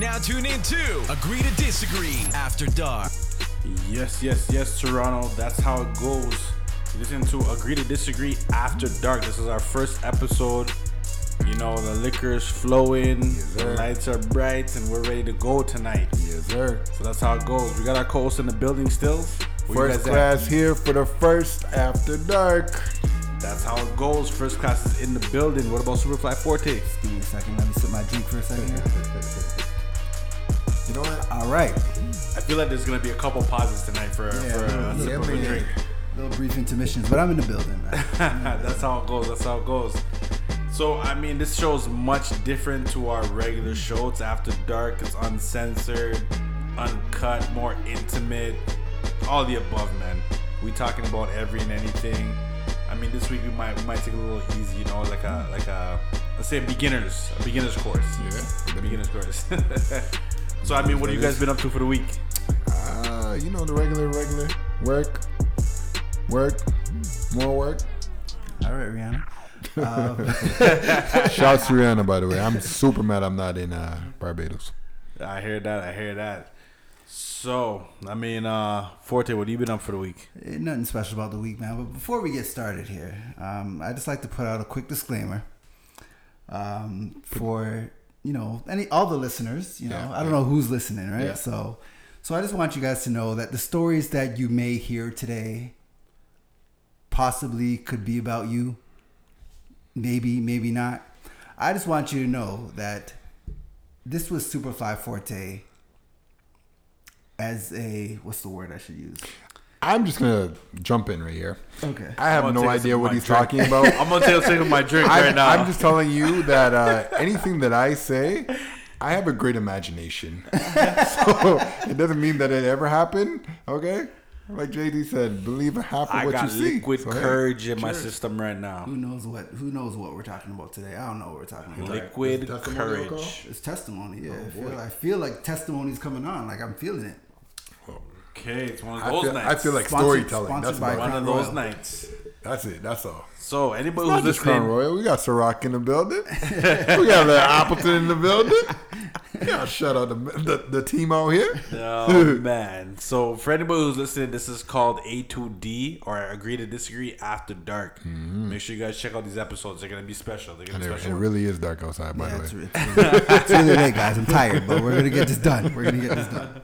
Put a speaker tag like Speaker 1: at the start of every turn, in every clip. Speaker 1: now tune in to Agree to Disagree After Dark.
Speaker 2: Yes, yes, yes, Toronto. That's how it goes. Listen to Agree to Disagree After Dark. This is our first episode. You know, the liquor's flowing, the
Speaker 3: sir.
Speaker 2: lights are bright, and we're ready to go tonight.
Speaker 3: Yes, sir.
Speaker 2: So that's how it goes. We got our co host in the building still. Where you guys
Speaker 3: First
Speaker 2: at?
Speaker 3: class here for the first after dark.
Speaker 2: That's how it goes. First class is in the building. What about Superfly Forte?
Speaker 4: Give me a second. Let me sip my drink for a second. here.
Speaker 3: You know what?
Speaker 4: All right.
Speaker 2: I feel like there's gonna be a couple pauses tonight for,
Speaker 4: Yeah,
Speaker 2: for
Speaker 4: little,
Speaker 2: a
Speaker 4: yeah,
Speaker 2: sip of a
Speaker 4: yeah.
Speaker 2: drink.
Speaker 4: little brief intermissions, but I'm in the building. man.
Speaker 2: that's how it goes. That's how it goes. So I mean, this show's much different to our regular show. It's after dark. It's uncensored, uncut, more intimate. All the above, man. We talking about every and anything. I mean, this week we might we might take it a little easy, you know, like a like a let's say a beginners a beginners course.
Speaker 3: Yeah.
Speaker 2: a beginners course. so I mean, what have you guys been up to for the week?
Speaker 3: Uh, you know the regular, regular work, work, more work.
Speaker 4: All right, Rihanna.
Speaker 3: Shouts to Rihanna, by the way. I'm super mad I'm not in uh, Barbados.
Speaker 2: I hear that. I hear that. So I mean, uh, Forte, what have you been up for the week?
Speaker 4: Eh, Nothing special about the week, man. But before we get started here, um, I just like to put out a quick disclaimer um, for you know any all the listeners. You know,
Speaker 3: Yeah,
Speaker 4: I don't know who's listening, right?
Speaker 3: Yeah.
Speaker 4: So, so I just want you guys to know that the stories that you may hear today possibly could be about you. Maybe, maybe not. I just want you to know that this was Superfly Forte as a what's the word I should use?
Speaker 3: I'm just gonna jump in right here.
Speaker 4: Okay.
Speaker 3: I have
Speaker 2: I'm gonna take
Speaker 3: no
Speaker 2: a sip
Speaker 3: idea
Speaker 2: of
Speaker 3: what
Speaker 2: my
Speaker 3: he's
Speaker 2: drink.
Speaker 3: talking about.
Speaker 2: I'm gonna take a sip of my drink
Speaker 3: I'm,
Speaker 2: right now.
Speaker 3: I'm just telling you that uh, anything that I say, I have a great imagination. so it doesn't mean that it ever happened. Okay, like JD said, believe half of
Speaker 2: I
Speaker 3: what
Speaker 2: got
Speaker 3: you see. Hmm.
Speaker 2: liquid
Speaker 3: So, hey,
Speaker 2: courage in my system right now.
Speaker 4: Who knows what? Who knows what we're talking about today? I don't know what we're talking about.
Speaker 2: Liquid
Speaker 3: That's the one you'll
Speaker 2: courage.
Speaker 4: It's testimony. Yeah, I,
Speaker 3: boy.
Speaker 4: feel, I feel like testimony's coming on. Like I'm feeling it.
Speaker 2: Okay, it's one
Speaker 3: I
Speaker 2: of those
Speaker 3: feel,
Speaker 2: nights.
Speaker 3: I feel like
Speaker 4: Sponsored-
Speaker 3: storytelling.
Speaker 4: sponsored
Speaker 3: that's
Speaker 4: by
Speaker 3: about
Speaker 2: one
Speaker 3: it.
Speaker 2: of
Speaker 4: Crown
Speaker 2: those
Speaker 4: Royal.
Speaker 2: nights.
Speaker 3: That's it. That's all.
Speaker 2: So anybody
Speaker 3: Not
Speaker 2: who's
Speaker 3: just Crown
Speaker 2: listening,
Speaker 3: Royal. We got Ciroc in the building. we got the Appleton in the building. Yeah, shout out the, the, the team out here.
Speaker 2: oh man. So for anybody who's listening, this is called A2D or Agree to Disagree After Dark. Make sure you guys check out these episodes. They're gonna be special. They're gonna
Speaker 3: And
Speaker 2: be
Speaker 3: it, it
Speaker 2: special.
Speaker 3: Hmm. really is dark outside, by
Speaker 4: Yeah,
Speaker 3: the way.
Speaker 4: it's, it's, it's really late, guys. I'm tired, but we're gonna get this done. We're gonna get this done.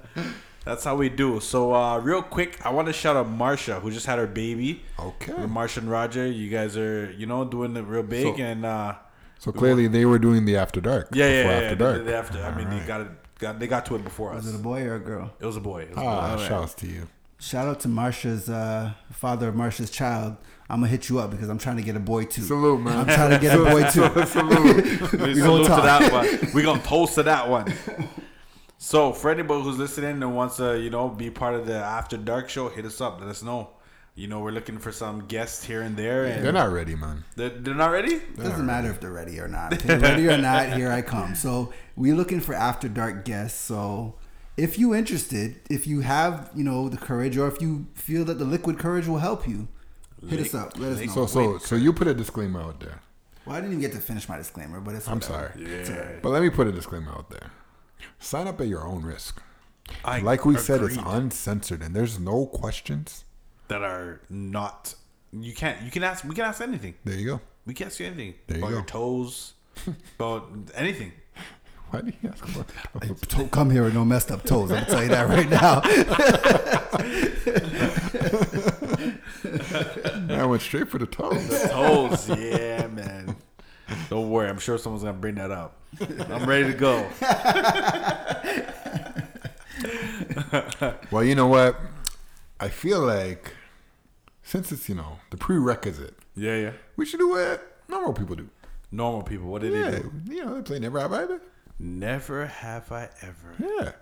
Speaker 2: That's how we do. So, uh, real quick, I want to shout out Marsha, who just had her baby.
Speaker 3: Okay.
Speaker 2: Marsha and Roger, you guys are, you know, doing it real big.
Speaker 3: So-
Speaker 2: and, uh,
Speaker 3: So clearly they were doing the after dark.
Speaker 2: yeah, yeah,
Speaker 3: before
Speaker 2: yeah.
Speaker 3: after
Speaker 2: they-
Speaker 3: dark.
Speaker 2: They, have to, I mean, they got it. Got, they got to it before us.
Speaker 4: Was it a boy or a girl?
Speaker 2: It was a boy. It was a boy.
Speaker 3: Ah,
Speaker 4: All right.
Speaker 3: shouts to you.
Speaker 4: Shout out to Marsha's uh, father of Marsha's child. I'm gonna hit you up because I'm trying to get a boy too.
Speaker 3: Salute, man.
Speaker 4: I'm trying to get a boy too.
Speaker 3: Salute.
Speaker 2: We
Speaker 4: gonna
Speaker 2: salute to
Speaker 4: talk.
Speaker 2: that one. We're gonna toast to that one. So for anybody who's listening and wants to, you know, be part of the After Dark show, hit us up. Let us know. You know, we're looking for some guests here and there, and
Speaker 3: They're not ready, man.
Speaker 2: they're, they're not ready.
Speaker 4: Doesn't matter if they're ready or not. If they're ready or not, here I come. So we're looking for after dark guests. So if you interested, if you have, you know, the courage or if you feel that the liquid courage will help you, hit us up. Let us know.
Speaker 3: So so so you put a disclaimer out there.
Speaker 4: well, I didn't even get to finish my disclaimer, but it's
Speaker 3: I'm
Speaker 4: whatever.
Speaker 3: sorry.
Speaker 2: Yeah.
Speaker 3: But let me put a disclaimer out there. Sign up at your own risk.
Speaker 2: I
Speaker 3: Like we said, it's
Speaker 2: agreed.
Speaker 3: uncensored and there's no questions.
Speaker 2: that are not. You can't. You can ask. We can ask anything.
Speaker 3: There you go.
Speaker 2: We can ask you anything
Speaker 3: There you
Speaker 2: about
Speaker 3: go.
Speaker 2: your toes, about anything.
Speaker 3: Why did he ask about
Speaker 4: To- Come here with no messed up toes. I'm tell you that right now.
Speaker 3: I went straight for the toes.
Speaker 2: Toes, yeah, man. Don't worry. I'm sure someone's gonna bring that up. I'm ready to go.
Speaker 3: well, you know what? I feel like since it's, you know, the prerequisite,
Speaker 2: Yeah, yeah.
Speaker 3: we should do what normal people do.
Speaker 2: Normal people. What did they
Speaker 3: Yeah.
Speaker 2: do?
Speaker 3: You know, they play never have I ever.
Speaker 2: Never have I ever.
Speaker 3: Yeah.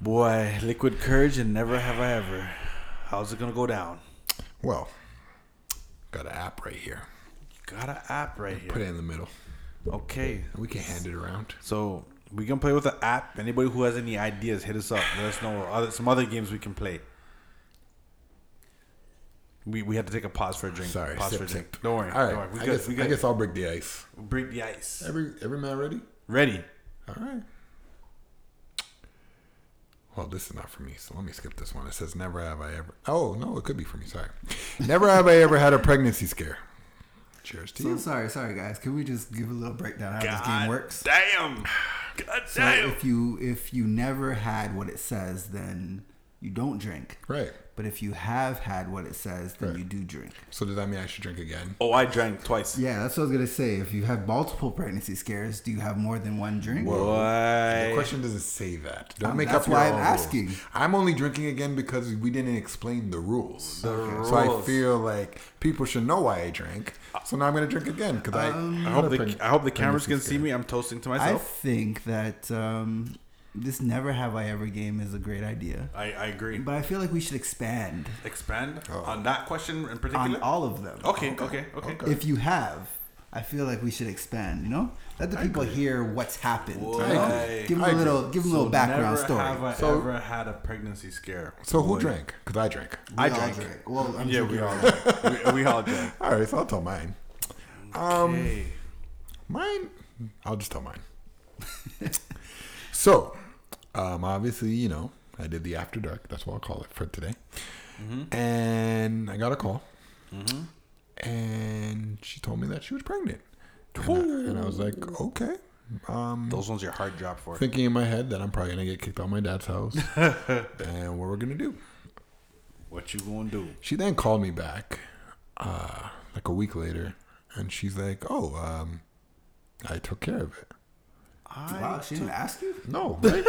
Speaker 2: Boy, liquid courage and never have I ever. How's it gonna go down?
Speaker 3: Well, got an app right here.
Speaker 2: Got an app right
Speaker 3: Put
Speaker 2: here.
Speaker 3: it in the middle.
Speaker 2: Okay,
Speaker 3: We can hand it around.
Speaker 2: so we can play with the app. Anybody who has any ideas, hit us up. Let us know other, some other games we can play. We, we had to take a pause for a drink.
Speaker 3: Sorry,
Speaker 2: pause
Speaker 3: sip,
Speaker 2: for a drink.
Speaker 3: sip.
Speaker 2: Don't worry.
Speaker 3: All right,
Speaker 2: Don't worry. We
Speaker 3: I,
Speaker 2: good.
Speaker 3: guess,
Speaker 2: we
Speaker 3: I
Speaker 2: good.
Speaker 3: guess I'll break the ice.
Speaker 2: Break the ice.
Speaker 3: Every every man ready?
Speaker 2: Ready?
Speaker 3: All right. Well, this is not for me, so let me skip this one. It says, "Never have I ever." Oh no, it could be for me. Sorry. Never have I ever had a pregnancy scare. Cheers to
Speaker 4: So
Speaker 3: you.
Speaker 4: sorry, sorry guys. Can we just give a little breakdown how this game works?
Speaker 2: damn. God
Speaker 4: So if you if you never had what it says, then you don't drink.
Speaker 3: Right.
Speaker 4: But if you have had what it says, then
Speaker 3: Right.
Speaker 4: you do drink.
Speaker 3: So does that mean I should drink again?
Speaker 2: Oh, I drank twice.
Speaker 4: Yeah, that's what I was gonna say. If you have multiple pregnancy scares, do you have more than one drink?
Speaker 3: The
Speaker 2: What?
Speaker 3: question doesn't say that. Don't
Speaker 4: Um,
Speaker 3: make
Speaker 4: that's
Speaker 3: up your
Speaker 4: why I'm
Speaker 3: own
Speaker 4: asking.
Speaker 3: rules. I'm only drinking again because we didn't explain the rules.
Speaker 2: Okay.
Speaker 3: So I
Speaker 2: rules.
Speaker 3: feel like people should know why I drank. So now I'm going to drink again because I.
Speaker 2: I
Speaker 4: Um,
Speaker 2: hope the I hope the cameras can see me. I'm toasting to
Speaker 4: I
Speaker 2: myself.
Speaker 4: think that um, this never have I ever game is a great idea.
Speaker 2: I, I agree.
Speaker 4: But I feel like we should expand
Speaker 2: Expand on that question in
Speaker 4: on
Speaker 2: particular.
Speaker 4: all of them.
Speaker 2: okay, okay, okay.
Speaker 4: If you have, I feel like we should expand. You know, let the people hear what's happened. you know?
Speaker 3: I agree.
Speaker 4: Give them
Speaker 3: I
Speaker 4: a little,
Speaker 3: agree.
Speaker 4: give them a little background
Speaker 2: never
Speaker 4: story.
Speaker 2: have I
Speaker 3: So-
Speaker 2: ever had a pregnancy scare.
Speaker 3: So who drank? Because I drank.
Speaker 4: We all drink. Well, I'm
Speaker 2: Yeah,
Speaker 4: drinking
Speaker 2: we all
Speaker 4: right
Speaker 2: drank. we, we all drank.
Speaker 3: All right, so I'll tell mine.
Speaker 4: Um,
Speaker 2: Okay.
Speaker 3: Mine. I'll just tell mine. so, um, obviously, you know, I did the after dark. That's what I'll call it for today. And I got a call, and she told me that she was pregnant. And I, and I was like, okay.
Speaker 4: mm.
Speaker 3: Um,
Speaker 2: Those ones your heart dropped for.
Speaker 3: thinking in my head that I'm probably gonna get kicked out of my dad's house, and what we're gonna do.
Speaker 2: What you gonna do?
Speaker 3: She then called me back, uh, like a week later, and she's like, "Oh, um, I took care of it."
Speaker 4: now. Wow, she didn't ask you.
Speaker 3: No, right?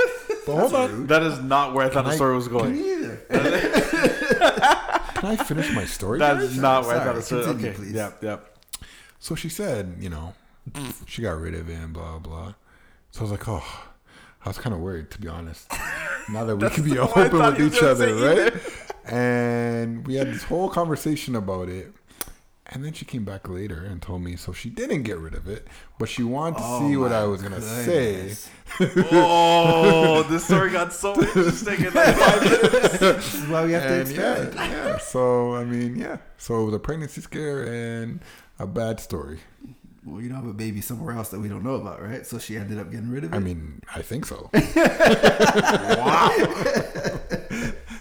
Speaker 3: but hold on.
Speaker 2: That is not where I thought the
Speaker 3: I-
Speaker 2: story was going.
Speaker 4: Me either.
Speaker 3: Can I finish my story?
Speaker 2: That's not where I
Speaker 4: Sorry,
Speaker 2: thought the story.
Speaker 4: continue,
Speaker 2: Okay.
Speaker 4: please.
Speaker 2: Yep. Yep.
Speaker 3: so she said, you know,
Speaker 2: Mm.
Speaker 3: she got rid of it and blah blah. So I was like, oh, I was kind of worried to be honest. Now that we could be
Speaker 2: what I
Speaker 3: open
Speaker 2: thought
Speaker 3: with
Speaker 2: you was
Speaker 3: each
Speaker 2: gonna
Speaker 3: other,
Speaker 2: say
Speaker 3: right? And we had this whole conversation about it. And then she came back later and told me so she didn't get rid of it, but she wanted to see what I was gonna say.
Speaker 4: Goodness.
Speaker 2: Oh, this story got so interesting in like five minutes.
Speaker 4: This is why we have to
Speaker 3: And yeah,
Speaker 4: expand.
Speaker 3: yeah. So I mean, yeah. So it was a pregnancy scare and a bad story.
Speaker 4: Well, you don't have a baby somewhere else that we don't know about, right? So she ended up getting rid of it.
Speaker 3: I mean, I think so. wow.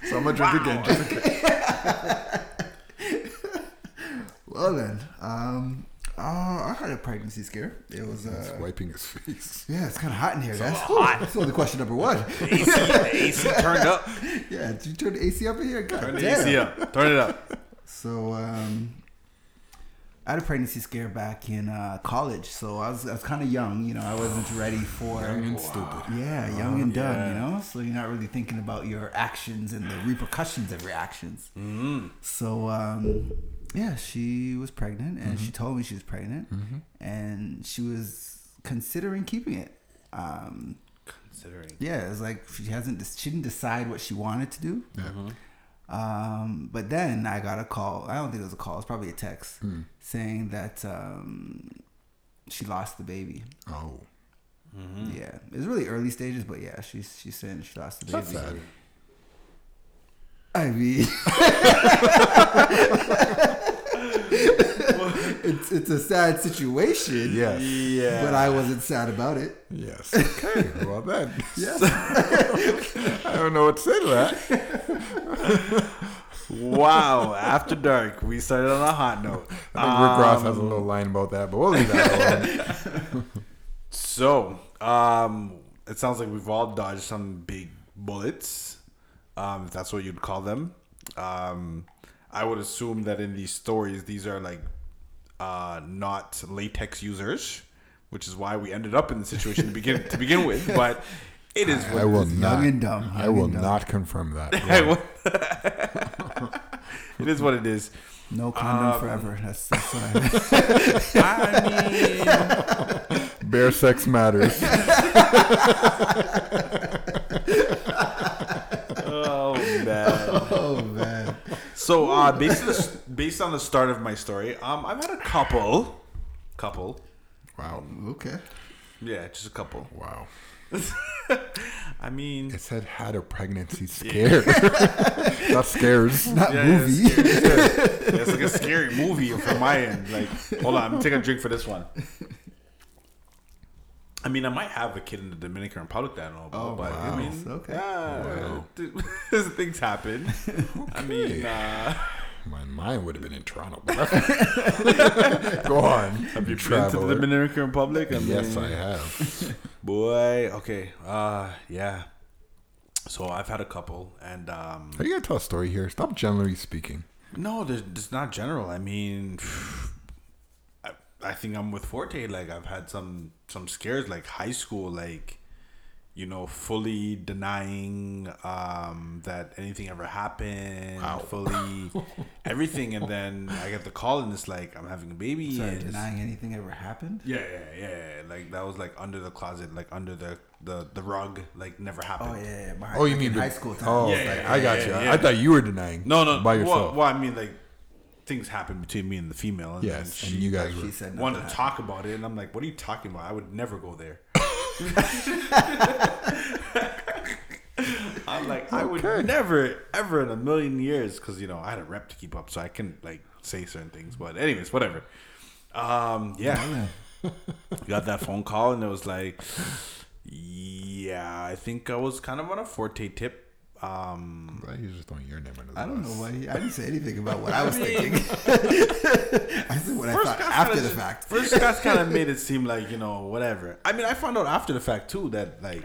Speaker 3: So I'm gonna drink again. Just in case.
Speaker 4: well then, um, uh, I had a pregnancy scare. It was
Speaker 3: He's
Speaker 4: uh,
Speaker 3: wiping his face.
Speaker 4: yeah, it's kind of hot in here, guys. Hot. That's only question number one.
Speaker 2: AC turned up.
Speaker 4: yeah, did you turn the AC up in here? God
Speaker 2: Turn the
Speaker 4: damn.
Speaker 2: AC up. Turn it up.
Speaker 4: So um, I had a pregnancy scare back in uh, college, so I was, I was kind of young. You know, I wasn't ready for
Speaker 3: Young and stupid.
Speaker 4: yeah, young and dumb.
Speaker 2: yeah.
Speaker 4: You know, so you're not really thinking about your actions and the repercussions of your actions. Mm-hmm. So um, yeah, she was pregnant, and she told me she was pregnant, and she was considering keeping it. Um,
Speaker 2: Considering.
Speaker 4: yeah, it's like she hasn't. She didn't decide what she wanted to do. Mm-hmm. Um, but then I got a call. I don't think it was a call. It's probably a text saying that um, she lost the baby.
Speaker 3: Oh,
Speaker 2: Mm.
Speaker 4: Yeah, it was really early stages, but yeah, she's she's saying she lost the
Speaker 3: that's
Speaker 4: baby.
Speaker 3: sad.
Speaker 4: I mean, it's it's a sad situation.
Speaker 3: Yes.
Speaker 2: Yeah.
Speaker 4: but I wasn't sad about it.
Speaker 3: Yes. Okay. Well, then
Speaker 4: Yeah,
Speaker 3: I don't know what to say to that.
Speaker 2: Wow. After dark, we started on a hot note.
Speaker 3: I think Rick Ross has a little line about that, but we'll leave that alone.
Speaker 2: So, um, it sounds like we've all dodged some big bullets, um, if that's what you'd call them. Um, I would assume that in these stories, these are like uh, not latex users, which is why we ended up in the situation to begin to begin with. But it is
Speaker 3: I
Speaker 2: what
Speaker 3: will
Speaker 4: Young
Speaker 3: not.
Speaker 4: and dumb,
Speaker 3: I
Speaker 4: young
Speaker 3: will
Speaker 4: and dumb.
Speaker 3: not confirm that.
Speaker 2: I
Speaker 3: Yeah.
Speaker 2: will- it is what it is.
Speaker 4: no condom
Speaker 2: Um,
Speaker 4: forever. That's that's what I.
Speaker 2: I mean.
Speaker 3: Bare sex matters.
Speaker 2: Oh man!
Speaker 4: Oh man.
Speaker 2: So uh, based on the, based on the start of my story, um, I've had a couple, couple,
Speaker 3: Wow.
Speaker 4: Okay.
Speaker 2: yeah, just a couple.
Speaker 3: Wow.
Speaker 2: I mean,
Speaker 3: It said had a pregnancy scare. that scares.
Speaker 4: Not
Speaker 2: yeah, yeah,
Speaker 4: movie.
Speaker 2: It's, scary, scary. Yeah, it's like a scary movie from my end. Like, hold on, I'm taking a drink for this one. I mean, I might have a kid in the Dominican Republic that I know about,
Speaker 4: Oh,
Speaker 2: but I
Speaker 4: wow.
Speaker 2: mean,
Speaker 4: Okay.
Speaker 2: yeah, dude, things happen. I mean, uh,
Speaker 3: My mind would have been in Toronto. But Go on. Have
Speaker 2: you been to the Dominican Republic? I
Speaker 3: Yes,
Speaker 2: mean,
Speaker 3: I have.
Speaker 2: boy. Okay, uh, yeah. So I've had a couple, and um,
Speaker 3: Are you gonna tell a story here? Stop generally speaking.
Speaker 2: No, there's, it's not general. I mean, I, I think I'm with Forte. Like I've had some some scares, like high school, like you know, fully denying um, that anything ever happened, fully everything, and then I get the call and it's like I'm having a baby.
Speaker 4: Sorry,
Speaker 2: and it's-
Speaker 4: denying anything ever happened.
Speaker 2: yeah, yeah, yeah. Like that was like under the closet, like under the the, the rug, like never happened.
Speaker 4: Oh yeah. yeah, my-
Speaker 3: Oh, you
Speaker 4: like
Speaker 3: mean
Speaker 4: in
Speaker 3: the-
Speaker 4: high school time?
Speaker 3: Oh,
Speaker 2: Yeah,
Speaker 3: okay.
Speaker 2: yeah,
Speaker 3: I got
Speaker 2: yeah,
Speaker 3: you.
Speaker 2: yeah.
Speaker 3: I thought you were denying.
Speaker 2: No, no,
Speaker 3: by
Speaker 2: well-
Speaker 3: yourself.
Speaker 2: Well, I mean, like things happen between me and the female. And then
Speaker 3: yes, and you guys were.
Speaker 4: He said no.
Speaker 2: wanted to talk about it, and I'm like, "What are you talking about? I would never go there." I'm like, I would never, ever in a million years, because you know I had a rep to keep up, so I couldn't like say certain things. But anyways, whatever. Um, yeah, got that phone call, and it was like, yeah, I think I was kind of on a forte tip. Um,
Speaker 3: Why you just throwing your name under the
Speaker 4: I don't know
Speaker 3: bus?
Speaker 4: why. He, I didn't say anything about what I was thinking. I said what I thought
Speaker 2: Scott's
Speaker 4: after
Speaker 2: kinda
Speaker 4: the
Speaker 2: just-
Speaker 4: fact.
Speaker 2: First, Scott's kind of made it seem like you know whatever. I mean, I found out after the fact too that like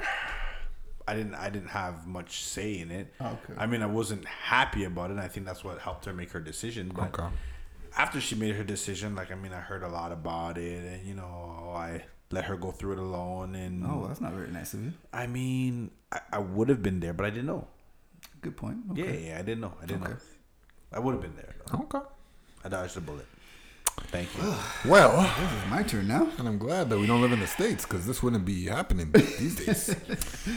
Speaker 2: I didn't I didn't have much say in it.
Speaker 4: Oh, Okay.
Speaker 2: I mean, I wasn't happy about it. and I think that's what helped her make her decision. But
Speaker 3: Okay.
Speaker 2: after she made her decision, like I mean, I heard a lot about it, and you know, I let her go through it alone. And
Speaker 4: Oh, that's not very nice of you.
Speaker 2: I mean, I, I would have been there, but I didn't know.
Speaker 4: Good point.
Speaker 2: Yeah,
Speaker 4: Okay.
Speaker 2: yeah, I didn't know. I didn't know.
Speaker 4: Okay.
Speaker 2: I would have been there. though.
Speaker 3: Okay.
Speaker 2: I dodged a bullet. Thank you.
Speaker 3: Well,
Speaker 4: It's my turn now.
Speaker 3: and I'm glad that we don't live in the states because this wouldn't be happening these days.
Speaker 2: if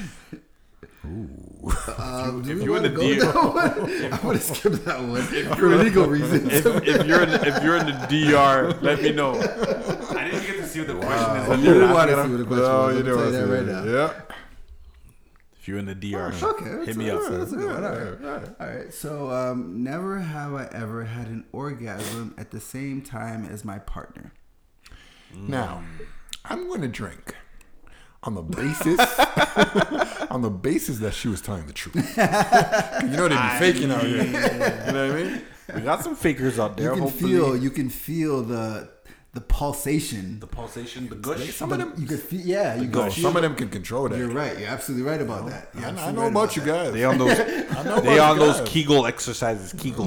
Speaker 2: you were the
Speaker 4: Uh, Go
Speaker 2: deer,
Speaker 4: that one. I would have skipped that one for legal reasons.
Speaker 2: if, if you're in the, if you're in the DR, let me know. I didn't get to see what the question is.
Speaker 4: I really want to see what the question
Speaker 3: Oh,
Speaker 4: was.
Speaker 3: you
Speaker 4: Let me
Speaker 3: know
Speaker 4: tell you
Speaker 3: what
Speaker 4: that
Speaker 3: I'm
Speaker 4: right now.
Speaker 3: saying. Yeah.
Speaker 2: If you're in the DR,
Speaker 4: Oh, Okay,
Speaker 2: hit me up.
Speaker 4: that's- that's a good one. All right.
Speaker 3: Yeah, yeah.
Speaker 4: All right, so um, never have I ever had an orgasm at the same time as my partner.
Speaker 3: Now, I'm going to drink on the basis on the basis that she was telling the truth. 'Cause you know they be faking out here. You know what I mean?
Speaker 2: We got some fakers out
Speaker 4: You
Speaker 2: there.
Speaker 4: can
Speaker 2: Hopefully,
Speaker 4: feel, you can feel the the pulsation.
Speaker 2: the pulsation, the gush.
Speaker 3: Some of
Speaker 4: The-
Speaker 3: them-
Speaker 4: you could feel, yeah, you
Speaker 3: No,
Speaker 4: could feel.
Speaker 3: Oh, some of them can control that.
Speaker 4: You're right. You're absolutely right about that. You're
Speaker 3: I, I
Speaker 4: absolutely
Speaker 3: know
Speaker 4: right
Speaker 3: about you
Speaker 4: that.
Speaker 3: guys.
Speaker 2: They on those.
Speaker 3: I know
Speaker 2: They
Speaker 3: about
Speaker 2: on
Speaker 3: you
Speaker 2: those
Speaker 3: guys.
Speaker 2: Kegel exercises. Kegel.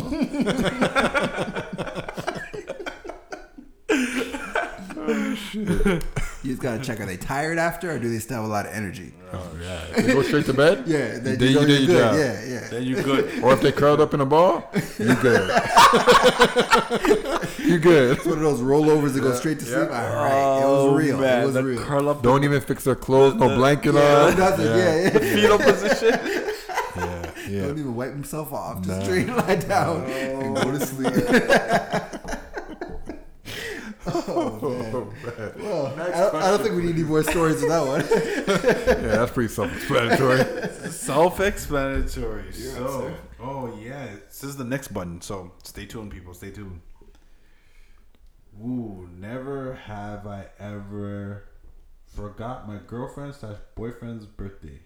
Speaker 4: You just gotta check. Are they tired after, or do they still have a lot of energy?
Speaker 3: They go straight to bed.
Speaker 4: Yeah,
Speaker 3: then
Speaker 4: that
Speaker 3: you,
Speaker 4: know
Speaker 3: did
Speaker 4: you're
Speaker 3: your job.
Speaker 4: Yeah, yeah.
Speaker 2: Then you good.
Speaker 3: Or if they curled up in a ball, you good. you good.
Speaker 4: One of those rollovers that go straight to sleep. All right, it
Speaker 3: Oh,
Speaker 4: was real.
Speaker 2: Oh, man,
Speaker 4: it was
Speaker 2: the
Speaker 4: real.
Speaker 2: curl up,
Speaker 3: Don't even fix their clothes. No blanket
Speaker 4: yeah,
Speaker 3: on.
Speaker 4: nothing. Yeah, yeah.
Speaker 2: fetal position.
Speaker 3: yeah,
Speaker 4: Don't
Speaker 3: yeah.
Speaker 4: even wipe himself off. Just straight lie down and go to sleep. Oh, Well, I don't, I don't think we need any more stories of that one.
Speaker 3: Yeah, that's pretty self-explanatory.
Speaker 2: Self-explanatory. so, oh yeah, this is the next button. So stay tuned, people. Stay tuned. Ooh, never have I ever forgot my girlfriend slash boyfriend's birthday.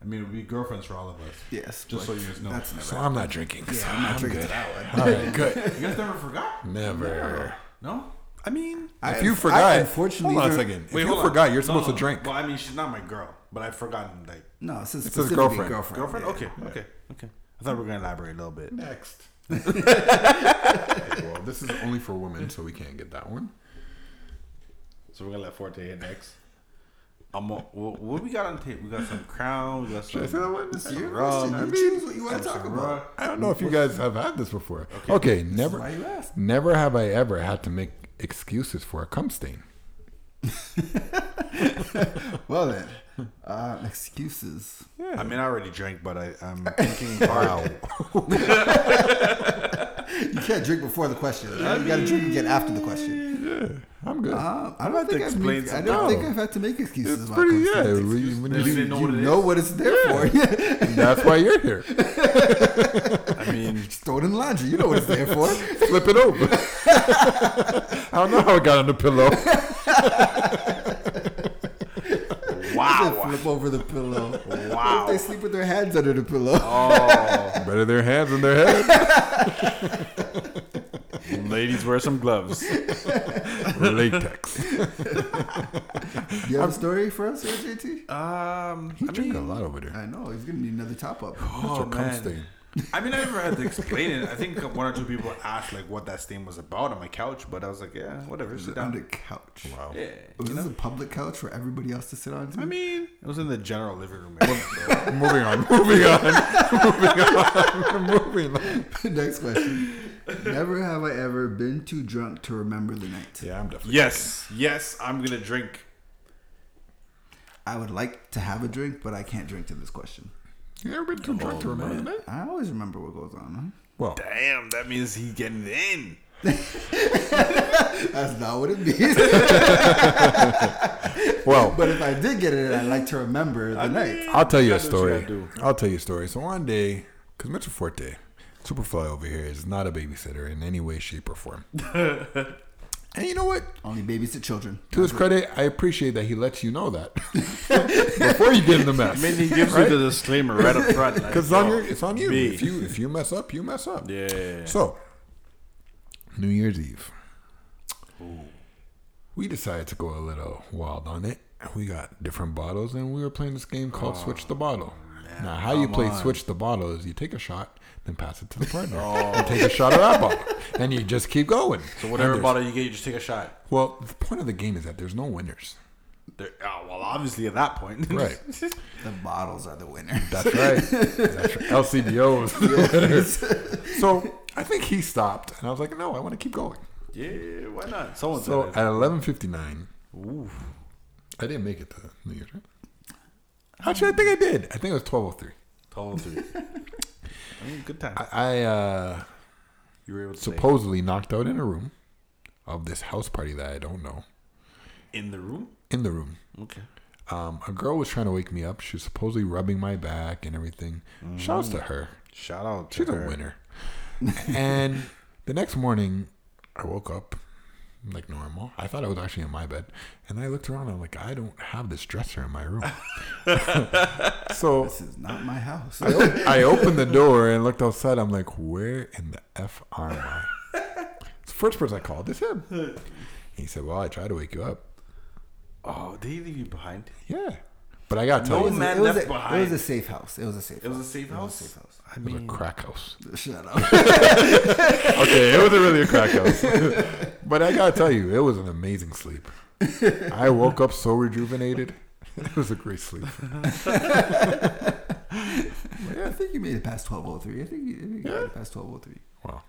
Speaker 2: I mean, it'd be girlfriends for all of us.
Speaker 4: Yes,
Speaker 2: Just so
Speaker 4: but
Speaker 2: you guys know.
Speaker 4: That's never.
Speaker 3: so I'm not drinking. so
Speaker 4: I'm not drinking
Speaker 3: good.
Speaker 4: that one.
Speaker 3: All right, good.
Speaker 2: You guys never forgot?
Speaker 3: Never.
Speaker 2: No. I mean,
Speaker 3: If
Speaker 4: I-
Speaker 3: you
Speaker 4: I
Speaker 3: forgot,
Speaker 4: unfortunately
Speaker 3: hold on a
Speaker 4: don't-
Speaker 3: second. If
Speaker 2: Wait,
Speaker 3: you
Speaker 2: hold on.
Speaker 3: forgot, you're
Speaker 2: No,
Speaker 3: supposed
Speaker 2: no.
Speaker 3: to drink.
Speaker 2: Well, I mean, she's not my girl, but I've forgotten like
Speaker 4: No, it's
Speaker 3: It says
Speaker 4: specifically
Speaker 3: girlfriend.
Speaker 4: girlfriend. girlfriend.
Speaker 2: girlfriend.
Speaker 4: yeah.
Speaker 2: Okay, okay, okay. I thought we were gonna elaborate a little bit.
Speaker 3: Next. well, this is only for women, so we can't get that one.
Speaker 2: So we're gonna let Forte hit next. I'm a, what, what we got on tape? We got some crown. We got some.
Speaker 3: This
Speaker 4: Your
Speaker 3: Rum.
Speaker 4: question.
Speaker 3: I
Speaker 4: You
Speaker 3: mean,
Speaker 4: choose what you want to talk about.
Speaker 2: Bruh.
Speaker 3: I don't know if you guys have had this before. Okay, never.
Speaker 4: why you ask.
Speaker 3: Never have I ever had to make excuses for a cum stain.
Speaker 4: Well then, uh, excuses.
Speaker 2: I mean, I already drank, but I, I'm thinking hard.
Speaker 4: You can't drink before the question. You got to drink again after the question.
Speaker 3: I'm good.
Speaker 4: Um, I don't think
Speaker 2: to
Speaker 4: I've
Speaker 2: explain
Speaker 4: made, I don't
Speaker 3: something.
Speaker 4: think I've had to make excuses.
Speaker 3: it's
Speaker 4: about
Speaker 3: pretty.
Speaker 4: those
Speaker 3: Yeah,
Speaker 4: things.
Speaker 3: we- when
Speaker 2: You didn't know
Speaker 3: you-
Speaker 2: what it
Speaker 4: You
Speaker 2: is.
Speaker 4: know what it's there for. Yeah.
Speaker 3: that's why you're here.
Speaker 2: I mean,
Speaker 4: Just throw it in the laundry. You know what it's there for.
Speaker 3: Flip it over. I don't know how it got on the pillow.
Speaker 2: Wow.
Speaker 4: Flip over the pillow.
Speaker 2: Wow.
Speaker 4: They sleep with their hands under the pillow.
Speaker 2: Oh,
Speaker 3: Better their hands than their head.
Speaker 2: ladies, wear some gloves.
Speaker 3: Latex.
Speaker 4: Do you have a story for us, here, JT?
Speaker 2: Um,
Speaker 3: He
Speaker 2: I
Speaker 3: drank a
Speaker 2: mean-
Speaker 3: lot over there.
Speaker 4: I know he's gonna need another top up.
Speaker 2: Oh,
Speaker 3: Mr.
Speaker 2: man.
Speaker 3: Cumstain.
Speaker 2: I mean, I never had to explain it. I think one or two people asked like what that stain was about on my couch, but I was like, yeah, whatever, sit
Speaker 4: on the
Speaker 2: down.
Speaker 4: couch.
Speaker 3: Wow.
Speaker 2: Yeah,
Speaker 4: Was
Speaker 2: you
Speaker 4: this
Speaker 2: know?
Speaker 4: a public couch for everybody else to sit on? too?
Speaker 2: I mean, it was in the general living room. area, so-
Speaker 3: Moving on. Moving on. Moving on. moving on.
Speaker 4: Next question. Never have I ever been too drunk to remember the night.
Speaker 3: Yeah, I'm definitely.
Speaker 2: yes, yes, I'm gonna drink.
Speaker 4: I would like to have a drink, but I can't drink to this question.
Speaker 3: You ever been too drunk to remember that?
Speaker 4: I always remember what goes on.
Speaker 3: Well,
Speaker 2: Damn, that means he's getting in.
Speaker 4: Huh? That's not what it means.
Speaker 3: well.
Speaker 4: but if I did get it, I'd like to remember the night.
Speaker 3: I'll tell you a
Speaker 2: That's what you
Speaker 3: story.
Speaker 2: gotta do.
Speaker 3: I'll tell you a story. So one day, because Mr. Forte, Superfly over here, is not a babysitter in any way, shape, or form. and you know what?
Speaker 4: Only babysit children.
Speaker 3: To his credit, I appreciate that he lets you know that before you get in the mess.
Speaker 2: And he gives you the disclaimer right up front. like,
Speaker 3: Because it's on
Speaker 2: yo,
Speaker 3: your, it's on you.
Speaker 2: me.
Speaker 3: If you if you mess up, you mess up.
Speaker 2: Yeah.
Speaker 3: So, New Year's Eve, we decided to go a little wild on it. We got different bottles, and we were playing this game called Switch the Bottle. now, how you play Switch the Bottle is you take a shot, then pass it to the partner, and take a shot of that bottle, and you just keep going. So
Speaker 2: whatever bottle you get, you just take a shot.
Speaker 3: Well, the point of the game is that there's no winners.
Speaker 2: There, oh, well, obviously at that point,
Speaker 3: Right.
Speaker 4: The bottles are the winner.
Speaker 3: That's right. That's right. LCBO was the winners. So I think he stopped, and I was like, no, I want to keep going.
Speaker 2: yeah, why not? Someone
Speaker 3: So
Speaker 2: said it.
Speaker 3: at eleven fifty nine, I didn't make it to New Year's. Right? Actually, I think I did. I think it was twelve oh three.
Speaker 2: Total three. I mean, good time.
Speaker 3: I uh,
Speaker 2: you were able to stay
Speaker 3: supposedly knocked out in a room of this house party that I don't know.
Speaker 2: in the room.
Speaker 3: In the room,
Speaker 2: Okay.
Speaker 3: um, a girl was trying to wake me up. She was supposedly rubbing my back and everything. Shouts to her.
Speaker 2: Shout out to
Speaker 3: She's
Speaker 2: her.
Speaker 3: a winner. and the next morning, I woke up like normal. I thought I was actually in my bed, and I looked around. I'm like, I don't have this dresser in my room. so
Speaker 4: This is not my house.
Speaker 2: Oh,
Speaker 3: I opened the door and looked outside. I'm like, where in the f am I? It's the first person I called. This him. He said, "Well, I tried to wake you up.
Speaker 2: Oh, did he leave you behind?
Speaker 3: Yeah, but I gotta tell
Speaker 2: No
Speaker 3: you,
Speaker 2: man
Speaker 4: it, was
Speaker 2: left
Speaker 4: a,
Speaker 2: behind.
Speaker 4: it was a safe house. It was a safe
Speaker 2: It was a
Speaker 4: house.
Speaker 2: safe house.
Speaker 4: safe house.
Speaker 2: I
Speaker 3: it was a
Speaker 2: mean,
Speaker 3: crack house."
Speaker 4: Shut up.
Speaker 3: okay, it wasn't really a crack house. but I gotta tell you, it was an amazing sleep. I woke up so rejuvenated. It was a great sleep.
Speaker 4: I think you made it past 1203. I think you, I think you got it past 1203.
Speaker 3: Wow.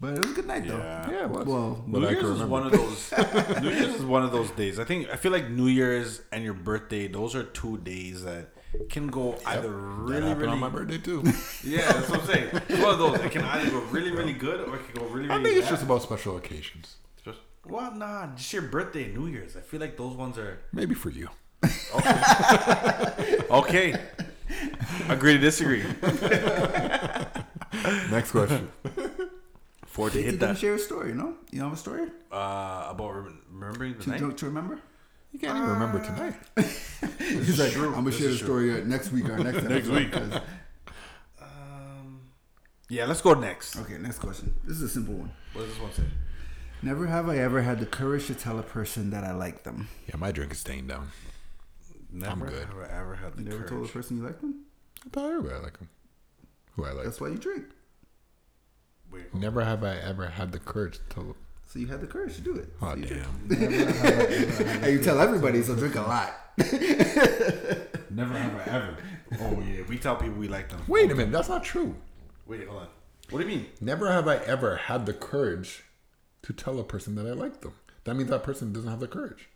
Speaker 4: But it was a good night, though.
Speaker 2: yeah.
Speaker 3: Yeah, it was.
Speaker 4: Well,
Speaker 3: But
Speaker 2: New
Speaker 3: I
Speaker 2: Year's
Speaker 3: can
Speaker 2: is
Speaker 3: remember.
Speaker 2: one of those. New Year's is one of those days. I think I feel like New Year's and your birthday; those are two days that can go either
Speaker 3: That
Speaker 2: really,
Speaker 3: happened
Speaker 2: really.
Speaker 3: on my birthday too.
Speaker 2: Yeah, that's what I'm saying. It's one of those. It can either go really, really good, or it can go really,
Speaker 3: I
Speaker 2: really.
Speaker 3: think it's
Speaker 2: bad.
Speaker 3: just about special occasions.
Speaker 2: Just- well, nah, just your birthday, and New Year's. I feel like those ones are
Speaker 3: Maybe for you.
Speaker 2: okay. Agree to disagree.
Speaker 3: Next question.
Speaker 2: Forty
Speaker 4: you
Speaker 2: hit
Speaker 4: didn't
Speaker 2: that
Speaker 4: share a story, no? You don't have a story?
Speaker 2: uh, about remem- remembering the
Speaker 4: Too
Speaker 2: night.
Speaker 4: drunk to remember?
Speaker 3: You can't even
Speaker 2: Uh.
Speaker 3: remember tonight.
Speaker 4: He's like,
Speaker 2: true.
Speaker 4: I'm gonna
Speaker 2: This
Speaker 4: share the
Speaker 2: is
Speaker 4: story uh, next week or next next
Speaker 2: week. Um, yeah, let's go next.
Speaker 4: Okay, next question. This is a simple one.
Speaker 2: What does this one say?
Speaker 4: Never have I ever had the courage to tell a person that I like them.
Speaker 3: Yeah, my drink is staying down.
Speaker 2: Never
Speaker 3: good.
Speaker 2: have I ever had the
Speaker 4: You never
Speaker 2: courage.
Speaker 4: told a person you like them.
Speaker 3: I thought everybody like him. Who I like.
Speaker 4: That's why you drink.
Speaker 2: Wait,
Speaker 3: Never have I ever had the courage to.
Speaker 4: So you had the courage to do it.
Speaker 3: Oh
Speaker 4: so you drink.
Speaker 3: damn!
Speaker 4: And you tell everybody, so drink a lot.
Speaker 2: Never have I ever. Oh yeah, we tell people we like them.
Speaker 3: Wait a minute, that's not true.
Speaker 2: Wait, hold on. What do you mean?
Speaker 3: Never have I ever had the courage to tell a person that I like them. That means that person doesn't have the courage.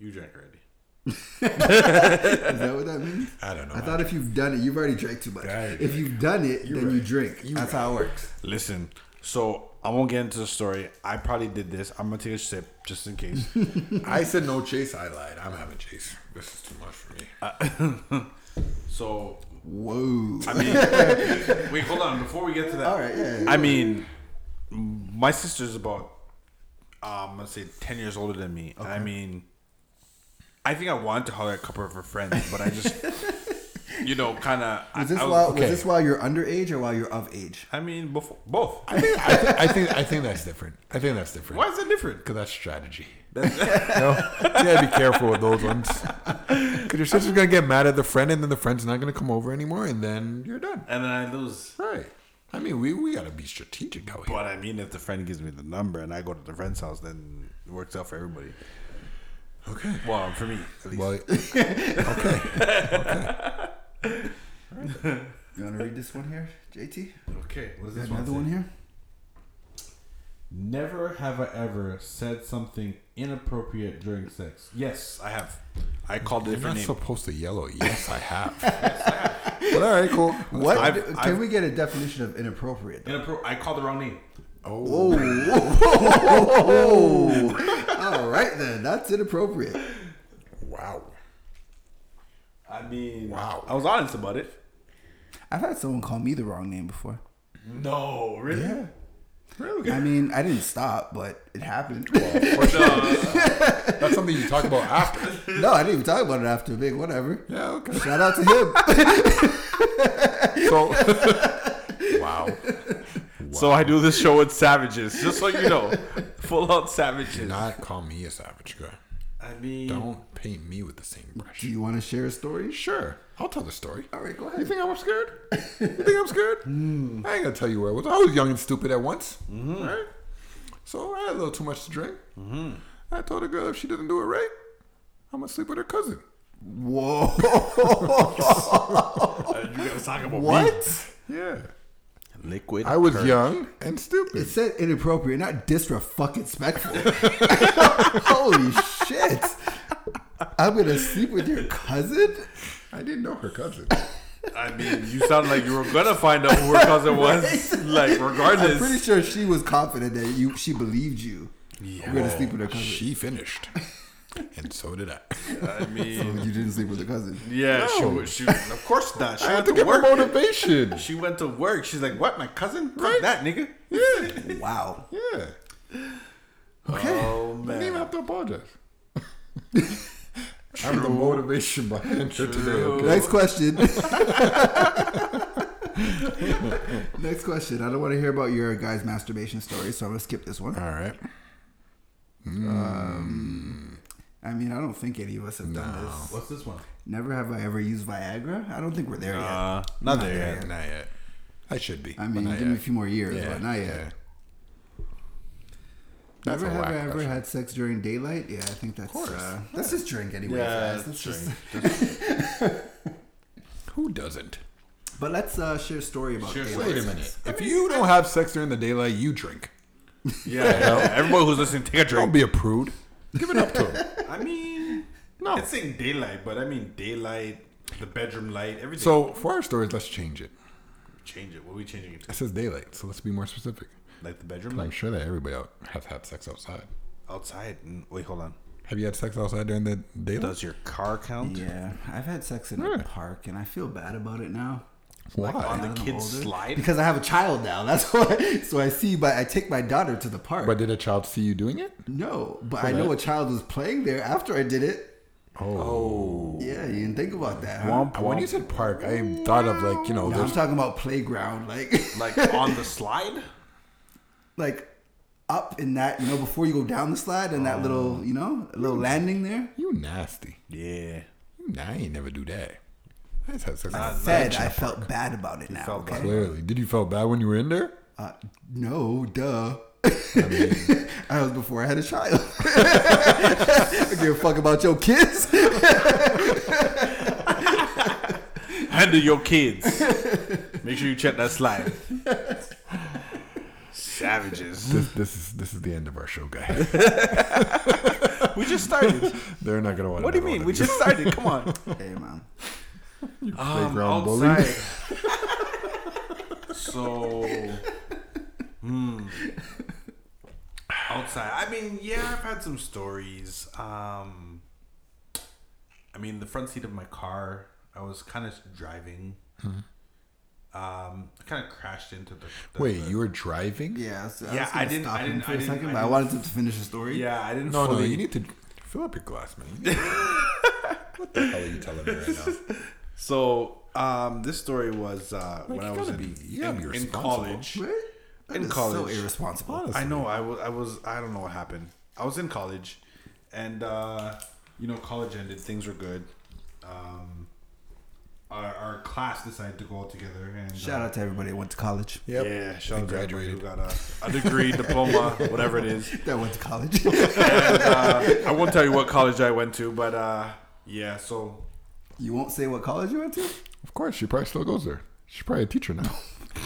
Speaker 2: You drank already.
Speaker 4: Is that what that means?
Speaker 3: I don't know.
Speaker 4: I thought if you've done it, you've already drank too much.
Speaker 3: Right.
Speaker 4: If you've done it, then you drink. That's how it works.
Speaker 2: Listen, so I won't get into the story. I probably did this. I'm gonna take a sip just in case.
Speaker 3: I said no chase. I lied. I'm having chase. This is too much for me.
Speaker 2: so
Speaker 4: Whoa.
Speaker 2: I mean, wait, hold on. Before we get to that,
Speaker 4: All right, yeah.
Speaker 2: I mean, my sister's about, um, let's say, 10 years older than me. And I mean, I think I wanted to holler at a couple of her friends, but I just, you know, kind of.
Speaker 4: Was this
Speaker 2: I,
Speaker 4: while
Speaker 3: okay.
Speaker 4: was this while you're underage or while you're of age?
Speaker 2: I mean, before, both.
Speaker 3: I think, I, think, I think I think that's different. I think that's different.
Speaker 2: Why is it different?
Speaker 3: Because that's strategy. you know? You gotta be careful with those ones. Because your sister's gonna get mad at the friend, and then the friend's not gonna come over anymore, and then you're done.
Speaker 2: And then I lose.
Speaker 3: Right. I mean, we, we gotta be strategic out here.
Speaker 2: But I mean, if the friend gives me the number and I go to the friend's house, then it works out for everybody.
Speaker 3: Okay.
Speaker 2: Well, for me, at least.
Speaker 3: Well, okay.
Speaker 4: You want to read this one here, JT?
Speaker 2: okay. What does
Speaker 4: Got
Speaker 2: this
Speaker 4: another one
Speaker 2: say?
Speaker 4: here.
Speaker 2: Never have I ever said something inappropriate during sex. Yes, I have. I called it a
Speaker 3: You're not
Speaker 2: different name.
Speaker 3: supposed to yellow. Yes, I have. well, all right, cool.
Speaker 4: What?
Speaker 2: I've-
Speaker 4: can
Speaker 2: I've-
Speaker 4: we get a definition of inappropriate? though?
Speaker 2: Inappro- I called the wrong name.
Speaker 3: Oh,
Speaker 4: All right then, that's inappropriate.
Speaker 3: wow.
Speaker 2: I mean,
Speaker 3: Wow.
Speaker 2: I was honest about it.
Speaker 4: I've had someone call me the wrong name before.
Speaker 2: No, really?
Speaker 3: Yeah.
Speaker 2: Really?
Speaker 4: I mean, I didn't stop, but it happened.
Speaker 3: That's something you talk about after.
Speaker 4: no, I didn't even talk about it after big. Whatever.
Speaker 3: Yeah, okay.
Speaker 4: Shout out to him.
Speaker 3: So, wow.
Speaker 2: So I do this show with savages, just so you know, full out savages.
Speaker 3: Not call me a savage guy.
Speaker 2: I mean,
Speaker 3: Don't paint me with the same brush.
Speaker 4: Do you want to share a story?
Speaker 3: Sure, I'll tell the story.
Speaker 4: All right, go
Speaker 3: You
Speaker 4: ahead. Hmm.
Speaker 3: think I'm scared? You think I'm scared? I ain't gonna tell you where I was. I was young and stupid at once,
Speaker 4: Mm-hmm.
Speaker 3: right? So I had a little too much to drink. I told a girl if she doesn't do it right, I'm gonna sleep with her cousin.
Speaker 4: Whoa!
Speaker 2: uh, you guys talk about
Speaker 4: What?
Speaker 3: Yeah,
Speaker 2: Liquid.
Speaker 3: I was young and stupid.
Speaker 4: It said inappropriate, not distra fucking spectful. Holy shit! I'm gonna sleep with your cousin.
Speaker 3: I didn't know her cousin.
Speaker 2: I mean, you sound like you were gonna find out who her cousin was. Like, regardless.
Speaker 4: I'm pretty sure she was confident that you she believed you. You're gonna sleep with her cousin.
Speaker 3: she finished, and so did I.
Speaker 2: I mean,
Speaker 4: Oh, You didn't sleep with her cousin.
Speaker 2: yeah, she
Speaker 3: No.
Speaker 2: was. She, of course not. She
Speaker 3: I had
Speaker 2: went
Speaker 3: to
Speaker 2: to
Speaker 3: get my
Speaker 2: work.
Speaker 3: motivation.
Speaker 2: She went to work. She's like, "What, my cousin? Fuck
Speaker 3: Right?
Speaker 2: that nigga."
Speaker 3: Yeah,
Speaker 4: Wow.
Speaker 3: yeah.
Speaker 2: Oh
Speaker 3: I
Speaker 2: man.
Speaker 3: didn't even have to apologize. I'm the motivation behind her today. Okay?
Speaker 4: Next question. Next question. I don't want to hear about your guys' masturbation story, so I'm gonna skip this one.
Speaker 3: All right.
Speaker 4: I mean, I don't think any of us have done this.
Speaker 2: Oh, What's this one?
Speaker 4: Never have I ever used Viagra. I don't think we're there yet.
Speaker 2: Uh, not there yet.
Speaker 3: Not yet. I should be.
Speaker 4: I
Speaker 3: but
Speaker 4: mean,
Speaker 3: not
Speaker 4: give me a
Speaker 3: yet.
Speaker 4: few more years,
Speaker 3: Yeah,
Speaker 4: but not yet.
Speaker 3: yeah. That's
Speaker 4: Never
Speaker 3: a
Speaker 4: have
Speaker 3: whack
Speaker 4: I ever
Speaker 3: question.
Speaker 4: had sex during daylight. Yeah, I think that's. Uh, let's just drink anyway.
Speaker 2: Yeah,
Speaker 4: guys. Let's
Speaker 2: let's
Speaker 4: just-
Speaker 3: Who doesn't?
Speaker 4: but let's uh, share a story about
Speaker 2: Sure,
Speaker 4: daylight.
Speaker 3: Wait a
Speaker 4: sex.
Speaker 3: minute. If you don't have sex during the daylight, you drink.
Speaker 2: Yeah, yeah. Everybody who's listening, take a
Speaker 3: Don't
Speaker 2: drink.
Speaker 3: be a prude. Give it up to him.
Speaker 2: I mean,
Speaker 3: No.
Speaker 2: it's saying daylight, but I mean daylight, the bedroom light, everything.
Speaker 3: So for our stories, let's change it.
Speaker 2: change it. What are we changing it to?
Speaker 3: It says daylight, so let's be more specific.
Speaker 2: Like the bedroom
Speaker 3: I'm
Speaker 2: light
Speaker 3: sure that everybody out has had sex outside.
Speaker 2: outside. Mm, Wait, hold on.
Speaker 3: Have you had sex outside during the daylight?
Speaker 2: Does your car count?
Speaker 4: Yeah, I've had sex in a park, and I feel bad about it now.
Speaker 3: Why?
Speaker 2: On the
Speaker 4: I'm
Speaker 2: kids
Speaker 4: older.
Speaker 2: slide.
Speaker 4: Because I have a child now. That's why. So I see, but I take my daughter to the park.
Speaker 3: but did a child see you doing it?
Speaker 4: no, but I know a child was playing there after I did it.
Speaker 3: Oh.
Speaker 4: Yeah, you didn't think about that. Huh?
Speaker 2: Womp,
Speaker 3: When you
Speaker 2: womp.
Speaker 3: said park, I thought of like, you know,
Speaker 4: No, I'm
Speaker 3: there's
Speaker 4: talking about playground, like
Speaker 2: like on the slide.
Speaker 4: like up in that, you know, before you go down the slide and that
Speaker 2: Oh.
Speaker 4: little, you know, little landing there.
Speaker 3: you nasty.
Speaker 2: Yeah.
Speaker 3: You na- I ain't never do that. I just had sex. outside.
Speaker 4: Said I felt bad about it now.
Speaker 2: felt
Speaker 4: okay.
Speaker 3: Clearly. Did you feel bad when you were in there?
Speaker 4: Uh, no, duh. I was before I had a child. I give a fuck about your kids.
Speaker 2: Handle your kids. Make sure you check that slide. Savages.
Speaker 3: This, this is this is the end of our show, guys.
Speaker 2: We just started.
Speaker 3: They're not gonna want.
Speaker 2: What do you mean? We just started. Come on.
Speaker 4: hey, man.
Speaker 3: playground
Speaker 2: outside. so, hmm. Outside. I mean, yeah, I've had some stories. Um, I mean, the front seat of my car. I was kind of driving. Um, I kind of crashed into the. the
Speaker 3: Wait,
Speaker 2: the-
Speaker 3: you were driving?
Speaker 4: Yeah, so
Speaker 2: Yeah,
Speaker 4: was
Speaker 2: I
Speaker 4: gonna
Speaker 2: didn't-
Speaker 4: stop
Speaker 2: I
Speaker 4: him
Speaker 2: didn't-
Speaker 4: for
Speaker 2: I
Speaker 4: a
Speaker 2: didn't-
Speaker 4: second,
Speaker 2: I
Speaker 4: but I
Speaker 2: didn't-
Speaker 4: wanted to finish the story.
Speaker 2: Yeah, I didn't.
Speaker 3: No, no,
Speaker 2: fully-
Speaker 3: you need to fill up your glass, man. You need- What the hell are you telling me right now?
Speaker 2: So um, this story was uh, when I
Speaker 3: you
Speaker 2: was
Speaker 3: gotta
Speaker 2: in,
Speaker 3: be- you gotta
Speaker 2: in-
Speaker 3: be
Speaker 2: in
Speaker 3: responsible.
Speaker 2: college.
Speaker 4: Right? That
Speaker 2: In
Speaker 4: is
Speaker 2: college.
Speaker 4: so irresponsible.
Speaker 2: I know. I was. I was. I don't know what happened. I was in college, and uh, you know, college ended. Things were good. Um, our, our class decided to go all together. And uh,
Speaker 4: Shout out to everybody that went to college.
Speaker 3: Yep.
Speaker 2: Yeah, shout out to everybody who
Speaker 3: graduated.
Speaker 2: got a, a degree, diploma, whatever it is.
Speaker 4: That went to college.
Speaker 2: I won't tell you what college I went to, but uh, yeah. So
Speaker 4: you won't say what college you went to?
Speaker 3: Of course, she probably still goes there. She's probably a teacher now.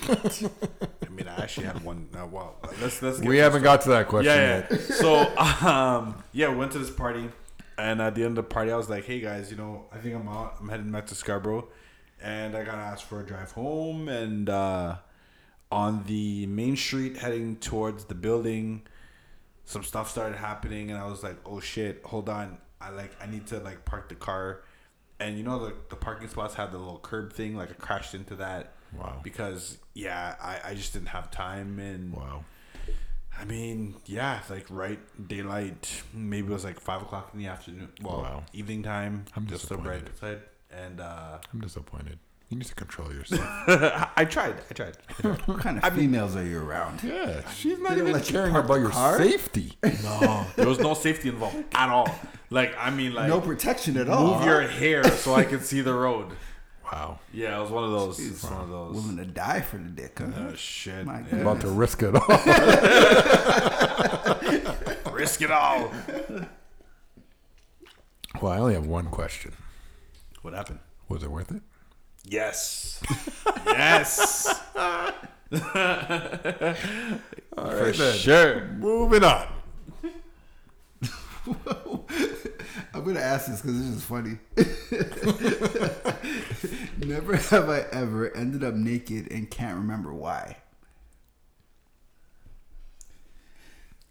Speaker 2: I mean, I actually had one. Uh, wow. Let's let's. Get
Speaker 3: we haven't got to that question
Speaker 2: yeah,
Speaker 3: yet.
Speaker 2: yeah. so um, yeah, we went to this party, and at the end of the party, I was like, "Hey guys, you know, I think I'm out. I'm heading back to Scarborough, and I got asked for a drive home. And uh, on the main street, heading towards the building, some stuff started happening, and I was like, "Oh shit, hold on. I like, I need to like park the car." And you know the, the parking spots had the little curb thing. Like I crashed into that.
Speaker 3: Wow.
Speaker 2: Because yeah, I, I just didn't have time and
Speaker 3: Wow.
Speaker 2: I mean, yeah, it's like right daylight. Maybe it was like five o'clock in the afternoon. Well,
Speaker 3: Wow.
Speaker 2: evening time.
Speaker 3: I'm
Speaker 2: just a bright
Speaker 3: disappointed.
Speaker 2: side. And uh,
Speaker 3: I'm disappointed. You need to control yourself.
Speaker 2: I tried. I tried.
Speaker 4: What kind of females are you around?
Speaker 3: yeah, she's not
Speaker 4: They don't
Speaker 3: even
Speaker 4: let you
Speaker 3: caring
Speaker 4: park
Speaker 3: about
Speaker 4: the
Speaker 3: your
Speaker 4: car?
Speaker 3: safety.
Speaker 2: no, there was no safety involved at all. Like I mean, like
Speaker 4: No protection at all.
Speaker 2: move your hair so I can see the road.
Speaker 3: Wow.
Speaker 2: Yeah, it was one of those. It's one of those.
Speaker 4: willing to die for the dick, huh?
Speaker 2: Oh, shit!
Speaker 4: My
Speaker 2: Yeah.
Speaker 3: About to risk it all.
Speaker 2: Risk it all.
Speaker 3: well, I only have one question.
Speaker 2: What happened?
Speaker 3: Was it worth it?
Speaker 2: Yes. yes.
Speaker 3: For
Speaker 2: Sure.
Speaker 3: Moving on.
Speaker 4: I'm gonna ask this because this is funny. Never have I ever ended up naked and can't remember why.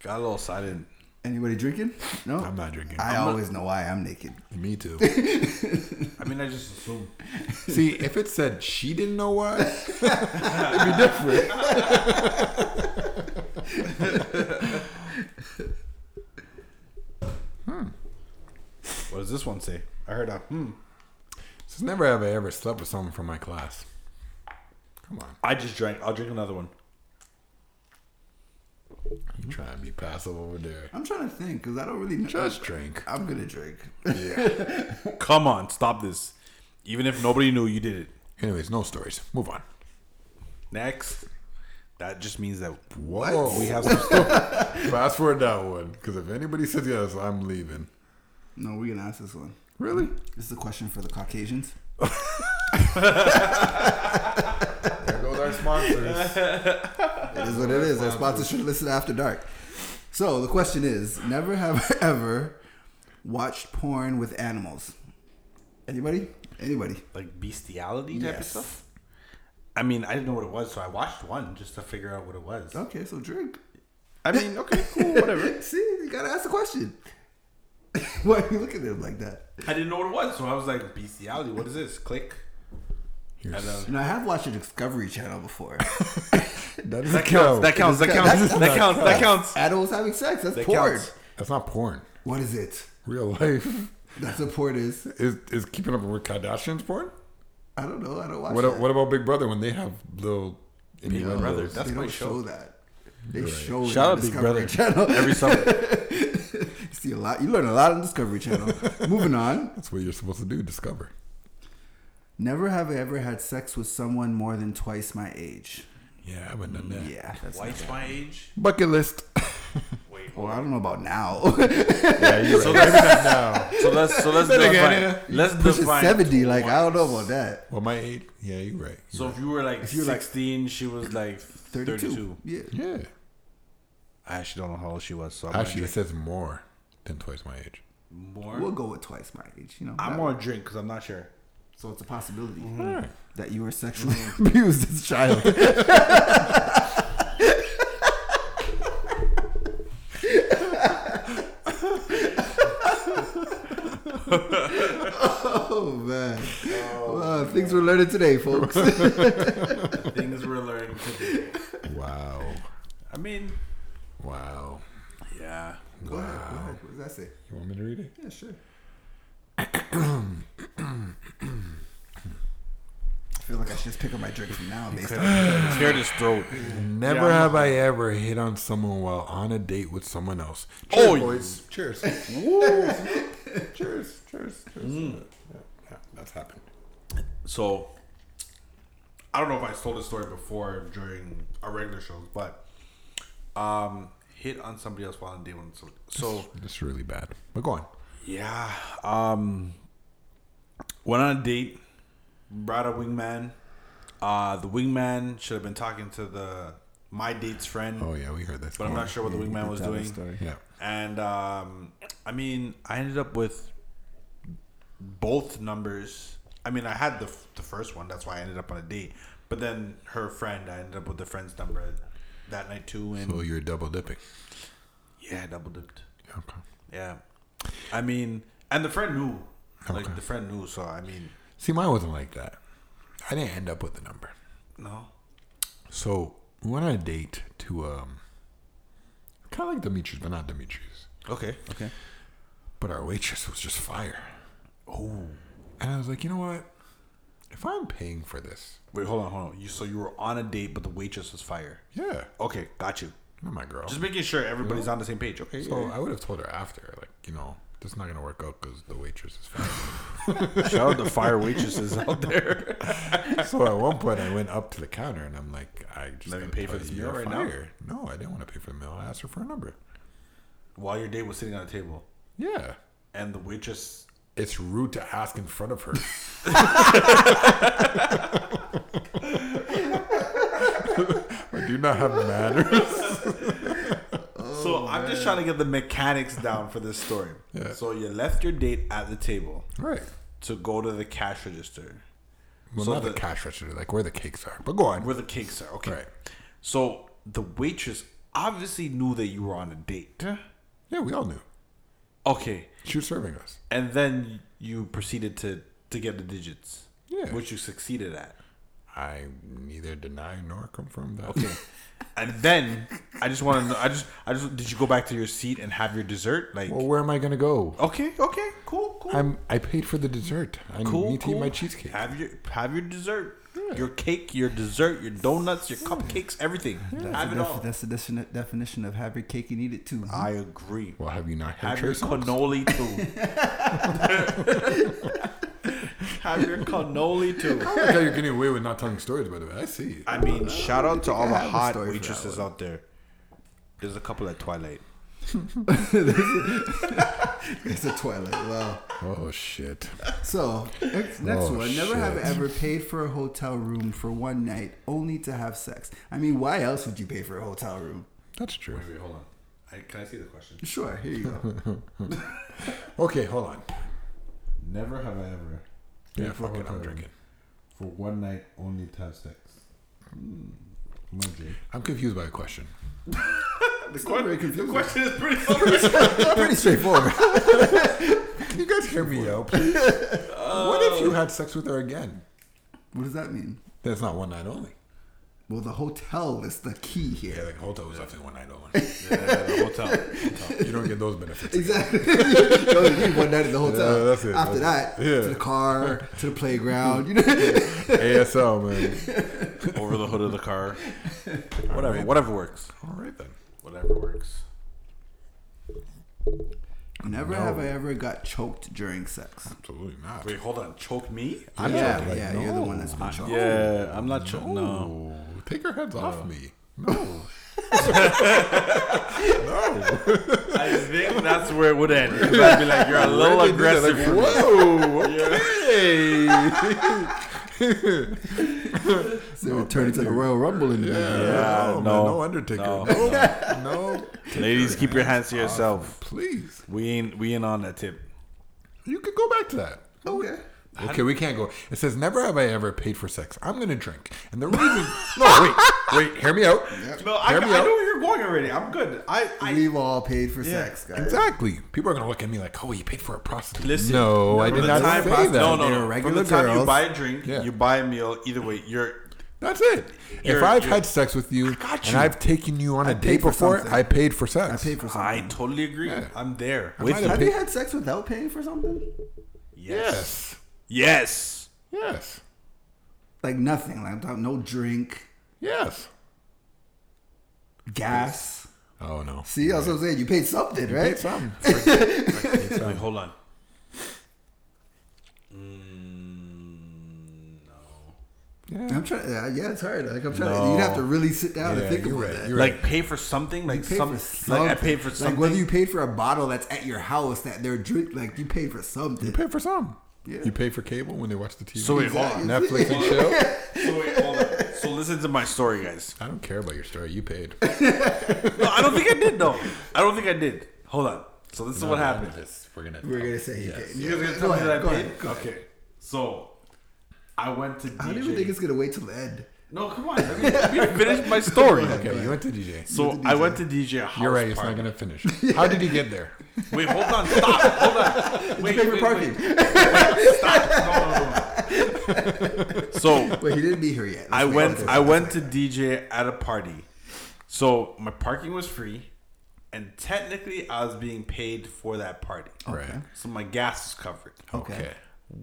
Speaker 2: Got a little silent.
Speaker 4: Anybody drinking? No,
Speaker 3: I'm not drinking.
Speaker 4: I always know why I'm naked.
Speaker 3: Me too.
Speaker 2: I mean, I just assumed.
Speaker 3: See, if it said she didn't know why, it'd be different.
Speaker 2: What does this one say? I heard a hmm.
Speaker 3: Says never have I ever slept with someone from my class. Come on,
Speaker 2: I just drank. I'll drink another one.
Speaker 3: you trying to be passive over there?
Speaker 4: I'm trying to think because I don't really know.
Speaker 3: Just drink.
Speaker 4: I'm gonna drink.
Speaker 2: Come on, stop this. Even if nobody knew, you did it.
Speaker 3: Anyways, no stories. Move on.
Speaker 2: Next. That just means that
Speaker 3: What?
Speaker 2: we have some stuff.
Speaker 3: Fast forward that one, because if anybody says yes, I'm leaving.
Speaker 4: No, we're gonna ask this one.
Speaker 3: Really?
Speaker 4: This is a question for the Caucasians.
Speaker 3: There goes our sponsors.
Speaker 4: It is what it is. Our sponsors should listen to after dark. So the question is: Never have I ever watched porn with animals. Anybody? Anybody?
Speaker 2: like bestiality type of
Speaker 4: Yes.
Speaker 2: stuff. I mean, I didn't know what it was, so I watched one just to figure out what it was.
Speaker 4: Okay, so drink.
Speaker 2: I mean, okay, cool, whatever.
Speaker 4: See, you gotta ask the question. Why are you looking at him like that?
Speaker 2: I didn't know what it was, so I was like, bestiality, what is this? Click.
Speaker 3: Here's,
Speaker 2: know.
Speaker 4: You know, I have watched the Discovery Channel before.
Speaker 3: that doesn't
Speaker 2: That counts.
Speaker 3: count.
Speaker 2: That counts. That counts. That counts. That counts.
Speaker 4: Adults having sex. That's
Speaker 2: That
Speaker 4: porn.
Speaker 2: counts.
Speaker 3: That's not porn.
Speaker 4: What is it?
Speaker 3: Real life
Speaker 4: That's what porn is.
Speaker 3: is is keeping up with Kardashians porn.
Speaker 4: I don't know. I don't watch
Speaker 3: What
Speaker 4: that.
Speaker 3: what about Big Brother when they have little innuendos?
Speaker 2: Brother, that's
Speaker 4: they
Speaker 2: my
Speaker 4: don't show
Speaker 2: show.
Speaker 4: that. They show it
Speaker 2: Shout
Speaker 4: on
Speaker 2: out Big
Speaker 4: Discovery
Speaker 2: Brother.
Speaker 4: Channel.
Speaker 2: Every summer.
Speaker 4: You see a lot. You learn a lot on Discovery Channel. Moving on.
Speaker 3: That's what you're supposed to do. Discover.
Speaker 4: Never have I ever had sex with someone more than twice my age.
Speaker 3: Yeah, I haven't done that.
Speaker 4: Yeah, that's not
Speaker 2: Twice my age.
Speaker 3: Bucket list.
Speaker 2: Wait.
Speaker 4: well, I don't know about now.
Speaker 3: yeah, you're
Speaker 2: So
Speaker 3: right.
Speaker 2: let's, so let's so let's
Speaker 3: Then again,
Speaker 2: define.
Speaker 3: yeah.
Speaker 2: Let's
Speaker 4: Push it
Speaker 2: define
Speaker 4: seventy. Like I don't know about that.
Speaker 3: Well, my age. Yeah, you're right.
Speaker 2: So if you were like
Speaker 4: you were like
Speaker 2: 16, she was like 32.
Speaker 4: Thirty-two. Yeah.
Speaker 3: yeah.
Speaker 2: I actually don't know how old she was. So I'm
Speaker 3: Actually,
Speaker 2: gonna
Speaker 3: it says more than twice my age.
Speaker 2: drink more.
Speaker 4: We'll go with twice my age. You know,
Speaker 2: I'm
Speaker 4: that-
Speaker 2: gonna drink because I'm not sure.
Speaker 4: so it's a possibility
Speaker 3: All right.
Speaker 4: that you were sexually abused as a child. oh man! wow, things we're learning today, folks.
Speaker 2: Things we're learning. Today.
Speaker 3: Wow.
Speaker 2: I mean,
Speaker 3: Wow.
Speaker 2: yeah.
Speaker 4: Go ahead, go ahead. What does that say?
Speaker 3: You want me to read it?
Speaker 4: Yeah, sure. I feel like I should just pick up my drink from now. Based on
Speaker 2: Cleared his throat.
Speaker 3: Never
Speaker 2: Yeah.
Speaker 3: have I ever hit on someone while on a date with someone else. Cheers,
Speaker 2: Oh,
Speaker 3: boys. Cheers. cheers. Cheers. Cheers. Yeah, yeah, that's happened.
Speaker 2: So I don't know if I told this story before during our regular shows, but um, hit on somebody else while on day one. So, so
Speaker 3: This is really bad. But go on.
Speaker 2: yeah, um, went on a date, brought a wingman. Uh, the wingman should have been talking to the my date's friend,
Speaker 3: Oh yeah, we heard this.
Speaker 2: but I'm not sure what the wingman was
Speaker 4: tell the
Speaker 2: doing.
Speaker 4: story.
Speaker 3: Yeah.
Speaker 2: And um, I mean, I ended up with both numbers. I mean, I had the, f- the first one, that's why I ended up on a date. But then her friend, I ended up with the friend's number that night too. And
Speaker 3: So you're double dipping.
Speaker 2: yeah, I double dipped.
Speaker 3: Okay.
Speaker 2: Yeah. I mean, and the friend knew.
Speaker 3: Okay.
Speaker 2: Like, the friend knew. So, I mean,
Speaker 3: See, mine wasn't like that. I didn't end up with the number.
Speaker 2: no.
Speaker 3: So we went on a date to um, kind of like Demetrius, but not Demetrius.
Speaker 2: Okay.
Speaker 4: Okay.
Speaker 3: But our waitress was just fire. Oh. And I was like, you know what? If I'm paying for this,
Speaker 2: Wait, hold on, hold on. You So, you were on a date, but the waitress was fire.
Speaker 3: yeah,
Speaker 2: Okay, got you.
Speaker 3: not my girl.
Speaker 2: Just making sure everybody's on the same page. Okay.
Speaker 3: So I would have told her after, like, you know, this is not gonna work out because the waitress is fat.
Speaker 2: Shout out to fire waitresses out there.
Speaker 3: so at one point, I went up to the counter and I'm like, I just
Speaker 2: Let me
Speaker 3: gotta
Speaker 2: pay
Speaker 3: tell
Speaker 2: for this
Speaker 3: you,
Speaker 2: meal
Speaker 3: you're
Speaker 2: right now?
Speaker 3: fire. No, I didn't want to pay for the meal. I asked her for a number.
Speaker 2: While your date was sitting on a table.
Speaker 3: Yeah,
Speaker 2: and the waitress.
Speaker 3: it's rude to ask in front of her. I do not have manners.
Speaker 2: so I'm just trying to get the mechanics down for this story.
Speaker 3: Yeah.
Speaker 2: So you left your date at the table
Speaker 3: Right.
Speaker 2: to go to the cash register
Speaker 3: Well,
Speaker 2: So
Speaker 3: not the,
Speaker 2: the-
Speaker 3: cash register, like where the cakes are. But go on.
Speaker 2: where the cakes are. Okay.
Speaker 3: Right.
Speaker 2: So the waitress obviously knew that you were on a date.
Speaker 3: yeah, we all knew.
Speaker 2: Okay.
Speaker 3: She was serving us.
Speaker 2: And then you proceeded to to get the digits.
Speaker 3: Yeah.
Speaker 2: Which you succeeded at.
Speaker 3: I neither deny nor confirm that.
Speaker 2: Okay. and then I just want to know. I just I just did you go back to your seat and have your dessert? Like.
Speaker 3: Well, where am I gonna go?
Speaker 2: okay. Okay. Cool. Cool.
Speaker 3: I'm I paid for the dessert. I
Speaker 2: cool,
Speaker 3: need to
Speaker 2: cool.
Speaker 3: eat my cheesecake.
Speaker 2: Have your have your dessert, your cake, your dessert, your donuts, your cupcakes, everything. Have
Speaker 4: That's,
Speaker 2: it
Speaker 4: the def-
Speaker 2: all.
Speaker 4: that's the defini- definition of have your cake and eat it too.
Speaker 2: I agree.
Speaker 3: Well, have you not had
Speaker 2: Have your
Speaker 3: Trace Socks?
Speaker 2: cannoli too. have your cannoli too.
Speaker 3: I like how you're getting away with not telling stories, by the way. I see.
Speaker 2: I mean, shout out to all the
Speaker 4: have a
Speaker 2: hot
Speaker 4: story for that
Speaker 2: waitresses out there. There's a couple at Twilight.
Speaker 4: It's a toilet. Wow.
Speaker 3: Oh shit.
Speaker 4: So next next
Speaker 3: Oh,
Speaker 4: one. Never have
Speaker 3: shit.
Speaker 4: ever paid for a hotel room for one night only to have sex. I mean, why else would you pay for a hotel room?
Speaker 3: That's true.
Speaker 2: Wait, hold on. I, can I see the question?
Speaker 4: Sure. Here you go.
Speaker 3: Okay, hold on.
Speaker 2: Never have I ever.
Speaker 3: Yeah, fuck it. I'm drinking.
Speaker 2: For one night only to have sex.
Speaker 3: I'm confused by a question.
Speaker 2: The, question, the question is pretty
Speaker 4: Pretty straightforward.
Speaker 3: Can you guys hear me out, please? what if you had sex with her again?
Speaker 4: What does that mean?
Speaker 3: That's not one night only.
Speaker 4: Well, the hotel is the key
Speaker 3: Yeah,
Speaker 4: here.
Speaker 3: like hotel was definitely one night only.
Speaker 2: yeah, the hotel. hotel.
Speaker 3: you don't get those benefits.
Speaker 4: Exactly. Yo, you need one night at the hotel.
Speaker 3: Yeah, that's it.
Speaker 4: After
Speaker 3: That's-
Speaker 4: that,
Speaker 3: yeah.
Speaker 4: to the car, to the playground. You know.
Speaker 3: ASL man.
Speaker 2: Over the hood of the car. whatever, whatever works.
Speaker 3: All right then.
Speaker 2: Whatever works.
Speaker 4: Never have I ever got choked during sex.
Speaker 3: Absolutely not.
Speaker 2: Wait, hold on. Choke me? Oh.
Speaker 3: I'm
Speaker 4: yeah,
Speaker 3: joking, like,
Speaker 4: yeah, you're the
Speaker 3: no.
Speaker 4: one that's been choked.
Speaker 2: Yeah, I'm not choking.
Speaker 3: No. Take your hands off me. No.
Speaker 2: I think that's where it would end. 'cause I'd be like, you're a little
Speaker 3: Why'd you do that?
Speaker 2: aggressive. for me.
Speaker 3: Like, whoa.
Speaker 2: Uh,
Speaker 3: Okay.
Speaker 4: So we turn into the Royal Rumble in there.
Speaker 3: no, man,
Speaker 2: Uh, no.
Speaker 3: no Undertaker.
Speaker 2: No.
Speaker 3: No. No.
Speaker 2: Ladies, keep your hands to yourself.
Speaker 3: Please.
Speaker 2: We ain't we ain't on that tip.
Speaker 3: You could go back to that.
Speaker 4: Okay.
Speaker 3: Okay, we can't go. It says, never have I ever paid for sex. I'm going to drink. And the reason. no, wait. Wait, hear me out.
Speaker 2: No, I,
Speaker 3: Hear me out.
Speaker 2: where you're going already. I'm good. I,
Speaker 4: We've all paid for sex, guys.
Speaker 3: Exactly. People are going to look at me like, oh, you paid for a prostitute.
Speaker 2: Listen,
Speaker 3: no, I
Speaker 2: from
Speaker 3: did
Speaker 2: the
Speaker 3: not
Speaker 2: time-
Speaker 3: say that.
Speaker 2: No, no,
Speaker 4: They're
Speaker 2: no. From
Speaker 4: regular
Speaker 2: the time you
Speaker 4: girls.
Speaker 2: buy a drink,
Speaker 3: Yeah.
Speaker 2: you buy a meal. Either way, you're
Speaker 3: That's it. if
Speaker 2: You're-
Speaker 3: I've
Speaker 2: you're-
Speaker 3: had sex with you,
Speaker 2: got
Speaker 3: and
Speaker 2: you.
Speaker 3: I've taken you on a date
Speaker 4: paid for
Speaker 3: before,
Speaker 4: something.
Speaker 3: I paid for sex.
Speaker 4: I paid for something.
Speaker 2: I totally agree. I'm there
Speaker 3: I
Speaker 2: with
Speaker 3: might
Speaker 2: you.
Speaker 3: have
Speaker 4: Have you had sex without paying for something?
Speaker 3: Yes.
Speaker 2: Yes.
Speaker 3: Yes.
Speaker 4: Like nothing. Like I'm talking no drink,
Speaker 3: Yes.
Speaker 4: gas.
Speaker 3: Oh no.
Speaker 4: See, that's what I'm saying. You paid something, right?
Speaker 3: It's something. It's
Speaker 2: Wait, hold on.
Speaker 4: I'm trying. Uh, yeah, it's hard. Like I'm trying. You'd have to really sit down
Speaker 3: Yeah,
Speaker 4: and think
Speaker 3: you're
Speaker 4: about
Speaker 3: right,
Speaker 4: that.
Speaker 3: you're right.
Speaker 2: Like pay for something. Like
Speaker 4: Pay
Speaker 2: some.
Speaker 4: for something.
Speaker 2: Like I paid for something.
Speaker 4: Like whether you paid for a bottle that's at your house that they're drink. Like you paid for something.
Speaker 3: You pay for some.
Speaker 4: Yeah.
Speaker 3: You pay for cable when they watch the TV.
Speaker 2: So wait, hold on.
Speaker 3: Netflix and chill.
Speaker 2: so wait, hold on. So listen to my story, guys.
Speaker 3: I don't care about your story. You paid.
Speaker 2: No, I don't think I did though. I don't think I did. Hold on. So this is what happened.
Speaker 3: We're gonna.
Speaker 4: We're gonna say you paid.
Speaker 2: You guys gonna
Speaker 4: Go
Speaker 2: tell me
Speaker 4: ahead,
Speaker 2: that I
Speaker 4: go
Speaker 2: paid?
Speaker 4: ahead, go ahead.
Speaker 2: okay. So I went to DJ.
Speaker 4: I don't even think it's gonna wait till the end.
Speaker 2: no, come on. Let me, let me finish my story.
Speaker 3: Okay, you went to DJ.
Speaker 2: So I went to DJ. House
Speaker 3: You're right. It's
Speaker 2: party.
Speaker 3: not gonna finish. How did you get there?
Speaker 2: Wait, hold on. Stop. Hold on. Wait,
Speaker 4: Pay for
Speaker 2: wait,
Speaker 4: parking.
Speaker 2: wait. Stop. No, no, no. So
Speaker 4: Wait, he didn't be here yet. Let's
Speaker 2: I
Speaker 4: make
Speaker 2: went.
Speaker 4: it
Speaker 2: I went to DJ at a party. So my parking was free, and technically I was being paid for that party.
Speaker 3: Right.
Speaker 2: So my gas was covered.
Speaker 4: Okay.
Speaker 3: Okay.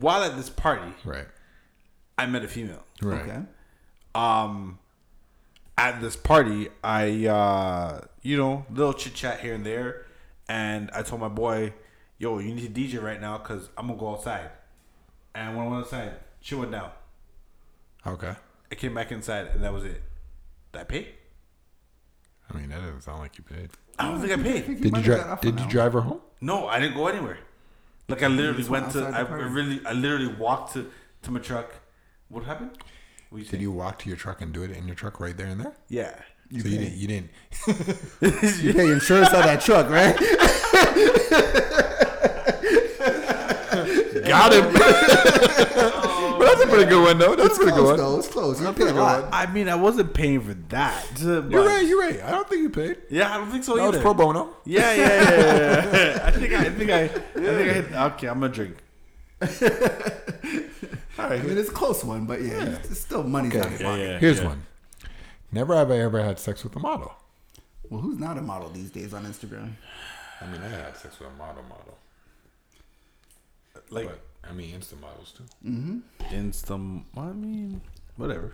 Speaker 2: While at this party,
Speaker 3: Right.
Speaker 2: I met a female.
Speaker 3: Right.
Speaker 4: Okay.
Speaker 2: um at this party i uh you know little chit chat here and there and i told my boy yo you need to dj right now because i'm gonna go outside and when i went outside she went down
Speaker 3: Okay.
Speaker 2: i came back inside and that was it did i pay
Speaker 3: I mean, that doesn't sound like you paid.
Speaker 2: i don't think i paid
Speaker 3: Did you
Speaker 4: might have got
Speaker 3: drive?
Speaker 4: off
Speaker 3: Did
Speaker 4: on
Speaker 3: you
Speaker 4: that
Speaker 3: drive her home?
Speaker 2: no i didn't go anywhere like i literally
Speaker 4: just went
Speaker 2: went to
Speaker 4: outside
Speaker 2: i
Speaker 4: the party.
Speaker 2: really i literally walked to to my truck what happened what you
Speaker 3: Did
Speaker 2: saying?
Speaker 3: you walk to your truck and do it in your truck right there and there?
Speaker 2: yeah
Speaker 3: so you didn't. You didn't.
Speaker 4: You pay insurance on that truck, right?
Speaker 3: Got him. but that's a pretty good one, though. That's a pretty
Speaker 4: close,
Speaker 3: good one.
Speaker 4: though. It's close. You pay a lot.
Speaker 2: i mean i wasn't paying for that but-
Speaker 3: You're right. You're right. I don't think you paid.
Speaker 2: yeah i don't think so
Speaker 3: That was
Speaker 2: either.
Speaker 3: pro bono.
Speaker 2: Yeah, yeah, yeah. yeah. I think I, I think I, I think I hit. Okay, I'm gonna drink.
Speaker 3: All
Speaker 4: I mean, it's a close one, but yeah, it's still money's out of
Speaker 3: Okay.
Speaker 4: your pocket.
Speaker 3: Here's one. Never have I ever had sex with a model.
Speaker 4: Well, who's not a model these days on Instagram?
Speaker 3: I mean, I had sex with a model, model.
Speaker 2: Like
Speaker 3: I mean, instant models too.
Speaker 2: instant. I mean, whatever.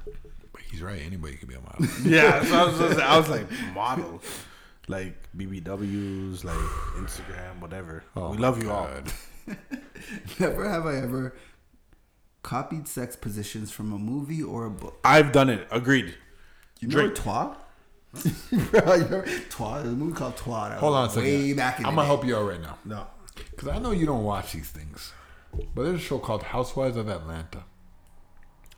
Speaker 3: But he's right. Anybody could be a model.
Speaker 2: Yeah, so I was, just, I was like model, like BBWs, like Instagram, whatever. we love you
Speaker 3: Oh God.
Speaker 4: Never have I ever copied sex positions from a movie or a book.
Speaker 2: all. I've done it. Agreed.
Speaker 4: You
Speaker 2: Drink.
Speaker 4: remember Twa? Bro, you remember Twa? There's a movie called Twa. that
Speaker 3: Hold on a
Speaker 4: was
Speaker 3: second.
Speaker 4: Way back in
Speaker 3: I'm
Speaker 4: the
Speaker 3: gonna
Speaker 4: day.
Speaker 3: help you out right now
Speaker 2: No.
Speaker 3: because I know you don't watch these things. But there's a show called Housewives of Atlanta.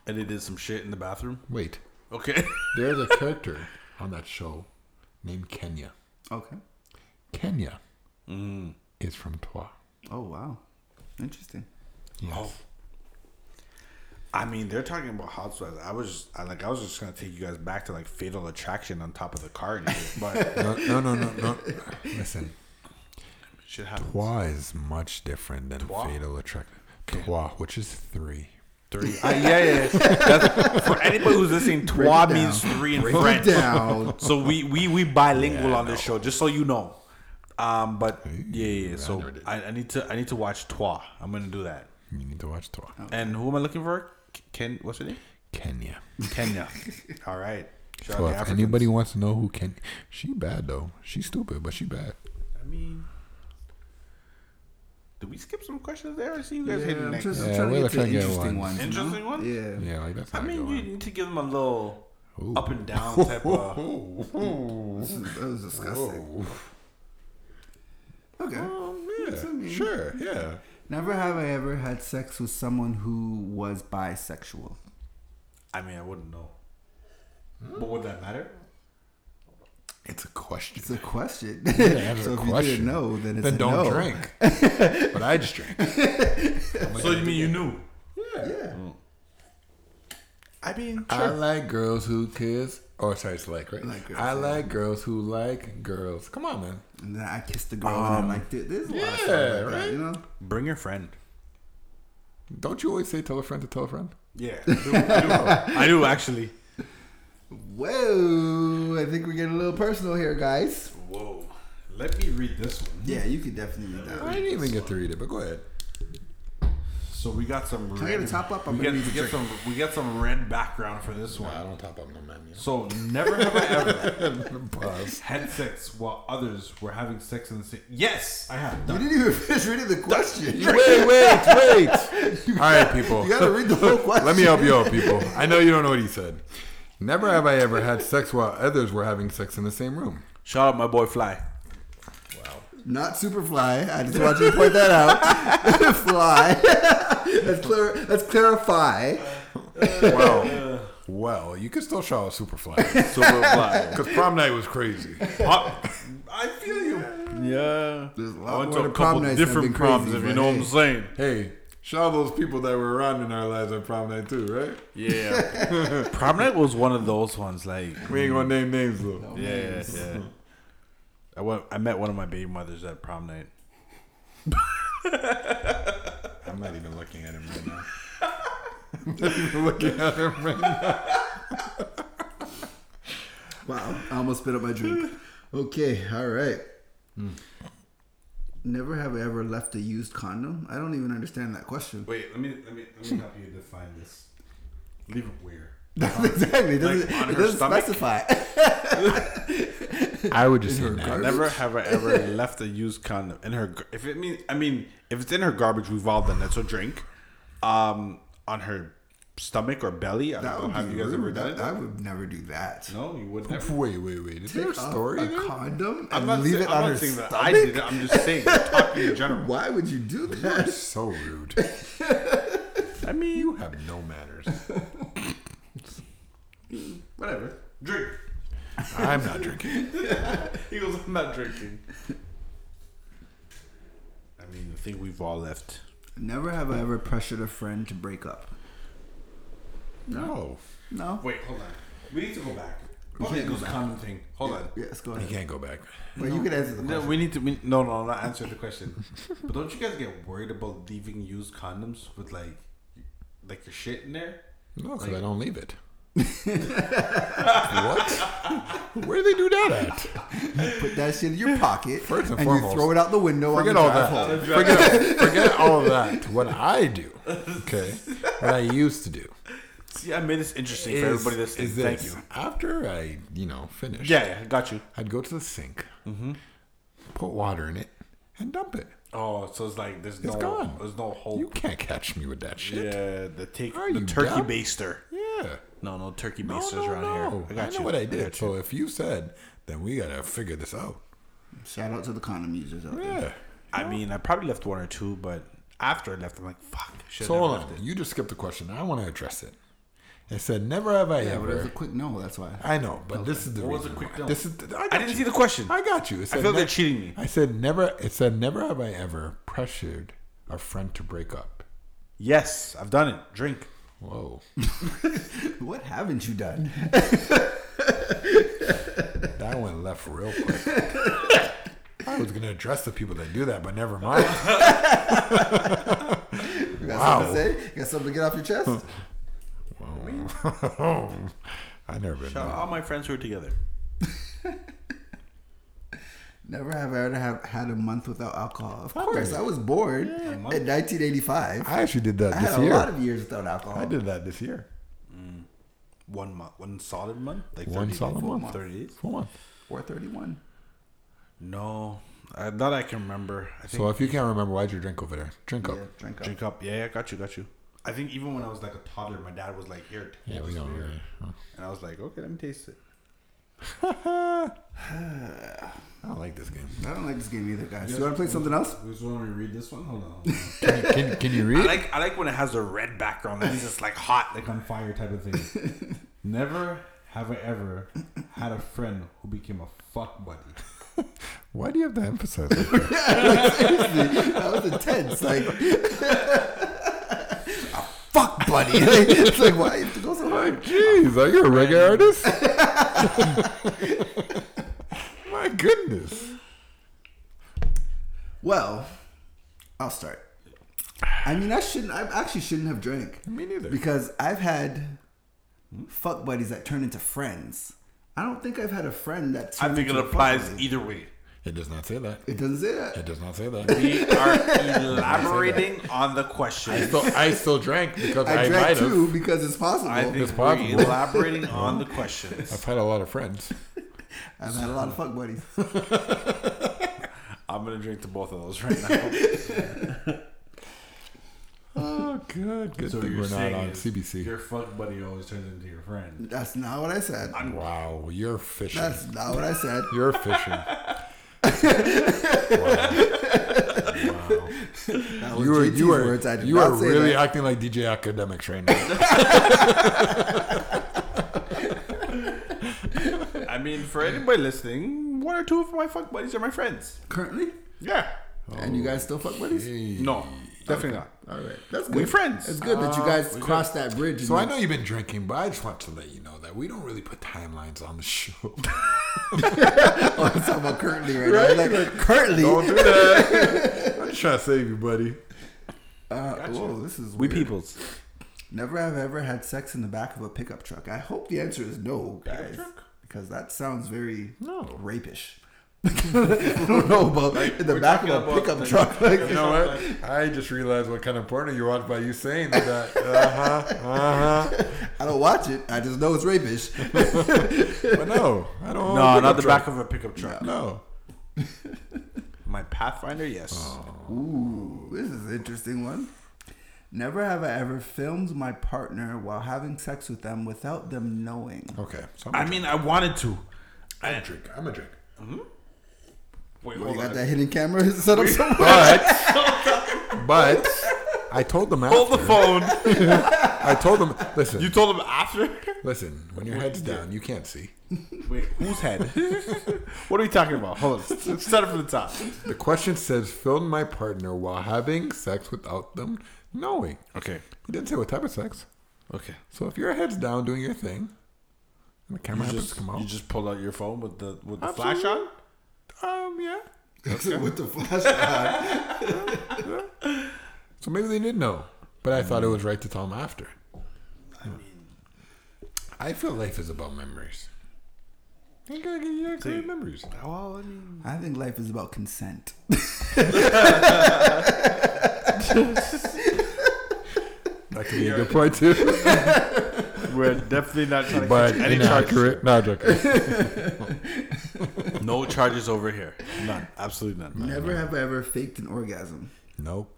Speaker 2: And they did some shit in the bathroom.
Speaker 3: Wait,
Speaker 2: Okay.
Speaker 3: there's a character on that show named Kenya.
Speaker 4: Okay.
Speaker 3: Kenya
Speaker 2: Mm.
Speaker 3: is from Twa.
Speaker 4: Oh, wow. Interesting.
Speaker 3: Yes.
Speaker 2: Oh. I mean, they're talking about housewives. I was just, I like, I was just gonna take you guys back to like Fatal Attraction on top of the car, and shit, but
Speaker 3: No, no, no, no, no. Listen,
Speaker 2: shit happens.
Speaker 3: Twa is much different than
Speaker 2: Twa?
Speaker 3: Fatal Attraction. Twa, which is three.
Speaker 2: Three. Uh, yeah, yeah. yeah. That's- for anybody who's listening, trois
Speaker 4: down.
Speaker 2: means three in
Speaker 4: Put
Speaker 2: French.
Speaker 4: down.
Speaker 2: So we we we bilingual on this show, just so you know. Um, but yeah, yeah. yeah. So
Speaker 3: never did.
Speaker 2: I, I need to I need to watch trois. I'm gonna do that.
Speaker 3: You need to watch Twa.
Speaker 2: And who am I looking for? K- Ken, what's her name?
Speaker 3: Kenya.
Speaker 2: Kenya. All right. Shout out
Speaker 3: So
Speaker 2: to
Speaker 3: if
Speaker 2: Africans.
Speaker 3: anybody wants to know who Ken, she bad though. She's stupid, but she bad.
Speaker 2: I mean, did we skip some questions there? I see you guys
Speaker 4: Yeah,
Speaker 2: hitting
Speaker 4: I'm
Speaker 2: next.
Speaker 4: just I'm
Speaker 3: Yeah,
Speaker 4: trying
Speaker 3: we're
Speaker 4: to get to
Speaker 3: trying to get
Speaker 4: interesting
Speaker 3: one.
Speaker 4: ones. you know?
Speaker 2: Interesting one.
Speaker 4: Yeah.
Speaker 3: Yeah, like that's.
Speaker 2: I
Speaker 3: not a
Speaker 2: mean,
Speaker 3: good
Speaker 2: you
Speaker 3: one.
Speaker 2: need to give them a little
Speaker 3: Ooh.
Speaker 2: up and down type of.
Speaker 4: Oh, That was disgusting.
Speaker 3: Oh,
Speaker 4: Okay.
Speaker 3: yeah, sure, yeah.
Speaker 4: Never have I ever had sex with someone who was bisexual.
Speaker 2: I mean, I wouldn't know. But would that matter?
Speaker 3: It's a question.
Speaker 4: It's a question.
Speaker 3: That's
Speaker 4: so
Speaker 3: a
Speaker 4: if you
Speaker 3: question.
Speaker 4: didn't know, then it's a
Speaker 3: don't
Speaker 4: no.
Speaker 3: drink. but I just drink.
Speaker 2: So you mean you knew?
Speaker 4: Yeah.
Speaker 2: I mean,
Speaker 3: I like girls who kiss. Oh, sorry, it's like right.
Speaker 4: Like girls,
Speaker 3: I like girls who like girls. Come on, man.
Speaker 4: And then I kissed the girl and I'm like, dude, there's a lot of stuff
Speaker 3: Um, yeah,
Speaker 4: like that,
Speaker 3: right?
Speaker 4: you know?
Speaker 2: Bring your friend.
Speaker 3: Don't you always say tell a friend to tell a friend?
Speaker 2: Yeah, I do, I do, I do actually.
Speaker 4: Whoa, I think we're getting a little personal here, guys.
Speaker 2: Whoa, let me read this one.
Speaker 4: Yeah, you could definitely do
Speaker 3: I
Speaker 4: that.
Speaker 3: didn't even get to read it, but go ahead.
Speaker 2: So we got some.
Speaker 4: I get a top up? I'm
Speaker 2: we
Speaker 4: gonna
Speaker 2: get,
Speaker 4: need
Speaker 2: we
Speaker 4: a
Speaker 2: get
Speaker 4: drink.
Speaker 2: some. We get some red background for this one.
Speaker 3: I don't top up no menu.
Speaker 2: So never have I ever
Speaker 3: Pause.
Speaker 2: had sex while others were having sex in the same. Yes, I have. Done.
Speaker 4: You didn't even finish reading the question. You
Speaker 3: Wait, wait, wait. All right, people.
Speaker 4: gotta read the whole question.
Speaker 3: Let me help you out, people. I know you don't know what he said. Never have I ever had sex while others were having sex in the same room.
Speaker 2: Shout out my boy Fly.
Speaker 4: Not Superfly. I just want you to point that out. Fly. let's, clar- let's clarify.
Speaker 3: Well, well, you could still shout out Superfly
Speaker 2: Super Fly.
Speaker 3: because prom night was crazy.
Speaker 2: I feel you. Yeah. I
Speaker 4: lot
Speaker 2: went to
Speaker 4: more
Speaker 2: a
Speaker 4: to prom
Speaker 2: couple
Speaker 4: nights that
Speaker 2: different
Speaker 4: have been crazy,
Speaker 2: proms, if you
Speaker 4: but
Speaker 2: know what
Speaker 4: hey.
Speaker 2: I'm saying.
Speaker 3: Hey, shout out those people that were around in our lives at prom night too, right?
Speaker 2: Yeah. prom night was one of those ones. Like,
Speaker 3: We ain't gonna name names though.
Speaker 2: yeah, yeah. I went. I met one of my baby mothers at prom night.
Speaker 3: I'm not even looking at him right now. I'm not even looking at him right now.
Speaker 4: Wow, I almost spit up my drink. Okay, all right.
Speaker 2: Hmm.
Speaker 4: Never have I ever left a used condom. I don't even understand that question.
Speaker 2: Wait, let me let me let me help you define this. Leave it where.
Speaker 4: exactly. It doesn't,
Speaker 2: on
Speaker 4: it
Speaker 2: her
Speaker 4: doesn't
Speaker 2: stomach?
Speaker 4: specify.
Speaker 3: I would just say
Speaker 4: garbage?
Speaker 2: Never have I ever left a used condom in her. gar- If it mean, I mean, if it's in her garbage, we've all done that. So drink, um, on her stomach or belly. I
Speaker 4: That
Speaker 2: don't know.
Speaker 4: would
Speaker 2: Have
Speaker 4: be
Speaker 2: you guys
Speaker 4: rude.
Speaker 2: ever done
Speaker 4: That- I
Speaker 2: it?
Speaker 4: would never do that.
Speaker 2: No, you would never.
Speaker 3: Wait, wait, wait. Is there a
Speaker 4: Take off
Speaker 3: story?
Speaker 4: a
Speaker 3: there?
Speaker 4: condom
Speaker 2: I'm
Speaker 4: and
Speaker 2: not
Speaker 4: leave
Speaker 2: saying-
Speaker 4: it
Speaker 2: I'm
Speaker 4: on
Speaker 2: not
Speaker 4: her
Speaker 2: saying
Speaker 4: stomach.
Speaker 2: that I did it. I'm just saying. Talking in general.
Speaker 4: Why would you do that?
Speaker 3: So rude.
Speaker 2: I mean,
Speaker 3: You have no manners.
Speaker 2: whatever. Drink.
Speaker 3: I'm not drinking.
Speaker 2: He goes, I'm not drinking. I mean, I think we've all left.
Speaker 4: Never have I ever pressured a friend to break up.
Speaker 3: No.
Speaker 4: No.
Speaker 2: Wait, hold on. We need to go back.
Speaker 4: Okay,
Speaker 2: Okay,
Speaker 4: go
Speaker 2: goes
Speaker 4: back.
Speaker 2: condom thing. Hold on.
Speaker 4: Yes, go
Speaker 3: You
Speaker 4: ahead.
Speaker 3: can't go back.
Speaker 4: Well, you can answer the
Speaker 2: No,
Speaker 4: question.
Speaker 2: we need to. We, no, no, not answer the question. but don't you guys get worried about leaving used condoms with like, like your shit in there?
Speaker 3: No, because I don't leave it. what? Where do they do that at?
Speaker 4: Put that shit in your pocket
Speaker 3: First and
Speaker 4: and
Speaker 3: foremost,
Speaker 4: you throw it out the window.
Speaker 2: Oh,
Speaker 3: Forget
Speaker 4: on
Speaker 3: all
Speaker 4: the drive home.
Speaker 3: that. Forget, forget all of that. What I do, okay, what I used to do
Speaker 2: See, I made this interesting
Speaker 3: is,
Speaker 2: for everybody listening.
Speaker 3: is this.
Speaker 2: Thank you.
Speaker 3: After I, you know, finish,
Speaker 2: Yeah, Mm-hmm. yeah, got you.
Speaker 3: I'd go to the sink, put water in it, and dump it.
Speaker 2: Oh, so it's like there's
Speaker 3: It's
Speaker 2: no,
Speaker 3: gone.
Speaker 2: there's no
Speaker 3: You
Speaker 2: hope.
Speaker 3: can't catch me with that shit.
Speaker 2: Oh. yeah, the take
Speaker 3: Are
Speaker 2: the
Speaker 3: you
Speaker 2: turkey
Speaker 3: dumb?
Speaker 2: baster.
Speaker 3: yeah.
Speaker 2: No, no turkey
Speaker 3: No,
Speaker 2: basters
Speaker 3: no,
Speaker 2: around
Speaker 3: no.
Speaker 2: here. I got
Speaker 3: know
Speaker 2: you.
Speaker 3: what I did.
Speaker 2: got you.
Speaker 3: so if you said, then we gotta figure this out.
Speaker 4: Shout out to the condom users out there.
Speaker 3: Yeah.
Speaker 2: I mean, I probably left one or two, but after I left, I'm like, fuck. Should
Speaker 3: So hold on. You just skipped the question. I want to address it. It said, "Never have I
Speaker 4: Yeah, but it was a
Speaker 3: ever."
Speaker 4: quick no. That's why.
Speaker 3: I know, but this is the
Speaker 2: What was
Speaker 3: reason.
Speaker 2: the quick
Speaker 3: why.
Speaker 2: no?
Speaker 3: This is. The, I,
Speaker 2: I
Speaker 3: got
Speaker 2: didn't
Speaker 3: you.
Speaker 2: see the question.
Speaker 3: I got you. It said
Speaker 2: feel they're
Speaker 3: ne-
Speaker 2: cheating me.
Speaker 3: I said never. It said never have I ever pressured a friend to break up.
Speaker 2: Yes, I've done it. Drink.
Speaker 3: Whoa,
Speaker 4: What haven't you done?
Speaker 3: that went left real quick. I was gonna address the people that do that, but never mind.
Speaker 4: You got
Speaker 3: Wow.
Speaker 4: something to say? You got something to get off your chest?
Speaker 3: Whoa. I never been.
Speaker 2: Shout out all my friends who are together.
Speaker 4: Never have I ever have had a month without alcohol. Of course, I was born in 1985.
Speaker 3: I actually did that
Speaker 4: I
Speaker 3: this
Speaker 4: had a
Speaker 3: year.
Speaker 4: lot of years without alcohol.
Speaker 3: I did that this year.
Speaker 2: One month, one solid month, like
Speaker 3: One
Speaker 2: 30 days,
Speaker 3: solid
Speaker 2: full
Speaker 3: month.
Speaker 2: thirty days.
Speaker 3: Full month.
Speaker 4: 431.
Speaker 2: No, I, not I can remember. I think
Speaker 3: So if you can't remember, why'd you drink over there? Drink up.
Speaker 4: Yeah, drink up.
Speaker 2: drink up. Yeah, yeah, got you, got you. I think even when I was like a toddler, my dad was like, "Here,
Speaker 3: Yeah,
Speaker 2: taste
Speaker 3: we
Speaker 2: this
Speaker 3: don't
Speaker 2: beer."
Speaker 3: really.
Speaker 2: And I was like, "Okay, let me taste it."
Speaker 3: I don't like this game.
Speaker 4: I don't like this game either, guys. You want to play something else?
Speaker 2: We just want me to read this one. Hold on.
Speaker 3: Can, can, can you
Speaker 2: I
Speaker 3: read?
Speaker 2: like I like when it has a red background. That means it's like hot, like on fire type of thing. Never have I ever had a friend who became a fuck buddy.
Speaker 3: Why do you have to emphasize that?
Speaker 4: That was intense. Like, a fuck buddy. Like, it's like, why you have to go so hard?
Speaker 3: Jeez, are you a reggae artist? My goodness.
Speaker 4: Well, I'll start. I mean, I shouldn't. I actually shouldn't have drank.
Speaker 3: Me neither.
Speaker 4: Because I've had fuck buddies that turn into friends. I don't think I've had a friend that.
Speaker 2: I
Speaker 4: turned
Speaker 2: think it
Speaker 4: into a fuck
Speaker 2: applies
Speaker 3: e-
Speaker 4: buddy.
Speaker 2: either way.
Speaker 3: It does not say that.
Speaker 4: It doesn't say that.
Speaker 3: It does not say that.
Speaker 2: We are elaborating on the question.
Speaker 3: I still, I still drank because I,
Speaker 4: I drank
Speaker 3: might have.
Speaker 4: two because it's possible.
Speaker 2: I think
Speaker 3: It's
Speaker 2: we're
Speaker 3: possible.
Speaker 2: elaborating on the questions.
Speaker 3: I've had a lot of friends.
Speaker 4: I've had a lot of fuck buddies.
Speaker 2: I'm gonna drink to both of those right now.
Speaker 3: Oh, good. Good thing we're not
Speaker 2: saying
Speaker 3: on
Speaker 2: is
Speaker 3: CBC.
Speaker 2: Your fuck buddy always turns into your friend.
Speaker 4: That's not what I said.
Speaker 3: Wow, you're fishing.
Speaker 4: That's not what I said.
Speaker 3: You're fishing.
Speaker 4: That was
Speaker 3: You are
Speaker 4: JT's
Speaker 3: you are
Speaker 4: words. I did
Speaker 3: you
Speaker 4: not
Speaker 3: are
Speaker 4: say
Speaker 3: really
Speaker 4: that.
Speaker 3: acting like DJ Academics right now.
Speaker 2: I mean, for anybody listening, one or two of my fuck buddies are my friends.
Speaker 4: currently.
Speaker 2: Yeah.
Speaker 4: And you guys still fuck
Speaker 3: Oh,
Speaker 4: buddies?
Speaker 2: No, definitely not.
Speaker 4: All right, that's good.
Speaker 2: We friends.
Speaker 4: It's good that you guys crossed that bridge.
Speaker 3: Oh, so I know you've been drinking, but I just want to let you know that we don't really put timelines on the show.
Speaker 4: I'm talking about currently right, now. Like, currently.
Speaker 3: do that. I'm just trying to save you, buddy.
Speaker 4: Uh, Whoa, this is
Speaker 2: We
Speaker 4: weird.
Speaker 2: peoples.
Speaker 4: Never have I ever had sex in the back of a pickup truck. I hope the answer is no, guys,
Speaker 2: truck?
Speaker 4: because that sounds very
Speaker 3: No.
Speaker 4: rapish. I don't know about in the
Speaker 2: we're
Speaker 4: back
Speaker 2: talking
Speaker 4: of a
Speaker 2: about
Speaker 4: pickup
Speaker 2: the-
Speaker 4: truck. Like,
Speaker 3: You know what? I just realized what kind of porno you watch by you saying that. Uh huh. Uh huh.
Speaker 4: I don't watch it. I just know it's rapish.
Speaker 3: But no, I don't. own a
Speaker 2: No,
Speaker 3: Oh, pickup
Speaker 2: not the
Speaker 3: truck.
Speaker 2: back of a pickup truck.
Speaker 3: No.
Speaker 2: My Pathfinder, yes.
Speaker 4: Ooh, this is an interesting one. Never have I ever filmed my partner while having sex with them without them knowing.
Speaker 3: Okay. So
Speaker 2: I mean, I wanted to. I
Speaker 3: drink. I'm a drink.
Speaker 2: Wait,
Speaker 4: You
Speaker 2: hold
Speaker 4: got
Speaker 2: on.
Speaker 4: that hidden camera set up somewhere?
Speaker 3: But but I told them after.
Speaker 2: Hold the phone.
Speaker 3: I told them. Listen.
Speaker 2: you told him after?
Speaker 3: listen. When your head's down, you can't see.
Speaker 2: Wait, whose head? what are we talking about? Hold on. Let's start it from the top.
Speaker 3: The question says, "Filmed my partner while having sex without them knowing."
Speaker 2: Okay.
Speaker 3: He didn't say what type of sex.
Speaker 2: Okay.
Speaker 3: So if your head's down doing your thing, and the camera
Speaker 2: You
Speaker 3: happens
Speaker 2: just,
Speaker 3: to come out,
Speaker 2: you just pulled out your phone with the with the flash on?
Speaker 3: Absolutely. um, yeah.
Speaker 4: with the flashlight.
Speaker 3: So maybe they did know, but I thought it was right to tell them after.
Speaker 2: Mm. I mean,
Speaker 3: I feel life is about memories. You gotta get- you gotta create memories.
Speaker 2: well, I mean,
Speaker 4: I think life is about consent.
Speaker 3: That could be a good point too,
Speaker 2: we're definitely not trying to
Speaker 3: but
Speaker 2: catch any
Speaker 3: inaccurate. No, I'm joking.
Speaker 2: charges. No charges over here. None. Absolutely none.
Speaker 4: Never have I ever faked an orgasm.
Speaker 3: Nope.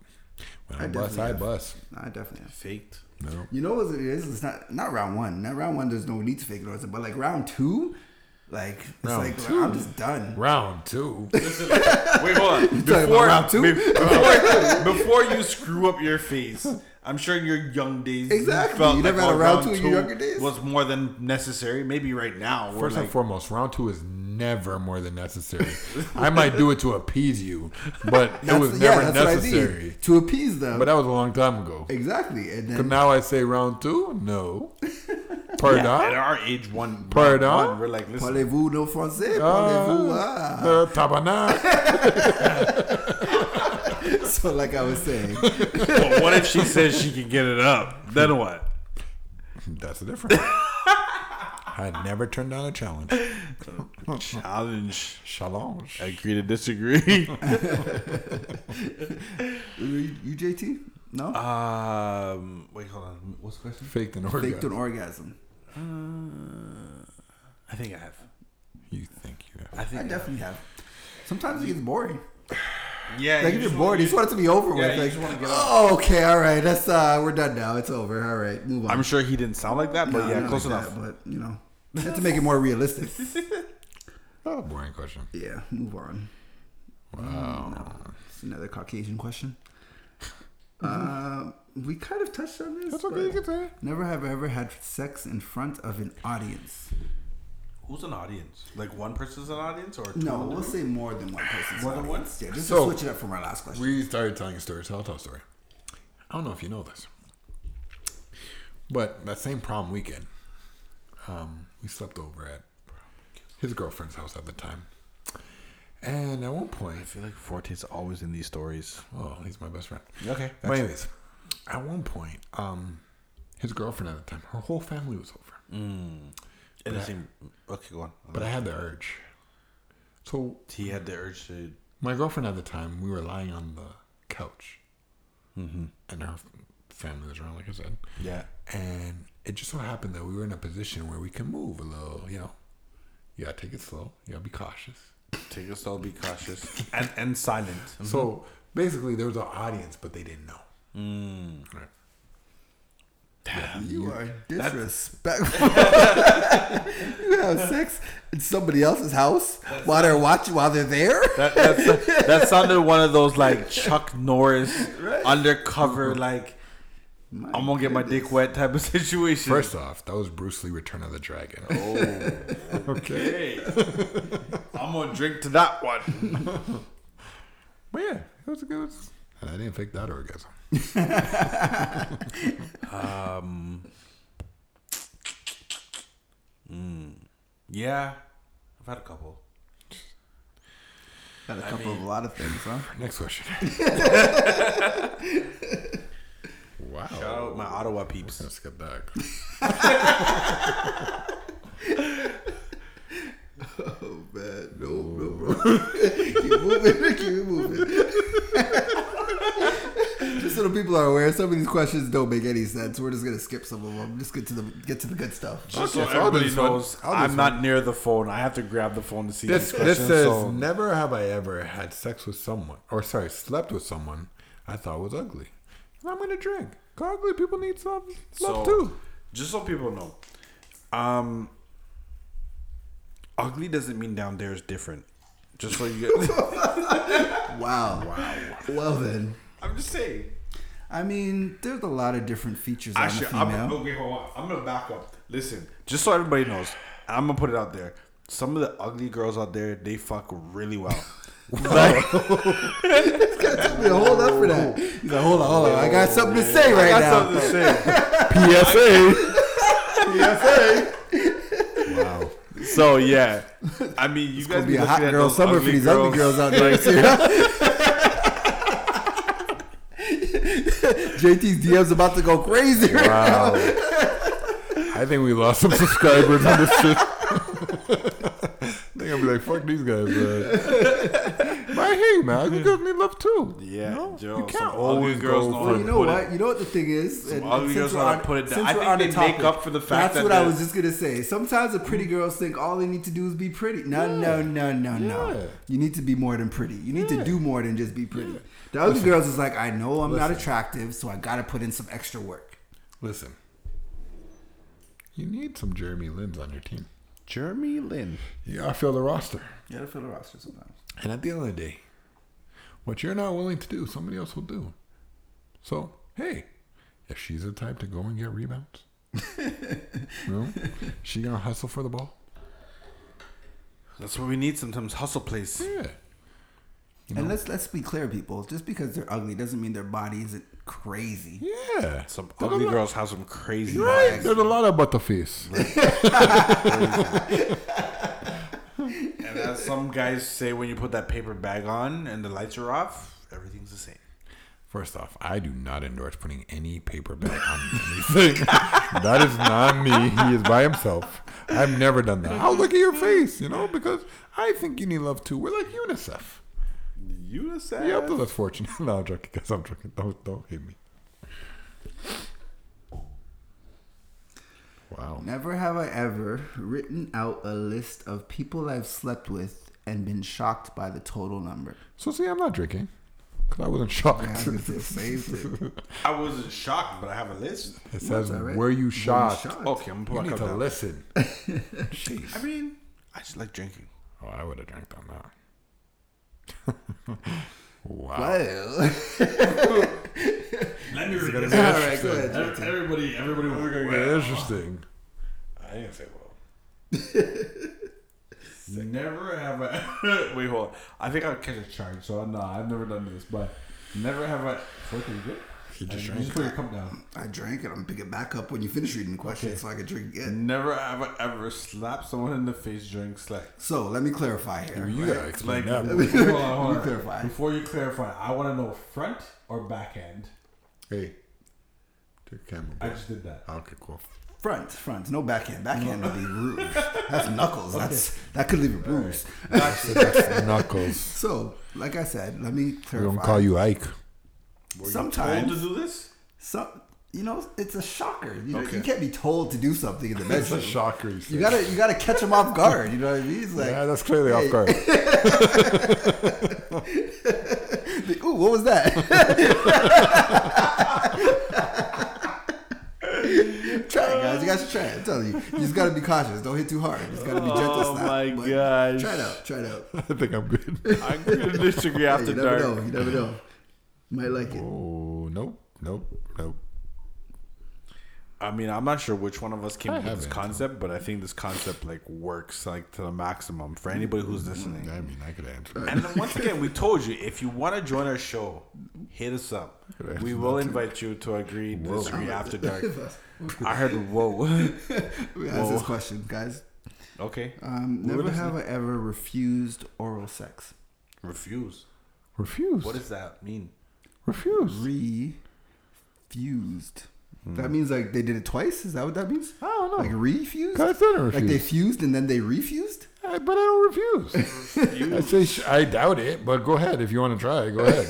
Speaker 3: When I,
Speaker 4: I
Speaker 3: bust,
Speaker 4: definitely
Speaker 3: I
Speaker 4: have.
Speaker 3: bust.
Speaker 4: No, I definitely have.
Speaker 2: Faked.
Speaker 3: No.
Speaker 4: You know what it is? It's not not round one. Not round one. There's no need to fake an orgasm. But like round two, like it's
Speaker 3: Round
Speaker 4: like
Speaker 3: two?
Speaker 4: I'm just done.
Speaker 3: Round two.
Speaker 2: Wait, hold on.
Speaker 4: talking about
Speaker 2: Before,
Speaker 4: round two?
Speaker 2: be- before, before you screw up your face, I'm sure in your young days,
Speaker 4: Exactly.
Speaker 2: felt
Speaker 4: You never
Speaker 2: like,
Speaker 4: had a
Speaker 2: oh,
Speaker 4: round two in your younger days?
Speaker 2: Was more than necessary. Maybe right now. we're
Speaker 3: First
Speaker 2: like,
Speaker 3: and foremost, round two is never more than necessary. I might do it to appease you, but it
Speaker 4: That's-
Speaker 3: was never
Speaker 4: that's what I did,
Speaker 3: necessary.
Speaker 4: to appease them.
Speaker 3: But that was a long time ago.
Speaker 4: exactly. And
Speaker 3: But
Speaker 4: then
Speaker 3: now I say round two? No.
Speaker 2: at
Speaker 3: Pardon?
Speaker 2: our age, one,
Speaker 3: Pardon?
Speaker 2: one, we're like, listen,
Speaker 4: parlez-vous no français? Parlez-vous?
Speaker 3: Ah,
Speaker 4: Oh, Ah.
Speaker 3: the tabarnak.
Speaker 4: So like I was saying,
Speaker 2: but what if she says she can get it up?
Speaker 4: Hmm.
Speaker 2: Then what?
Speaker 3: That's the difference. I never turned down a challenge.
Speaker 2: Challenge.
Speaker 3: Challenge.
Speaker 2: Agree to disagree.
Speaker 4: you you JT? No,
Speaker 2: Ah, um, wait, hold on. What's the question?
Speaker 3: Faked an
Speaker 4: faked an
Speaker 3: orgasm.
Speaker 4: orgasm.
Speaker 2: I think I have.
Speaker 3: You think you
Speaker 2: I
Speaker 3: have.
Speaker 2: think
Speaker 4: I definitely have. Sometimes it gets boring.
Speaker 2: Yeah,
Speaker 4: Like if you're bored, you just want it to be over with.
Speaker 2: you
Speaker 4: Like,
Speaker 2: just wanna get off.
Speaker 4: oh, okay, all right, that's uh, we're done now. It's over. All right, move on.
Speaker 2: I'm sure he didn't sound like that, but
Speaker 4: No,
Speaker 2: yeah,
Speaker 4: not
Speaker 2: close
Speaker 4: like
Speaker 2: enough.
Speaker 4: that, but you know, I had to make it more realistic.
Speaker 3: Oh, boring question.
Speaker 4: yeah, move on. Wow, it's another Caucasian question. Uh, we kind of touched on this.
Speaker 3: That's okay. You
Speaker 4: but
Speaker 3: can say it.
Speaker 4: Never have I ever had sex in front of an audience.
Speaker 2: Who's an audience? Like one person's an audience, or two
Speaker 4: No,
Speaker 2: in the
Speaker 4: we'll
Speaker 2: room?
Speaker 4: say more than one person.
Speaker 2: More than one?
Speaker 4: Yeah, just
Speaker 3: So-
Speaker 4: to switch it up from our last question.
Speaker 3: We started telling a story, so I'll tell a story. I don't know if you know this, but that same prom weekend, um, we slept over at his girlfriend's house at the time. And at one point,
Speaker 2: I feel like Forte's always in these stories.
Speaker 3: oh, he's my best friend.
Speaker 2: Okay.
Speaker 3: But anyways, at one point, um, his girlfriend at the time, her whole family was over,
Speaker 2: And the same. Okay, go on.
Speaker 3: but I had the urge, So
Speaker 2: He had the urge to.
Speaker 3: my girlfriend at the time, we were lying on the couch, and her family was around, like I said.
Speaker 2: Yeah.
Speaker 3: And it just so happened that we were in a position where we can move a little, you know. You gotta take it slow. You gotta be cautious.
Speaker 2: Take your soul, be cautious, and and silent.
Speaker 3: So basically, there was an audience, but they didn't know. Right.
Speaker 4: You are disrespectful. you have sex in somebody else's house while they're watching, while they're there.
Speaker 2: That that's, that sounded one of those like Chuck Norris undercover like I'm gonna get Mm-hmm. my dick wet type of situation.
Speaker 3: First off, that was Bruce Lee: Return of the Dragon. okay.
Speaker 2: Hey, I'm gonna drink to that one.
Speaker 3: But yeah, it was a good. And I didn't fake that orgasm.
Speaker 2: Yeah, I've had a couple.
Speaker 4: Got a couple of a lot of things, huh?
Speaker 3: Next question. wow.
Speaker 2: Oh, my Ottawa peeps.
Speaker 3: Let's get back.
Speaker 4: Oh man, no, no, bro. keep moving, keep moving. just so the people are aware, some of these questions don't make any sense. We're just gonna skip some of them. Just get to the get to the good stuff.
Speaker 2: Just
Speaker 3: Okay,
Speaker 2: so
Speaker 3: so I'll do
Speaker 2: everybody
Speaker 3: this one.
Speaker 2: knows,
Speaker 3: I'll do
Speaker 2: I'm
Speaker 3: this
Speaker 2: not near the phone. I have to grab the phone to see
Speaker 3: This
Speaker 2: this.
Speaker 3: this
Speaker 2: Question,
Speaker 3: says
Speaker 2: so-
Speaker 3: never have I ever had sex with someone, or sorry, slept with someone I thought was ugly. And I'm gonna drink. 'Cause Ugly people need some love too.
Speaker 2: Just so people know, um, ugly doesn't mean down there is different. Just so you get.
Speaker 4: Wow. Wow. Well then,
Speaker 2: I'm just saying.
Speaker 4: I mean, there's a lot of different features on
Speaker 2: Actually,
Speaker 4: a
Speaker 2: I'm
Speaker 4: female.
Speaker 2: okay. Hold on. I'm gonna back up. Listen, just so everybody knows, I'm gonna put it out there. Some of the ugly girls out there, they fuck really well.
Speaker 4: Took me a hold up for that. He's like, hold on, hold on. I got something to say right
Speaker 2: Oh. I
Speaker 4: now.
Speaker 2: got something to say.
Speaker 3: PSA.
Speaker 2: So yeah, I mean, you guys
Speaker 4: Gonna
Speaker 2: be,
Speaker 4: be a hot
Speaker 2: looking at
Speaker 4: girl
Speaker 2: those
Speaker 4: summer for
Speaker 2: ugly
Speaker 4: these
Speaker 2: girls.
Speaker 4: ugly girls out there. JT's DM's about to go crazy. right
Speaker 3: Wow. I think we lost some subscribers on this shit. They're gonna be like, "Fuck these guys." Man. but hey, man, ugly girls need love too.
Speaker 2: Yeah,
Speaker 3: you, know?
Speaker 2: Joe,
Speaker 3: you
Speaker 2: some
Speaker 3: can't
Speaker 2: ugly
Speaker 3: always
Speaker 2: girls
Speaker 3: go
Speaker 2: know
Speaker 3: for
Speaker 2: how
Speaker 4: Well, you know
Speaker 2: Put it-
Speaker 4: what? you know what the thing is. And,
Speaker 2: ugly
Speaker 4: and
Speaker 2: girls
Speaker 4: since we're
Speaker 2: wanna
Speaker 4: on-
Speaker 2: put it down.
Speaker 4: since
Speaker 2: I
Speaker 4: we're
Speaker 2: think
Speaker 4: on
Speaker 2: they
Speaker 4: the
Speaker 2: make
Speaker 4: topic,
Speaker 2: up for the fact
Speaker 4: That's
Speaker 2: that
Speaker 4: what I
Speaker 2: the-
Speaker 4: was just gonna say. Sometimes the pretty girls think all they need to do is be pretty. No, no, no, no,
Speaker 3: Yeah.
Speaker 4: no. You need to be more than pretty. You need
Speaker 3: Yeah.
Speaker 4: to do more than just be pretty. The other girls is like, I know I'm not attractive, so I gotta put in some extra work.
Speaker 3: Listen, you need some Jeremy Lin's on your team.
Speaker 4: Jeremy Lin.
Speaker 3: You gotta fill the roster.
Speaker 4: You gotta fill the roster sometimes.
Speaker 3: And at the end of the day, what you're not willing to do, somebody else will do. So, hey, if she's the type to go and get rebounds, you know, she gonna hustle for the ball.
Speaker 2: That's what we need sometimes. Hustle plays.
Speaker 3: Yeah.
Speaker 4: And let's let's be clear, people. Just because they're ugly doesn't mean their body isn't crazy.
Speaker 3: Yeah.
Speaker 2: Some
Speaker 3: There's a
Speaker 2: ugly
Speaker 3: lot-
Speaker 2: girls have some crazy.
Speaker 3: Right.
Speaker 2: vibes.
Speaker 3: There's a lot of butterface.
Speaker 2: And as some guys say, when you put that paper bag on and the lights are off, everything's the same.
Speaker 3: First off, I do not endorse putting any paper bag on anything. that is not me. He is by himself. I've never done that. I'll look at your face, you know, because I think you need love too. We're like UNICEF.
Speaker 2: UNICEF.
Speaker 3: Yeah, I'm less fortunate. no, I'm joking. Guys, I'm joking. Don't don't hate me. Wow.
Speaker 4: Never have I ever written out a list of people I've slept with and been shocked by the total number.
Speaker 3: So see, I'm not drinking because I wasn't shocked.
Speaker 4: I was gonna say the same thing.
Speaker 2: I wasn't shocked, but I have a list.
Speaker 3: it says,
Speaker 4: all right.
Speaker 3: "Were you shocked?" Oh,
Speaker 4: shocked?
Speaker 2: Okay, I'm
Speaker 3: You
Speaker 2: gonna
Speaker 3: need
Speaker 2: put
Speaker 3: to
Speaker 2: my list.
Speaker 3: listen. Jeez.
Speaker 2: I mean, I just like drinking.
Speaker 3: Oh, I would have drank on that. wow.
Speaker 4: Well,
Speaker 2: Let me read
Speaker 3: Gonna
Speaker 2: this.
Speaker 3: be
Speaker 4: all right, go
Speaker 3: interesting.
Speaker 4: ahead.
Speaker 2: Ev- Everybody, everybody, we're gonna
Speaker 3: Yeah, interesting.
Speaker 2: I didn't say well. never have I. Wait, hold. On. I think I'll catch a charge. So no, I've never done this, but never have I. What are you good?
Speaker 3: He just
Speaker 2: Uh,
Speaker 3: drank
Speaker 2: put your cup down.
Speaker 4: I drank it. I'm picking it back up when you finish reading the question, so I can drink again.
Speaker 2: Never have I ever slapped someone in the face during sex.
Speaker 4: So let me clarify here.
Speaker 3: You
Speaker 4: right?
Speaker 3: gotta explain
Speaker 2: Like,
Speaker 3: that.
Speaker 2: hold on,
Speaker 3: one.
Speaker 2: hold on.
Speaker 4: Let me clarify.
Speaker 2: Before you clarify, I want to know front or back end.
Speaker 3: Hey, take your camera.
Speaker 2: I
Speaker 3: back.
Speaker 2: just did that.
Speaker 4: Uh,
Speaker 3: Okay, cool.
Speaker 4: Front, front, no backhand. Backhand would be rude. That's knuckles. That's that could leave a bruise.
Speaker 3: That's knuckles.
Speaker 4: So, like I said, let me
Speaker 3: We
Speaker 4: clarify.
Speaker 3: don't call you Ike.
Speaker 2: Told to
Speaker 4: Sometimes,
Speaker 2: do this?
Speaker 4: some, you know, it's a shocker. You, know,
Speaker 2: Okay.
Speaker 4: you can't be told to do something in the
Speaker 3: That's a
Speaker 4: bedroom.
Speaker 3: shocker. he said.
Speaker 4: You gotta, you gotta catch him off guard. You know what I mean? It's like,
Speaker 3: yeah, that's clearly off guard.
Speaker 4: like, ooh, what was that? try it, guys. You guys should try it. I'm telling you, you just gotta be cautious. Don't hit too hard. You just gotta be gentle.
Speaker 2: Oh
Speaker 4: snap,
Speaker 2: my
Speaker 4: but
Speaker 2: gosh.
Speaker 4: Uh, Try it out. Try it out.
Speaker 3: I think I'm good.
Speaker 2: I'm gonna disagree
Speaker 4: Hey,
Speaker 2: after
Speaker 4: you never
Speaker 2: dark.
Speaker 4: know. You never know. Might like it.
Speaker 3: Oh nope, nope, nope.
Speaker 2: I mean, I'm not sure which one of us came
Speaker 3: I
Speaker 2: up with this
Speaker 3: haven't.
Speaker 2: concept, but I think this concept like works like to the maximum for anybody who's
Speaker 4: Mm-hmm.
Speaker 2: listening.
Speaker 3: I mean, I could answer.
Speaker 2: And then once again, we told you if you want to join our show, hit us up. We will invite you to agree to disagree after dark. I heard whoa.
Speaker 4: We ask this question, guys.
Speaker 2: okay.
Speaker 4: Um,
Speaker 2: We were
Speaker 4: never
Speaker 2: listening.
Speaker 4: have I ever refused oral sex.
Speaker 2: refuse.
Speaker 3: Refuse.
Speaker 2: What does that mean?
Speaker 3: Refuse.
Speaker 4: Refused.
Speaker 2: Hmm.
Speaker 4: That means like they did it twice. Is that what that means? I don't know. Like refused.
Speaker 3: That's not a
Speaker 4: Like they
Speaker 3: refuse.
Speaker 4: fused and then they refused.
Speaker 3: I, but I don't refuse. I say sh- I doubt it, but go ahead if you want to try. Go ahead.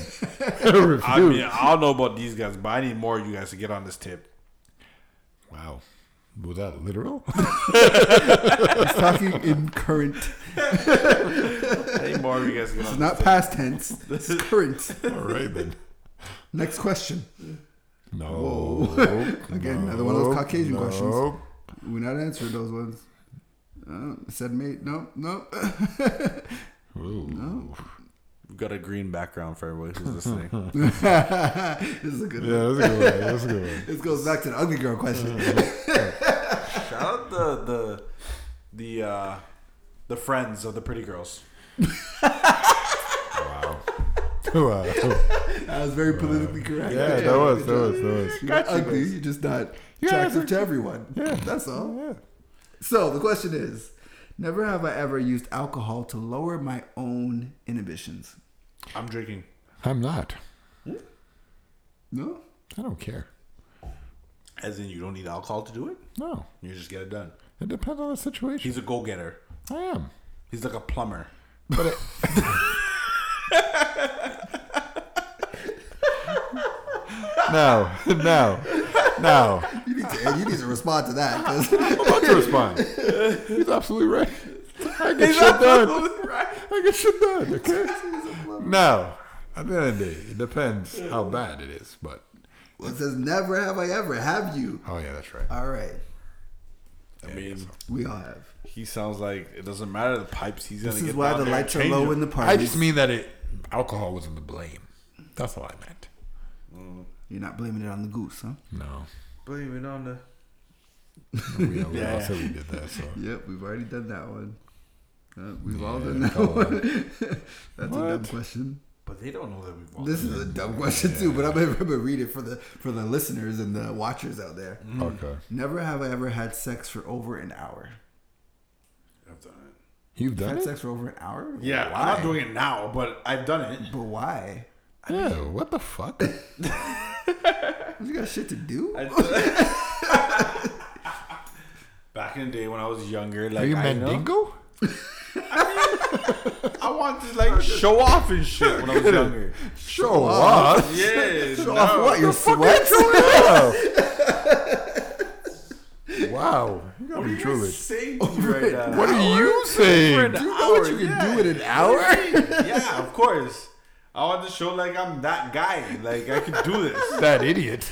Speaker 3: I don't refuse.
Speaker 2: I mean, I don't know about these guys, but I need more of you guys to get on this tip.
Speaker 3: wow, was that literal?
Speaker 4: talking in current.
Speaker 2: I need more of you guys to get on
Speaker 4: It's
Speaker 2: this
Speaker 4: not
Speaker 2: tip.
Speaker 4: past tense. It's current.
Speaker 3: All right then.
Speaker 4: Next question.
Speaker 3: No.
Speaker 4: Again, another one of those
Speaker 3: nope,
Speaker 4: Caucasian questions.
Speaker 3: nope.
Speaker 4: We're not answering those ones. Uh, said mate. No, no.
Speaker 3: Ooh.
Speaker 2: We've got a green background for everybody who's listening.
Speaker 4: this is a good one.
Speaker 3: Yeah, Uh, that's a good one. That's a good one.
Speaker 4: This goes back to the ugly girl question.
Speaker 2: Shout out the the the uh, the friends of the pretty girls.
Speaker 3: Wow.
Speaker 4: That was very politically correct.
Speaker 3: Yeah, that was, that was, that was.
Speaker 4: You're not ugly. You're just not attractive to everyone. That's all. So the question is, never have I ever used alcohol to lower my own inhibitions.
Speaker 2: I'm drinking.
Speaker 3: I'm not.
Speaker 4: No.
Speaker 3: I don't care.
Speaker 2: As in, you don't need alcohol to do it.
Speaker 3: No.
Speaker 2: You just get it done.
Speaker 3: It depends on the situation.
Speaker 2: He's a go getter.
Speaker 3: I am.
Speaker 2: He's like a plumber.
Speaker 3: But it, no, no, no.
Speaker 4: You need to. You need to respond to that. 'cause-
Speaker 3: I'm about to respond. He's absolutely right. I get shit done. I get shit done. Okay. No. At the end of the day, it depends how bad it is. But
Speaker 4: Well, it says never have I ever. Have you?
Speaker 3: oh yeah, that's right.
Speaker 4: All right.
Speaker 2: I mean,
Speaker 4: We all have.
Speaker 2: he sounds like it doesn't matter the pipes. He's gonna
Speaker 4: This
Speaker 2: get
Speaker 4: is why
Speaker 2: down
Speaker 4: the
Speaker 2: there and
Speaker 4: lights are
Speaker 2: change
Speaker 4: low
Speaker 2: them.
Speaker 4: in the party.
Speaker 3: I just mean that it alcohol was in the blame. That's all I meant.
Speaker 4: You're not blaming it on the goose, huh?
Speaker 3: No.
Speaker 2: Blame it on the.
Speaker 3: We, we all said we did that. So.
Speaker 4: Yep, we've already done that one. Uh, we've all
Speaker 3: Yeah,
Speaker 4: done that
Speaker 3: come on.
Speaker 4: one. That's a dumb
Speaker 3: What?
Speaker 4: question.
Speaker 2: But they don't know that we've.
Speaker 4: This is a dumb question too, but I'm gonna, I'm gonna read it for the for the listeners and the watchers out there.
Speaker 2: Mm.
Speaker 3: Okay.
Speaker 4: Never have I ever had sex for over an hour.
Speaker 2: I've done it.
Speaker 3: You've done
Speaker 4: Had
Speaker 3: it?
Speaker 4: sex for over an hour?
Speaker 2: Yeah, I'm not doing it now, but I've done it.
Speaker 4: But why?
Speaker 3: Yeah, what the fuck?
Speaker 4: You got shit to do.
Speaker 2: Back in the day when I was younger, like
Speaker 3: Are you
Speaker 2: I, know,
Speaker 3: Mandingo?
Speaker 2: I wanted to like show off and shit when I was younger.
Speaker 3: Show off.
Speaker 2: Yeah,
Speaker 4: Show off what? Your sweat?
Speaker 3: wow. You
Speaker 2: What
Speaker 3: gotta
Speaker 2: are
Speaker 3: be
Speaker 2: you guys
Speaker 3: truly.
Speaker 2: saying to me right now?
Speaker 3: Oh, What are you saying?
Speaker 2: Do
Speaker 3: Do
Speaker 2: you
Speaker 3: you
Speaker 2: know
Speaker 3: what you can do in an hour?
Speaker 2: yeah, of course. I want to show like I'm that guy. Like I can do this.
Speaker 3: That idiot.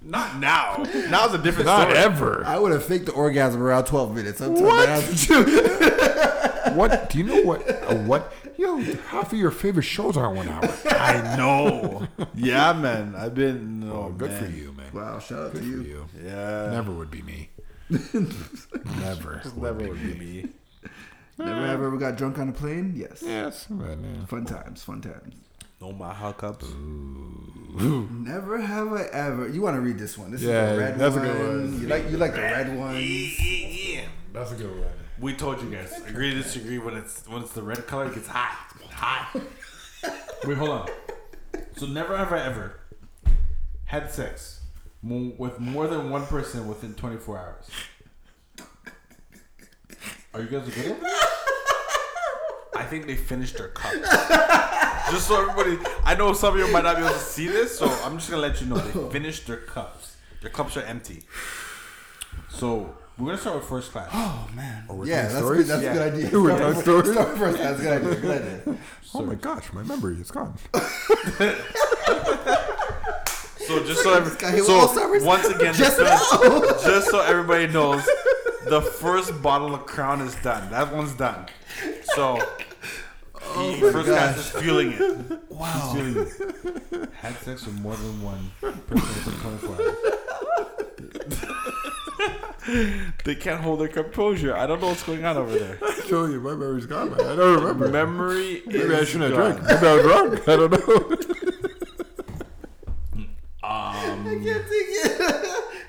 Speaker 2: Not now. Now's a different
Speaker 3: Not
Speaker 2: story.
Speaker 3: ever.
Speaker 4: I would have faked the orgasm around 12 minutes. I'm telling you,
Speaker 3: What?
Speaker 4: that's-
Speaker 3: what? Do you know what? uh, what? Yo, half of your favorite shows aren't one hour.
Speaker 2: I know. Yeah, man. I've been. Oh,
Speaker 3: Good for
Speaker 2: man.
Speaker 3: you, man.
Speaker 4: Wow, shout out to
Speaker 3: Good for
Speaker 4: you.
Speaker 3: you.
Speaker 2: Yeah.
Speaker 3: Never would be me. Never.
Speaker 2: Never
Speaker 3: would be
Speaker 2: would
Speaker 3: me.
Speaker 2: be me.
Speaker 4: Never have I ever got drunk on a plane? Yes.
Speaker 3: Yes, but Uh. yeah.
Speaker 4: Fun times, fun times.
Speaker 2: No my hookups.
Speaker 4: Never have I ever. You want to read this one? This
Speaker 3: Yeah,
Speaker 4: is the red
Speaker 3: that's a
Speaker 4: one.
Speaker 3: good one.
Speaker 4: You like you like the red ones.
Speaker 2: yeah.
Speaker 3: That's a good one.
Speaker 2: We told you guys. Agree to disagree when it's when it's the red color it gets hot. Hot. Wait, hold on. So never have I ever had sex mo- with more than one person within 24 hours. Are you guys good at that? I think they finished their cup. just so everybody, I know some of you might not be able to see this, so I'm just gonna let you know they finished their cups. Their cups are empty. So we're gonna start with first class.
Speaker 4: Oh man.
Speaker 3: we're
Speaker 4: yeah,
Speaker 3: telling
Speaker 4: that's good.
Speaker 3: stories?
Speaker 4: That's
Speaker 2: Yeah.
Speaker 4: a good idea.
Speaker 3: We're
Speaker 4: Start
Speaker 3: telling
Speaker 4: with-
Speaker 3: stories?
Speaker 4: start first. That's a good idea. Good idea.
Speaker 3: Oh my gosh, my memory is gone.
Speaker 2: So just so
Speaker 4: This guy here
Speaker 2: every,
Speaker 4: with Alzheimer's?
Speaker 2: so once again,
Speaker 4: Just
Speaker 2: just,
Speaker 4: now.
Speaker 2: just so everybody knows, the first bottle of Crown is done. That one's done. So he first class is fueling it.
Speaker 4: Oh Wow.
Speaker 2: Feeling it. Had sex with more than one person within 24 hours. they can't hold their composure. I don't know what's going on over there.
Speaker 3: I tell you, my memory's gone. Man. I don't remember.
Speaker 2: Memory is
Speaker 3: Maybe I shouldn't
Speaker 2: gone.
Speaker 3: have drank. Maybe I was wrong. I don't know.
Speaker 4: I can't take it.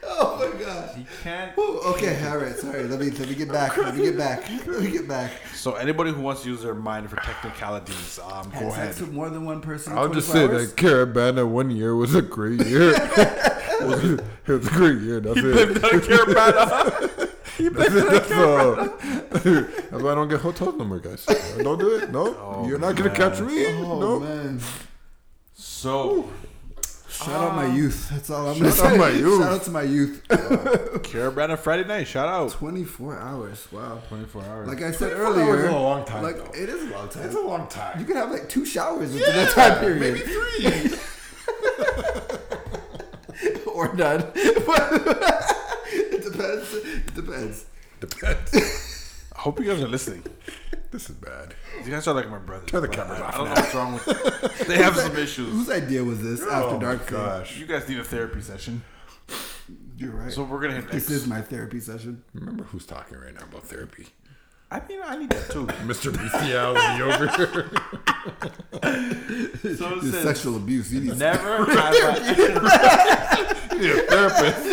Speaker 4: oh my god.
Speaker 2: You can't.
Speaker 4: Whew, Okay, all right, sorry. Let me let me get back. Let me get back. Let me get back.
Speaker 2: So anybody who wants to use their mind for technicalities, um, go
Speaker 4: Had
Speaker 2: ahead.
Speaker 4: sex with more than one person. in
Speaker 3: I'll just
Speaker 4: 24
Speaker 3: say
Speaker 4: hours?
Speaker 3: that Carabana one year was a great year. it, was, it was a great year. That's it.
Speaker 2: Don't care about it.
Speaker 3: That's, it. That's, uh, that's why I don't get hotels no more, guys. Don't do it. No, you're not gonna catch me.
Speaker 4: Oh
Speaker 3: no,
Speaker 4: man.
Speaker 2: So
Speaker 4: Shout out my youth. That's all I'm gonna
Speaker 3: Ah. Shout out
Speaker 4: say.
Speaker 3: my youth.
Speaker 4: Shout out to my youth.
Speaker 2: care about it Friday night. Shout out.
Speaker 4: 24 hours. Wow.
Speaker 2: 24 hours.
Speaker 4: Like I said
Speaker 3: 24 hours
Speaker 4: earlier,
Speaker 3: is a long time,
Speaker 4: Like
Speaker 3: though.
Speaker 4: it is a long time.
Speaker 3: it's a long
Speaker 4: you
Speaker 3: time.
Speaker 4: could have like two showers within that time period,
Speaker 3: Maybe three.
Speaker 4: or none. it depends. It depends.
Speaker 3: Depends.
Speaker 2: I hope you guys are listening.
Speaker 3: This is bad.
Speaker 2: You guys are like my brother.
Speaker 3: Turn the cameras
Speaker 2: I,
Speaker 3: off
Speaker 2: I don't know what's wrong with. They have some issues.
Speaker 4: Whose idea was this
Speaker 3: Oh
Speaker 4: after
Speaker 3: my
Speaker 4: dark? thing?
Speaker 3: gosh.
Speaker 2: You guys need a therapy session.
Speaker 4: You're right.
Speaker 2: So we're gonna hit
Speaker 4: this
Speaker 2: next.
Speaker 4: is my therapy session.
Speaker 3: Remember who's talking right now about therapy?
Speaker 2: I mean, I need that too.
Speaker 3: Mr. Bestiality over here.
Speaker 2: so it
Speaker 4: This
Speaker 2: says,
Speaker 4: sexual abuse. You need
Speaker 2: never have I,
Speaker 3: You need a therapist.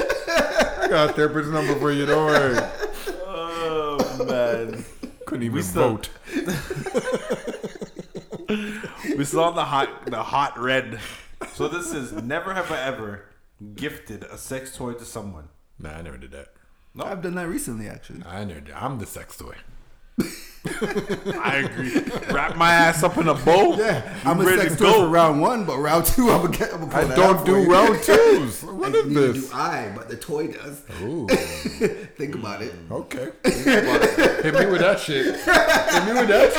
Speaker 3: I got a therapist number for you. Don't worry.
Speaker 2: oh man.
Speaker 3: Couldn't even
Speaker 2: still-
Speaker 3: vote.
Speaker 2: We saw the hot, the hot red. So this is never have I ever gifted a sex toy to someone.
Speaker 3: Nah, I never did that.
Speaker 4: I've done that recently, actually.
Speaker 3: I never did. I'm the sex toy.
Speaker 2: I agree. Wrap my ass up in a bow.
Speaker 4: Yeah,
Speaker 2: I'm
Speaker 4: I'm a
Speaker 2: ready
Speaker 4: sex
Speaker 2: to
Speaker 4: toy
Speaker 2: go.
Speaker 4: for round one, but round two, I'm gonna get. I'm gonna pull
Speaker 3: I
Speaker 4: that
Speaker 3: don't
Speaker 4: out
Speaker 3: do
Speaker 4: for you.
Speaker 3: round twos. What is
Speaker 4: Neither
Speaker 3: this?
Speaker 4: do I, but the toy does.
Speaker 3: Ooh,
Speaker 4: Think about it.
Speaker 3: okay. Hit me with that shit. Hit me with that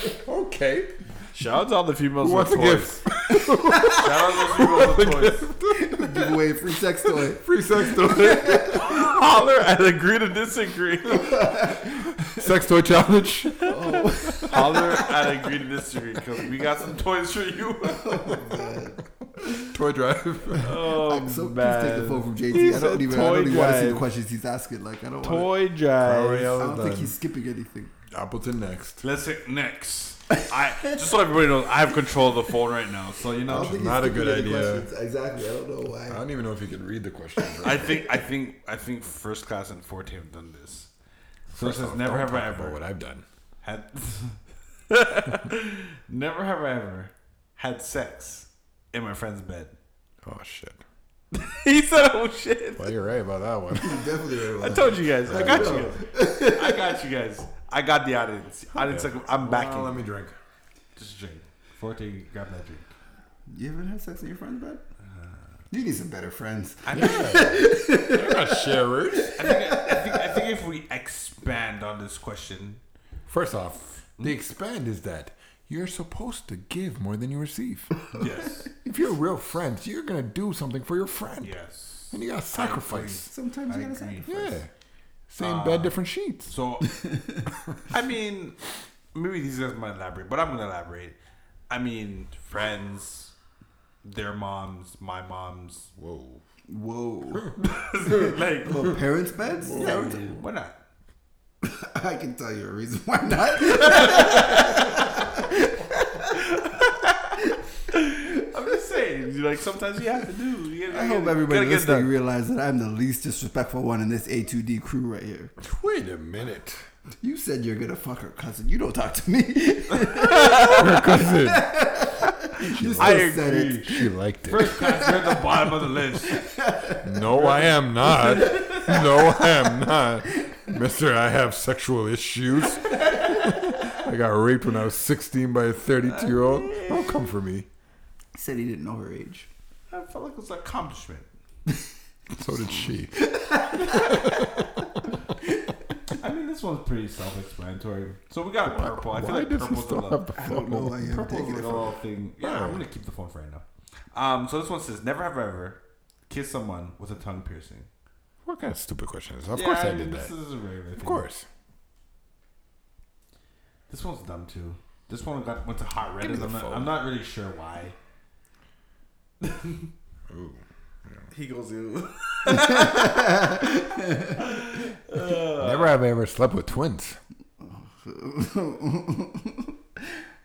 Speaker 3: shit. okay.
Speaker 2: Shout out to all the females
Speaker 3: Who
Speaker 2: with toys.
Speaker 3: wants a gift?
Speaker 2: Shout out to those females with toys.
Speaker 4: Give away a free sex toy.
Speaker 3: Free sex toy.
Speaker 2: Holler and agree to disagree.
Speaker 3: sex toy challenge.
Speaker 2: Holler and agree to disagree because we got some toys for you.
Speaker 3: Toy drive.
Speaker 2: Oh
Speaker 4: So please take the
Speaker 2: man.
Speaker 4: phone from JT.
Speaker 2: He's
Speaker 4: I
Speaker 2: a
Speaker 4: don't even, I
Speaker 2: toy
Speaker 4: don't even want to see the
Speaker 2: drive.
Speaker 4: questions he's asking. Like I don't want.
Speaker 2: Toy drive.
Speaker 4: I don't think he's skipping anything.
Speaker 3: Appleton next.
Speaker 2: Let's hit next. I just so everybody knows, I have control of the phone right now, so you
Speaker 4: I
Speaker 2: know.
Speaker 4: don't think he's
Speaker 3: Not a
Speaker 4: skipping
Speaker 3: good
Speaker 4: any
Speaker 3: idea.
Speaker 4: questions. Exactly. I don't know why.
Speaker 3: I don't even know if you can read the question.
Speaker 2: I think I think I think first class and forte have done this. So it says never have I
Speaker 3: What
Speaker 2: ever
Speaker 3: I've done.
Speaker 2: had never have I ever had sex in my friend's bed.
Speaker 3: Oh shit.
Speaker 2: He said, "Oh shit."
Speaker 3: Well, you're right about that one.
Speaker 4: He's definitely right about
Speaker 2: I told you guys. I got you guys. I got you guys. I got the audience. Audience, I'm backing.
Speaker 3: Well, let me drink.
Speaker 2: just drink. Forte, grab that drink.
Speaker 4: You haven't had sex in your friend's bed?
Speaker 2: Uh,
Speaker 4: You need some better friends.
Speaker 3: You're not sharers.
Speaker 2: I think, I, think, I think if we expand on this question,
Speaker 3: First off, the expand is that you're supposed to give more than you receive.
Speaker 2: yes,
Speaker 3: if you're real friends, you're gonna do something for your friend.
Speaker 2: yes.
Speaker 3: And you gotta sacrifice.
Speaker 4: Sometimes
Speaker 2: I
Speaker 4: you gotta
Speaker 2: agree.
Speaker 4: say.
Speaker 3: Yeah. Same bed, different sheets.
Speaker 2: So, I mean, maybe these guys might elaborate, but I'm gonna elaborate. I mean, friends, their moms, my moms,
Speaker 3: Whoa.
Speaker 4: Whoa.
Speaker 2: like
Speaker 4: Well, parents' beds? Yeah,
Speaker 2: why not?
Speaker 4: I can tell you a reason why not.
Speaker 2: I'm just saying, you like sometimes you have to do. You gotta,
Speaker 4: I
Speaker 2: you
Speaker 4: hope
Speaker 2: gotta-
Speaker 4: everybody
Speaker 2: gotta get
Speaker 4: listening
Speaker 2: done.
Speaker 4: realize that I'm the least disrespectful one in this A2D crew right here.
Speaker 3: Wait a minute.
Speaker 4: You said you're gonna fuck her cousin. You don't talk to me.
Speaker 3: Her cousin.
Speaker 4: You
Speaker 2: I
Speaker 4: still said
Speaker 2: agree.
Speaker 4: it.
Speaker 3: She liked it.
Speaker 2: First class, you're at the bottom of the list.
Speaker 3: No, I am not. No, I am not. Mister, I have sexual issues. I got raped when I was 16 by a 32 year old. Don't come for me.
Speaker 4: He said he didn't know her age.
Speaker 2: I felt like it was an accomplishment.
Speaker 3: So did she.
Speaker 2: I mean, this one's pretty self-explanatory. So we got purple. I feel like purple's the love.
Speaker 3: the
Speaker 4: I don't know why you're
Speaker 2: Purple's
Speaker 4: taking
Speaker 2: the
Speaker 4: it.
Speaker 2: little thing. Yeah, I'm gonna keep the phone for right now. Um, so this one says, "Never have I ever kissed someone with a tongue piercing."
Speaker 3: What kind of stupid question is this? Of course I did
Speaker 2: This
Speaker 3: that.
Speaker 2: is a regular thing.
Speaker 3: Of course.
Speaker 2: This one's dumb too. This one got went to hot red.
Speaker 3: Give me
Speaker 2: and I'm
Speaker 3: the
Speaker 2: not,
Speaker 3: phone.
Speaker 2: I'm not really sure why.
Speaker 3: Ooh.
Speaker 2: He goes, "Ew."
Speaker 3: Never have I ever slept with twins.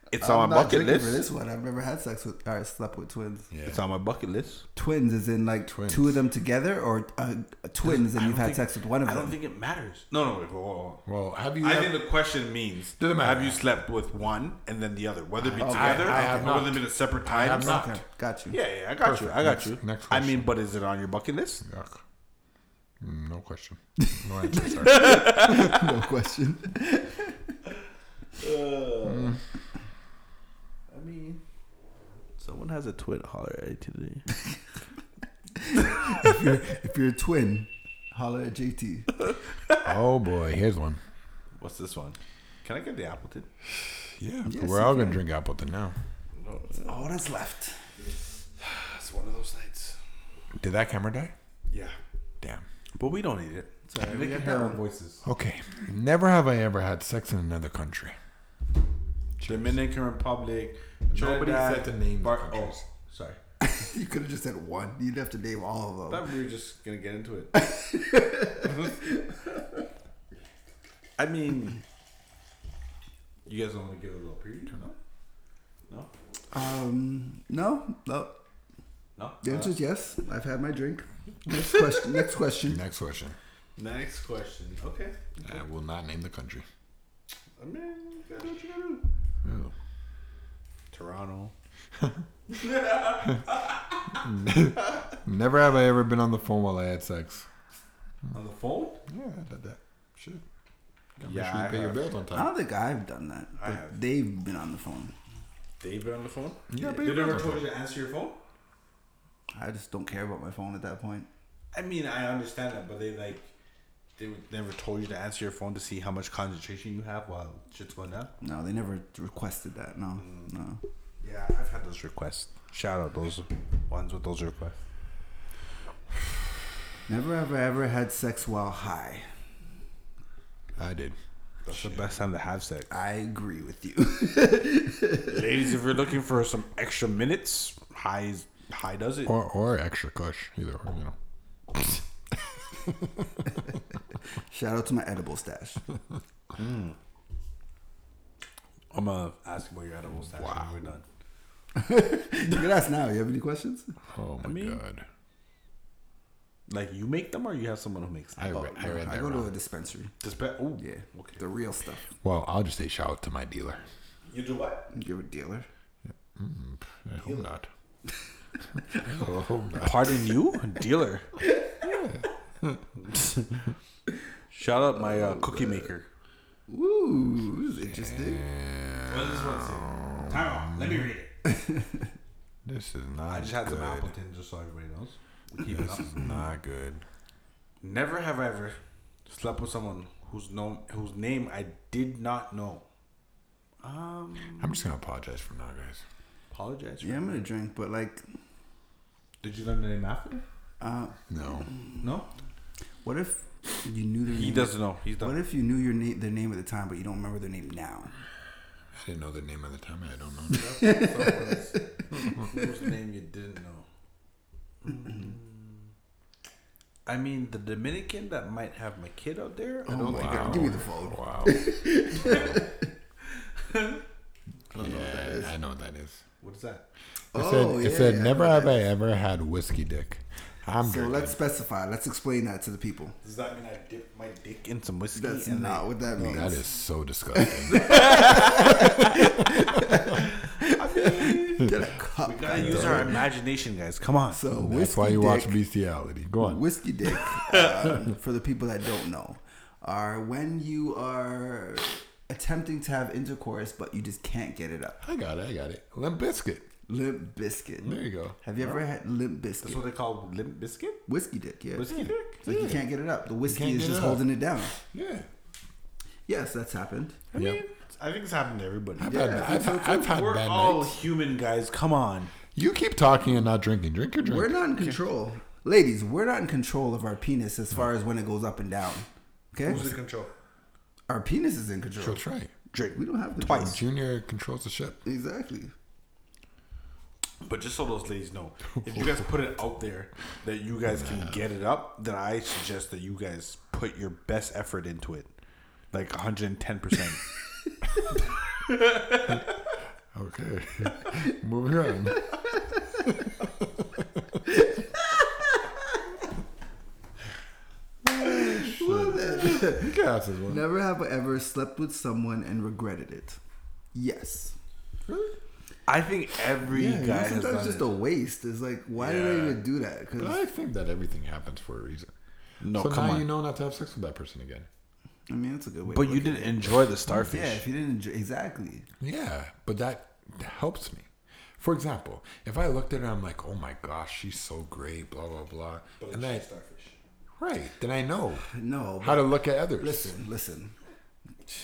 Speaker 2: It's
Speaker 4: I'm not drinking For this one, I've never had sex with or slept with twins.
Speaker 2: It's on my bucket list.
Speaker 4: Twins is in like
Speaker 3: Twins.
Speaker 4: two of them together, or uh, twins, and
Speaker 2: I
Speaker 4: you've
Speaker 2: don't
Speaker 4: had
Speaker 2: think-
Speaker 4: sex with one of
Speaker 2: I
Speaker 4: them.
Speaker 2: don't think it matters. No, no, wait, whoa, whoa, whoa.
Speaker 3: Well, have you?
Speaker 2: I
Speaker 3: ever-
Speaker 2: think the question means:
Speaker 3: Doesn't matter.
Speaker 2: Have you slept with one and then the other, whether it be
Speaker 3: I-
Speaker 2: together
Speaker 3: I have
Speaker 2: or whether
Speaker 3: not.
Speaker 2: it be at separate
Speaker 3: I have
Speaker 2: times?
Speaker 3: not.
Speaker 4: okay, got you.
Speaker 2: Yeah, yeah, I got you. I got
Speaker 3: Next-
Speaker 2: you.
Speaker 3: next
Speaker 2: I
Speaker 3: question.
Speaker 2: mean, but is it on your bucket list?
Speaker 3: Yuck. Mm, No question. No answer. Sorry.
Speaker 4: No question.
Speaker 2: Uh, I mean, someone has a twin holler at today.
Speaker 4: if, you're, if you're a twin, holler at JT.
Speaker 3: oh boy, here's one.
Speaker 2: What's this one? Can I get the Appleton?
Speaker 3: Yeah,
Speaker 4: Yes,
Speaker 3: we're
Speaker 4: you
Speaker 3: all gonna drink Appleton now.
Speaker 2: Oh,
Speaker 4: All that's left.
Speaker 2: That's one of those nights.
Speaker 3: Did that camera die?
Speaker 2: Yeah,
Speaker 3: Damn.
Speaker 2: but we don't need it. Sorry, we can hear our voices.
Speaker 3: Okay. Never have I ever had sex in another country.
Speaker 2: Dominican Republic.
Speaker 3: Nobody
Speaker 2: Trinidad,
Speaker 3: said the names of
Speaker 2: Bar- oh,
Speaker 3: countries.
Speaker 2: sorry.
Speaker 4: You could have just said one. You'd have to name all of them.
Speaker 2: thought we were just gonna get into it. I mean, you guys want to give a little preview? No, no,
Speaker 4: Um, no, no.
Speaker 2: no. Uh,
Speaker 4: The answer is yes. I've had my drink. Next question. Next question.
Speaker 3: Next question.
Speaker 2: Next question. Okay.
Speaker 3: I will not name the country.
Speaker 2: I mean, you gotta do what you gotta do.
Speaker 3: Oh.
Speaker 2: Toronto.
Speaker 3: Never have I ever been on the phone while I had sex.
Speaker 2: On the phone?
Speaker 3: Yeah, I did that. Shit. Gotta
Speaker 2: Yeah,
Speaker 3: make sure you
Speaker 2: I
Speaker 3: pay your
Speaker 2: have.
Speaker 3: bills on
Speaker 4: I
Speaker 3: time.
Speaker 4: don't think I've done that.
Speaker 2: I
Speaker 4: but
Speaker 2: have.
Speaker 4: They've been on the phone.
Speaker 2: They've been on the phone?
Speaker 3: Yeah, but
Speaker 2: They
Speaker 3: you're
Speaker 2: never
Speaker 3: on the
Speaker 2: told you to answer your phone?
Speaker 4: I just don't care about my phone at that point.
Speaker 2: I mean, I understand that, but they like, they would- never told you to answer your phone to see how much concentration you have while shit's going down?
Speaker 4: No, they never requested that. No, no.
Speaker 2: Yeah, I've had those requests. Shout out those ones with those requests.
Speaker 4: Never ever ever had sex while high.
Speaker 3: I did.
Speaker 2: That's the best time to have sex.
Speaker 4: I agree with you.
Speaker 2: Ladies, if you're looking for some extra minutes, high high does it.
Speaker 3: Or or extra cush, either or, you know.
Speaker 4: Shout out to my edible stash.
Speaker 2: I'm gonna ask about your edible stash. Wow, we're done.
Speaker 4: You can ask now. You have any questions?
Speaker 3: Oh my
Speaker 2: mean,
Speaker 3: god.
Speaker 2: Like you make them, or you have someone who makes them.
Speaker 3: I, re- I read
Speaker 4: I
Speaker 3: that
Speaker 4: go to
Speaker 3: wrong.
Speaker 4: a dispensary.
Speaker 2: Dispe- Ooh,
Speaker 4: Yeah,
Speaker 2: Okay.
Speaker 4: the real stuff.
Speaker 3: Well, I'll just say shout out to my dealer.
Speaker 2: You do what?
Speaker 4: You're a dealer.
Speaker 3: I hope not. I hope not.
Speaker 2: Pardon you, dealer. Shout out my uh, cookie maker.
Speaker 4: Ooh, this is interesting.
Speaker 2: What does this one say? Time out. Let me read it.
Speaker 3: This is not
Speaker 2: I just had some
Speaker 3: good.
Speaker 2: Appleton, just so everybody knows. Keep it
Speaker 3: This
Speaker 2: up.
Speaker 3: is not good.
Speaker 2: Never have I ever slept with someone whose no, whose name I did not know.
Speaker 3: I'm just gonna apologize from now, guys.
Speaker 2: Apologize. for
Speaker 4: Yeah, I'm
Speaker 2: that.
Speaker 4: gonna drink, but like,
Speaker 2: Did you learn the name after?
Speaker 4: uh,
Speaker 3: No.
Speaker 2: No.
Speaker 4: what if you knew their
Speaker 2: He
Speaker 4: name?
Speaker 2: doesn't know. He's
Speaker 4: What
Speaker 2: done.
Speaker 4: if you knew your name, their name at the time, but you don't remember their name now?
Speaker 3: I didn't know the name at the time. and I don't know. now.
Speaker 2: whose name you didn't know? I mean, the Dominican that might have my kid out there. I don't
Speaker 4: Oh my
Speaker 2: think.
Speaker 4: god! Give me the phone.
Speaker 3: wow. yeah, I know what that is.
Speaker 2: What is that?
Speaker 3: It
Speaker 4: Oh,
Speaker 3: said, it
Speaker 4: yeah,
Speaker 3: said
Speaker 4: yeah, I
Speaker 3: never
Speaker 4: know
Speaker 3: have I ever had whiskey dick. I'm
Speaker 4: So
Speaker 3: drinking.
Speaker 4: let's specify. Let's explain that to the people.
Speaker 2: Does that mean I dip my dick in some whiskey?
Speaker 4: That's
Speaker 2: and
Speaker 4: not what that means.
Speaker 3: that is so disgusting.
Speaker 2: I, I mean,
Speaker 4: Get a cup.
Speaker 2: We gotta use our imagination, guys. Come on.
Speaker 4: So
Speaker 3: And That's
Speaker 4: whiskey
Speaker 3: why you
Speaker 4: dick,
Speaker 3: watch bestiality. Go on.
Speaker 4: Whiskey dick, um, for the people that don't know, are when you are attempting to have intercourse but you just can't get it up.
Speaker 3: I got it. I got it. Limp biscuit.
Speaker 4: Limp biscuit.
Speaker 3: There you go.
Speaker 4: Have you ever had limp
Speaker 2: That's
Speaker 4: biscuit?
Speaker 2: what they call limp biscuit.
Speaker 4: Whiskey dick, yeah.
Speaker 2: Whiskey dick?
Speaker 4: It's like you can't get it up. The whiskey
Speaker 3: can't
Speaker 4: is
Speaker 3: get
Speaker 4: just
Speaker 3: it up.
Speaker 4: holding it down.
Speaker 3: Yeah.
Speaker 4: Yes, that's happened.
Speaker 2: I
Speaker 3: Yep.
Speaker 2: mean, I think it's happened to everybody.
Speaker 3: I've had, I've, had- I've had
Speaker 2: We're
Speaker 3: bad
Speaker 2: all
Speaker 3: nights.
Speaker 2: human, guys. Come on.
Speaker 3: You keep talking and not drinking. Drink your drink.
Speaker 4: We're not in control. Ladies, we're not in control of our penis as far as when it goes up and down. Okay?
Speaker 2: control?
Speaker 4: Our penis is in control.
Speaker 3: That's right.
Speaker 4: We
Speaker 2: Drink.
Speaker 4: don't have control.
Speaker 2: Twice.
Speaker 3: Junior controls the ship.
Speaker 4: Exactly.
Speaker 2: But just so those ladies know, if you guys put it out there that you guys can get it up, then I suggest that you guys put your best effort into it. Like 110%.
Speaker 3: Okay. Moving on. You can ask this one.
Speaker 4: Never have I ever slept with someone and regretted it. Yes.
Speaker 2: I think every
Speaker 4: Yeah, you know,
Speaker 2: guy has done
Speaker 4: sometimes just
Speaker 2: it.
Speaker 4: a waste. It's like, why did I
Speaker 2: Yeah.
Speaker 4: even do that? Because
Speaker 3: But I think that everything happens for a reason.
Speaker 2: No,
Speaker 3: so
Speaker 2: come
Speaker 3: now
Speaker 2: on.
Speaker 3: you know not to have sex with that person again.
Speaker 4: I mean, that's a good way.
Speaker 2: but
Speaker 4: to
Speaker 2: you
Speaker 4: look at
Speaker 2: didn't enjoy the
Speaker 4: it. Yeah,
Speaker 2: starfish.
Speaker 4: if you didn't enjoy, exactly.
Speaker 3: Yeah, but that helps me. For example, if I looked at her, I'm like, oh my gosh, she's so great, blah blah blah, and I right then I know
Speaker 4: No.
Speaker 3: how to look at others.
Speaker 4: listen, listen.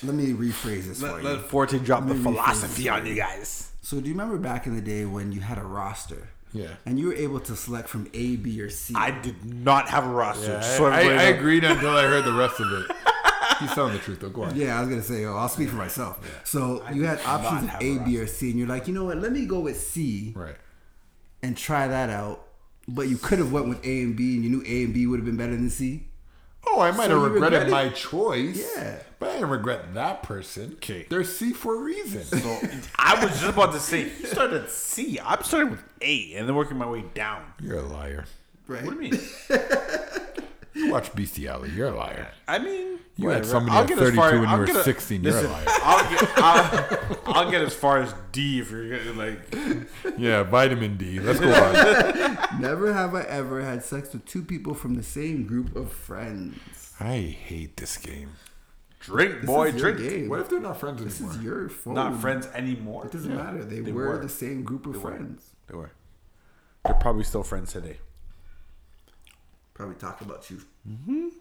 Speaker 4: Let me rephrase this for
Speaker 2: Let,
Speaker 4: you.
Speaker 2: let Forte drop the
Speaker 4: Maybe we
Speaker 2: philosophy on you guys.
Speaker 4: So do you remember back in the day when you had a roster?
Speaker 3: Yeah.
Speaker 4: And you were able to select from A, B, or C.
Speaker 2: I did not have a roster.
Speaker 3: Yeah,
Speaker 2: so
Speaker 3: I, I, I
Speaker 2: everybody knows.
Speaker 3: agreed until I heard the rest of it. He's telling the truth though. Go on.
Speaker 4: yeah, I was gonna say, oh, I'll speak for myself. So you had options of
Speaker 2: have
Speaker 4: A,
Speaker 2: a
Speaker 4: B, or C, and you're like, you know what? Let me go with C
Speaker 3: Right.
Speaker 4: and try that out. But you could have went with A and B, and you knew A and B would have been better than C.
Speaker 3: Oh, I might
Speaker 4: So
Speaker 3: have
Speaker 4: you
Speaker 3: regretted
Speaker 4: regretted-
Speaker 3: my choice.
Speaker 4: Yeah.
Speaker 3: But I didn't regret that person.
Speaker 2: 'Kay.
Speaker 3: They're C for a reason.
Speaker 2: I was just about to say, you started at C. I'm starting with A and then working my way down.
Speaker 3: You're a liar.
Speaker 4: Right.
Speaker 2: What do you mean?
Speaker 3: You watch Bestiality. You're a liar.
Speaker 2: I mean,
Speaker 3: You
Speaker 2: whatever.
Speaker 3: had somebody
Speaker 2: I'll
Speaker 3: at
Speaker 2: get as
Speaker 3: 32
Speaker 2: far-
Speaker 3: when you
Speaker 2: I'll
Speaker 3: were
Speaker 2: get a-
Speaker 3: 16. You're a
Speaker 2: listen,
Speaker 3: liar.
Speaker 2: I'll get, I'll, I'll get as far as D if you're gonna, like.
Speaker 3: Yeah, vitamin D. Let's go on.
Speaker 4: Never have I ever had sex with two people from the same group of friends.
Speaker 3: I hate this game.
Speaker 2: Drink, boy,
Speaker 4: This is your
Speaker 2: drink.
Speaker 4: game.
Speaker 3: What if they're not friends
Speaker 4: This
Speaker 3: anymore?
Speaker 4: is your phone.
Speaker 2: Not friends anymore.
Speaker 4: It doesn't matter. They, were, the same group of friends.
Speaker 2: They were. They're probably still friends today.
Speaker 4: Probably talk about you.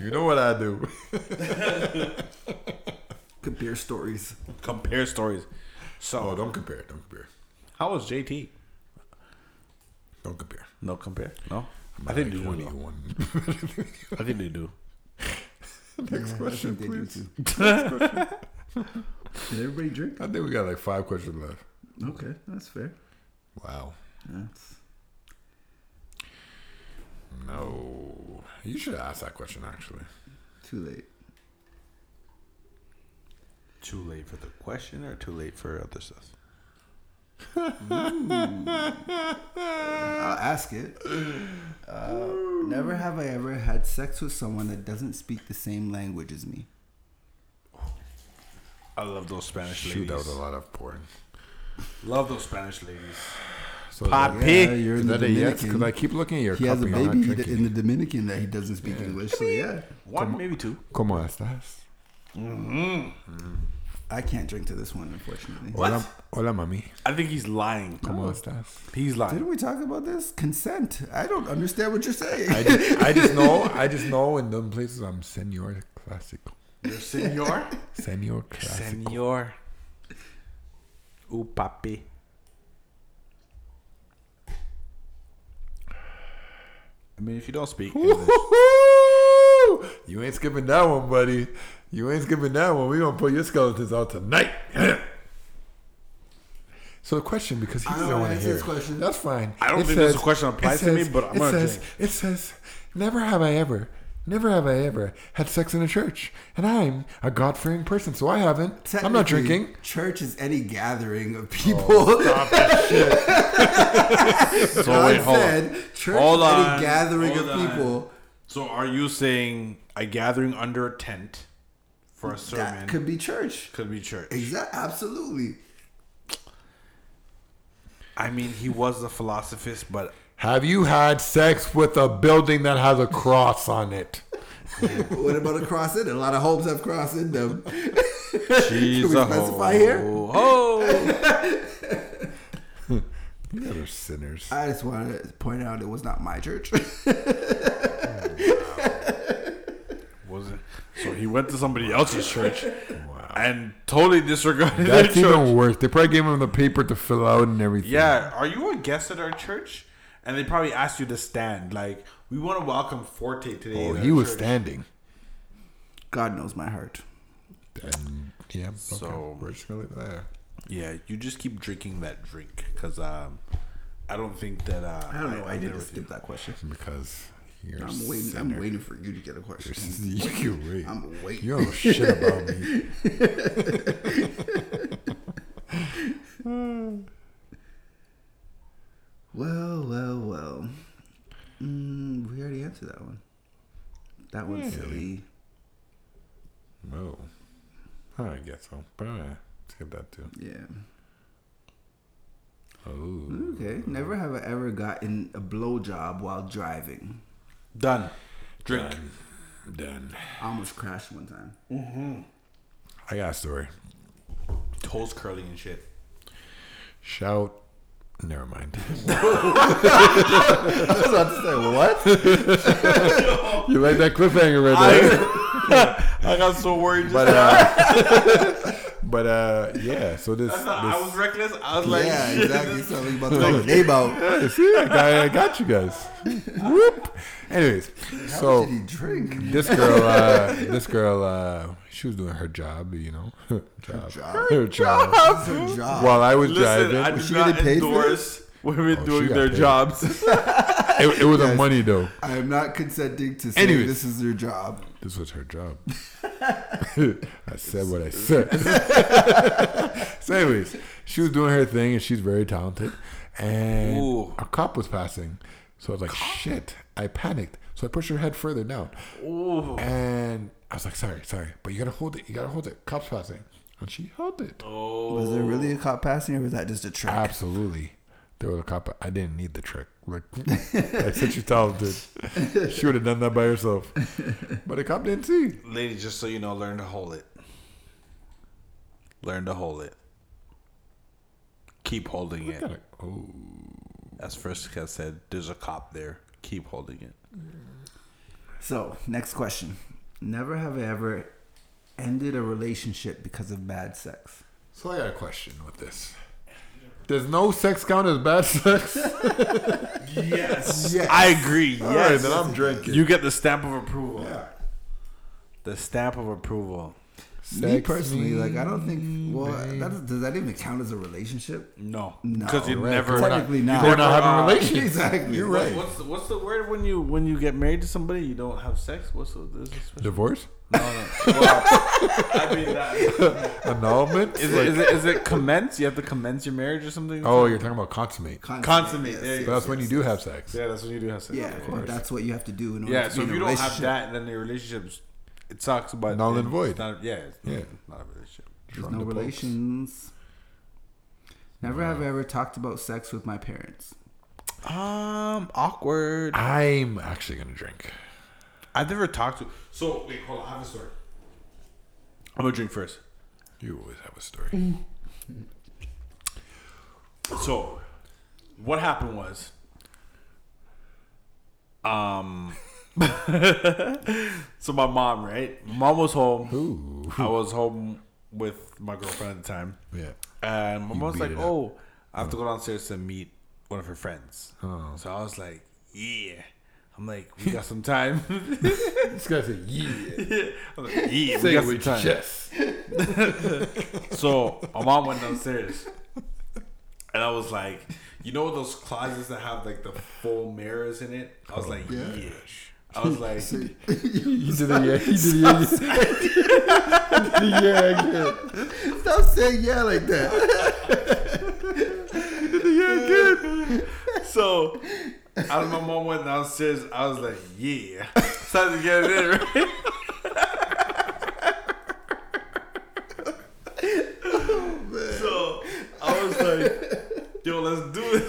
Speaker 3: you know what I do.
Speaker 4: Compare stories.
Speaker 2: Compare stories.
Speaker 3: oh,
Speaker 2: So,
Speaker 3: don't compare. Don't compare.
Speaker 2: how was JT?
Speaker 3: Don't compare.
Speaker 2: No compare. No. I think they do. though.
Speaker 3: Anyone.
Speaker 2: I think they do.
Speaker 3: Next question,
Speaker 4: they do
Speaker 3: please.
Speaker 4: too. Did everybody drink?
Speaker 3: I think we got like five questions left.
Speaker 4: Okay, that's fair.
Speaker 3: Wow.
Speaker 4: That's
Speaker 3: No. You should ask that question, actually.
Speaker 4: too late.
Speaker 2: Too late for the question or too late for other stuff?
Speaker 4: I'll ask it. Uh, never have I ever had sex with someone that doesn't speak the same language as me.
Speaker 2: I love those Spanish
Speaker 3: Shoot
Speaker 2: ladies.
Speaker 3: out a lot of porn.
Speaker 2: Love those Spanish ladies.
Speaker 3: So is
Speaker 2: Pop.
Speaker 3: that-
Speaker 2: Pig.
Speaker 4: you're
Speaker 3: Is
Speaker 4: in the
Speaker 3: that a yes?
Speaker 4: Dominican.
Speaker 3: Because I keep looking at your
Speaker 4: he
Speaker 3: cup
Speaker 4: has a
Speaker 3: and you're not
Speaker 4: baby that-
Speaker 3: drinking.
Speaker 4: in the Dominican that he doesn't speak English. So yeah,
Speaker 2: One, maybe two.
Speaker 3: Como estas?
Speaker 4: I can't drink to this one, unfortunately.
Speaker 3: Hola, hola, mami.
Speaker 2: I think he's lying.
Speaker 3: Como
Speaker 4: Oh.
Speaker 3: estas?
Speaker 2: He's lying.
Speaker 4: Didn't we talk about this? Consent. I don't understand what you're saying.
Speaker 3: I just, I just know, I just know in them places I'm senor clásico.
Speaker 2: You're senor?
Speaker 3: Senor clásico.
Speaker 2: senor. Ooh, papi. I mean, if you don't speak English.
Speaker 3: Woo-hoo-hoo! You ain't skipping that one, buddy. You ain't skipping that one. We gonna pull your skeletons out tonight. so the question, because he
Speaker 4: I don't
Speaker 3: doesn't want
Speaker 4: wanna
Speaker 3: to
Speaker 4: answer
Speaker 3: hear
Speaker 4: this
Speaker 3: it.
Speaker 4: question.
Speaker 3: That's fine.
Speaker 2: I don't think this question applies
Speaker 3: it
Speaker 2: to me,
Speaker 3: says-
Speaker 2: but I'm
Speaker 3: it
Speaker 2: gonna
Speaker 3: says,
Speaker 2: drink.
Speaker 3: It says, "Never have I ever, never have I ever had sex in a church," and I'm a God fearing person, so I haven't. I'm not
Speaker 4: Technically,
Speaker 3: drinking.
Speaker 4: Church is any gathering of people.
Speaker 2: So
Speaker 4: God
Speaker 2: wait, hold on.
Speaker 4: said, church
Speaker 2: Hold
Speaker 4: is
Speaker 2: on,
Speaker 4: any gathering
Speaker 2: hold
Speaker 4: of
Speaker 2: on.
Speaker 4: people.
Speaker 2: So are you saying a gathering under a tent for a sermon
Speaker 4: That could be church.
Speaker 2: could be church.
Speaker 4: Exactly. Absolutely.
Speaker 2: I mean, he was a philosophist, but
Speaker 3: Have you had sex with a building that has a cross on it?
Speaker 4: what about a cross in it? A lot of homes have cross in them.
Speaker 2: she's
Speaker 4: we
Speaker 2: a
Speaker 4: specify
Speaker 2: hoe.
Speaker 4: here?
Speaker 2: Oh,
Speaker 3: You guys are sinners.
Speaker 4: I just want to point out it was not my church.
Speaker 2: was it? So he went to somebody else's church
Speaker 3: Wow.
Speaker 2: and totally disregarded their
Speaker 3: That's
Speaker 2: church.
Speaker 3: even worse. They probably gave him the paper to fill out and everything.
Speaker 2: Yeah, are you a guest at our church? And they probably asked you to stand. Like, we want to welcome Forte today.
Speaker 3: Oh,
Speaker 2: at our
Speaker 3: he was
Speaker 2: church.
Speaker 3: standing.
Speaker 4: God knows my heart.
Speaker 3: And, yeah. Okay.
Speaker 2: So-
Speaker 3: we're just gonna leave it there.
Speaker 2: Yeah, you just keep drinking that drink because um, I don't think that uh,
Speaker 4: I don't know. I,
Speaker 2: did
Speaker 4: didn't skip that question.
Speaker 3: because you're.
Speaker 4: I'm waiting. I'm waiting for you to get a question.
Speaker 3: You can wait.
Speaker 4: I'm waiting.
Speaker 3: You don't know shit about me.
Speaker 4: Well, well, well. Mm, we already answered that one. That one's silly.
Speaker 3: No. I guess so. But uh, skip that too.
Speaker 4: Yeah.
Speaker 3: Oh.
Speaker 4: Okay. Never have I ever gotten a blowjob while driving.
Speaker 2: Done. Drink.
Speaker 3: Done.
Speaker 4: I almost crashed one time.
Speaker 3: I got a story.
Speaker 2: Toes curling and shit.
Speaker 3: Shout. Never mind.
Speaker 4: I was about to say, what?
Speaker 3: you like that cliffhanger right there?
Speaker 2: I got so worried. Just
Speaker 3: but uh, but uh, yeah. So this, this
Speaker 2: I was reckless. I was like,
Speaker 4: yeah, exactly. Something about to tell your neighbor. How
Speaker 3: Hey, see, I got, I got you guys. Whoop. Anyways, so
Speaker 4: much did he drink?
Speaker 3: this girl, uh, this girl, uh, she was doing her job, you know, job,
Speaker 4: job?
Speaker 3: her job.
Speaker 4: Good job.
Speaker 3: While I was
Speaker 2: listen,
Speaker 3: driving,
Speaker 2: I do
Speaker 4: she
Speaker 2: not
Speaker 4: getting paid for
Speaker 2: endorse women
Speaker 3: Oh, she
Speaker 2: doing
Speaker 3: got
Speaker 2: their
Speaker 3: paid.
Speaker 2: jobs.
Speaker 3: it, it was a
Speaker 4: Yes.
Speaker 3: money though.
Speaker 4: I am not consenting to say
Speaker 3: Anyways.
Speaker 4: this is your job.
Speaker 3: This was her job. I said what I said. so, anyways, she was doing her thing, and she's very talented. And
Speaker 2: Ooh.
Speaker 3: a cop was passing, so I was like, "Shit!" I panicked, so I pushed her head further down. And I was like, "Sorry, sorry, but you gotta hold it. You gotta hold it. Cop's passing," and she held it.
Speaker 4: Was there really a cop passing, or was that just a trick?
Speaker 3: Absolutely. There was a cop. I didn't need the trick. Like I said, she's talented. She would have done that by herself. But the cop didn't see.
Speaker 2: Ladies, just so you know, learn to hold it. Learn to hold it. Keep holding it.
Speaker 3: Gotta- Oh.
Speaker 2: As first I said, there's a cop there. Keep holding it.
Speaker 4: So, next question. Never have I ever ended a relationship because of bad sex.
Speaker 3: So I got a question with this. Does no sex count as bad sex?
Speaker 2: Yes.
Speaker 4: Yes.
Speaker 2: I agree.
Speaker 3: All
Speaker 2: yes.
Speaker 3: right, then I'm drinking.
Speaker 2: You get the stamp of approval.
Speaker 3: Yeah.
Speaker 2: The stamp of approval.
Speaker 4: Me personally, like I don't think. Well, that, does that even count as a relationship?
Speaker 2: No.
Speaker 4: No.
Speaker 2: Because you
Speaker 4: Right,
Speaker 2: never.
Speaker 4: we're not- Technically
Speaker 3: you
Speaker 4: not.
Speaker 3: We're not having
Speaker 2: Uh,
Speaker 3: a relationship.
Speaker 4: Exactly.
Speaker 3: You're right.
Speaker 2: What's the, what's the word when you when you get married to somebody you don't have sex? What's the, this is special?
Speaker 3: Divorce?
Speaker 2: I mean that is it,
Speaker 3: Annulment?
Speaker 2: is it is it commence? You have to commence your marriage or something?
Speaker 3: oh, you're talking about consummate.
Speaker 2: Consummate, there you
Speaker 3: but that's when you do have sex.
Speaker 2: yeah, that's when you do have sex.
Speaker 4: Yeah, but that's what you have to do in order
Speaker 2: Yeah,
Speaker 4: to
Speaker 2: so if
Speaker 4: be in a
Speaker 2: you don't have
Speaker 4: relationship.
Speaker 2: that, then your relationships, it sucks. But
Speaker 3: Null and
Speaker 2: it's
Speaker 3: void.
Speaker 2: Not, yeah, it's
Speaker 3: Yeah.
Speaker 2: not a relationship.
Speaker 4: There's no relations. Never have I ever talked about sex with my parents.
Speaker 2: Um, awkward.
Speaker 3: I'm actually gonna drink.
Speaker 2: I've never talked to. So wait, hold on. I have a story. I'm gonna drink first.
Speaker 3: You always have a
Speaker 4: Mm.
Speaker 3: story.
Speaker 2: So, what happened was, um, so my mom, right? My mom was home.
Speaker 3: Ooh.
Speaker 2: I was home with my girlfriend at the time,
Speaker 3: Yeah.
Speaker 2: and my mom was
Speaker 3: beat
Speaker 2: like,
Speaker 3: it up.
Speaker 2: "Oh, I have to go downstairs to meet one of her friends."
Speaker 3: Oh.
Speaker 2: So I was like, "Yeah." I'm like, "We got some time."
Speaker 3: This guy said, "Yeah."
Speaker 2: I'm like, "Yeah, we
Speaker 3: Say
Speaker 2: got
Speaker 3: it
Speaker 2: some time."
Speaker 3: with chest.
Speaker 2: So my mom went downstairs, and I was like, you know those closets that have like the full mirrors in it? I was like, yeah. I was like,
Speaker 3: He did a yeah. He did a yeah. He did a yeah. again.
Speaker 4: Stop saying yeah like that.
Speaker 2: so as my mom went downstairs, I was like, yeah, it's time to get it in, right?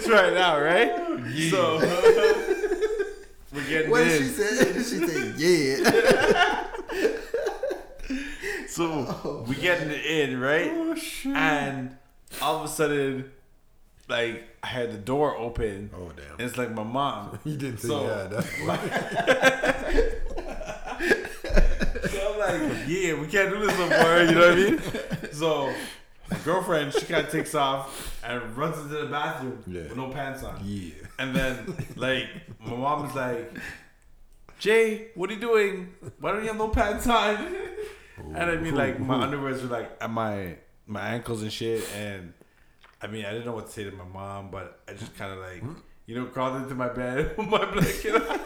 Speaker 2: right now, right? So we're getting
Speaker 4: What did she
Speaker 2: in.
Speaker 4: say? She said, "Yeah."
Speaker 3: Oh,
Speaker 2: So we getting it in, right? Oh shit! And all of a sudden, like I had the door open.
Speaker 3: Oh, damn.
Speaker 2: And it's like my mom.
Speaker 3: He didn't say
Speaker 2: So-
Speaker 3: yeah. That,
Speaker 2: So I'm like, yeah, we can't do this no more. You know what I mean? So my girlfriend, she kind of takes off and runs into the bathroom
Speaker 3: Yeah.
Speaker 2: with no pants on.
Speaker 3: yeah.
Speaker 2: And then, like, my mom is like, Jay, what are you doing? Why don't you have no pants on? And I mean, like, my underwears were like at my my ankles and shit. And I mean, I didn't know what to say to my mom, but I just kind of like, you know, crawled into my bed with my blanket. on.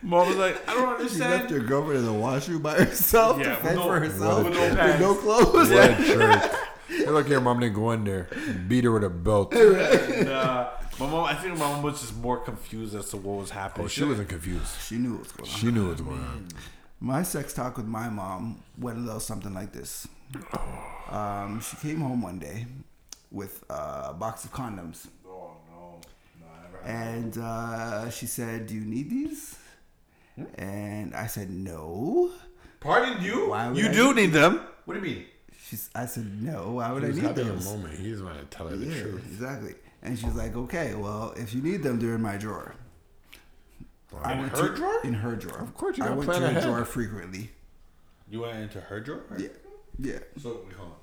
Speaker 2: mom was like, I don't
Speaker 4: She left
Speaker 2: understand.
Speaker 4: her girlfriend in the washroom by herself
Speaker 2: Yeah,
Speaker 4: to fend
Speaker 2: with no-
Speaker 4: for herself
Speaker 2: with
Speaker 4: with
Speaker 2: no
Speaker 4: no,
Speaker 2: pants.
Speaker 4: clothes.
Speaker 3: What a jerk. Hey, look here, mom didn't go in there. Beat her with a belt.
Speaker 2: And, uh, my mom, I think my mom was just more confused as to what was happening.
Speaker 3: Oh, she wasn't confused.
Speaker 4: She knew what was going on.
Speaker 3: She knew what was going on.
Speaker 4: My sex talk with my mom went a little something like this. Um, she came home one day with a box of condoms,
Speaker 2: Oh, no. No, I never had
Speaker 4: and uh, she said, "Do you need these?"
Speaker 2: Hmm?
Speaker 4: And I said, "No."
Speaker 2: Pardon you?
Speaker 4: Why would
Speaker 2: you
Speaker 4: I
Speaker 2: do need them. What do you mean?
Speaker 4: She's, I said, "No. Why would
Speaker 3: He was
Speaker 4: I need
Speaker 3: having
Speaker 4: those?"
Speaker 3: a moment. He just wanted to tell her the
Speaker 4: Yeah,
Speaker 3: truth.
Speaker 4: exactly. And she's like, "Okay, well, if you need them, they're in my drawer." I went
Speaker 2: her drawer?
Speaker 4: In her drawer. Of
Speaker 3: course, you
Speaker 4: I
Speaker 3: gotta
Speaker 4: went to
Speaker 3: plan
Speaker 4: her
Speaker 3: ahead.
Speaker 4: drawer frequently.
Speaker 2: You went into her drawer?
Speaker 4: Yeah. Yeah.
Speaker 2: So wait, hold on.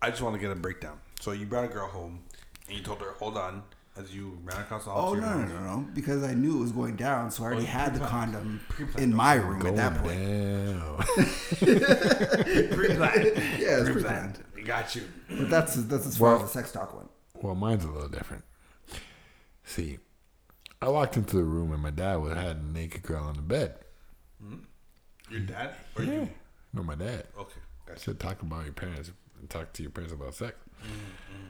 Speaker 2: I just want to get a breakdown. So you brought a girl home, and you told her, "Hold on," as you ran across the hall.
Speaker 4: Oh
Speaker 2: to
Speaker 4: no,
Speaker 2: your
Speaker 4: no,
Speaker 2: room.
Speaker 4: no, no! Because I knew it was going down, so I already
Speaker 2: you
Speaker 4: had the
Speaker 2: pre-planned.
Speaker 4: condom
Speaker 2: Pre-planned.
Speaker 4: in my room at
Speaker 3: Going
Speaker 4: that point.
Speaker 3: down.
Speaker 4: Yeah, it's
Speaker 2: Pre-planned.
Speaker 4: pre-planned.
Speaker 2: We got you.
Speaker 4: But that's that's as far
Speaker 3: Well-
Speaker 4: as the sex talk went.
Speaker 3: well, mine's a little different. See, I walked into the room and my dad was had a naked girl on the bed.
Speaker 2: Your dad or you?
Speaker 3: No, my dad.
Speaker 2: Okay.
Speaker 3: I should talk about your parents and talk to your parents about sex.
Speaker 4: Mm-hmm.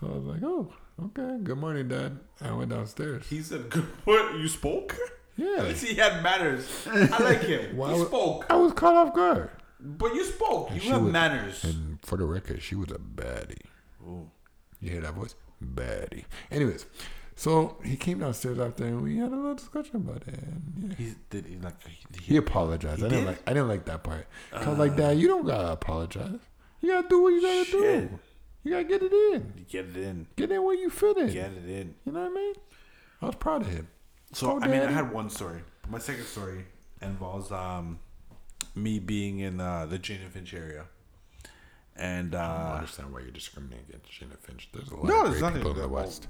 Speaker 3: So I was like, oh, okay, good morning, dad. I went downstairs.
Speaker 2: He said, "Good. What you spoke? At
Speaker 3: Yeah.
Speaker 2: least he had manners. I like him.
Speaker 3: Why
Speaker 2: you
Speaker 3: would-
Speaker 2: spoke,
Speaker 3: I was caught off guard.
Speaker 2: but you spoke. You
Speaker 3: she
Speaker 2: have
Speaker 3: would-
Speaker 2: manners.
Speaker 3: And for the record, she was a baddie. You hear that voice? Baddie. Anyways, so he came downstairs after and we had a little discussion about it. And yeah.
Speaker 2: He did. He like.
Speaker 3: He Ah. apologized. I didn't
Speaker 2: did?
Speaker 3: like I didn't like that part. 'Cause I was like, Dad, you don't gotta apologize. You gotta do what you gotta
Speaker 2: Shit.
Speaker 3: do. You gotta get it in.
Speaker 2: Get it in.
Speaker 3: Get in where you fit in.
Speaker 2: Get it in.
Speaker 3: You know what I mean? I was proud of him.
Speaker 2: So
Speaker 3: Oh,
Speaker 2: I mean, I
Speaker 3: daddy.
Speaker 2: had one story. My second story involves um, me being in uh, the Jane and Finch area, and
Speaker 3: I
Speaker 2: uh,
Speaker 3: understand why you're discriminating against Sheena Finch. There's a lot
Speaker 2: No,
Speaker 3: of
Speaker 2: there's
Speaker 3: great
Speaker 2: nothing
Speaker 3: people in
Speaker 2: to
Speaker 3: the
Speaker 2: that.
Speaker 3: West.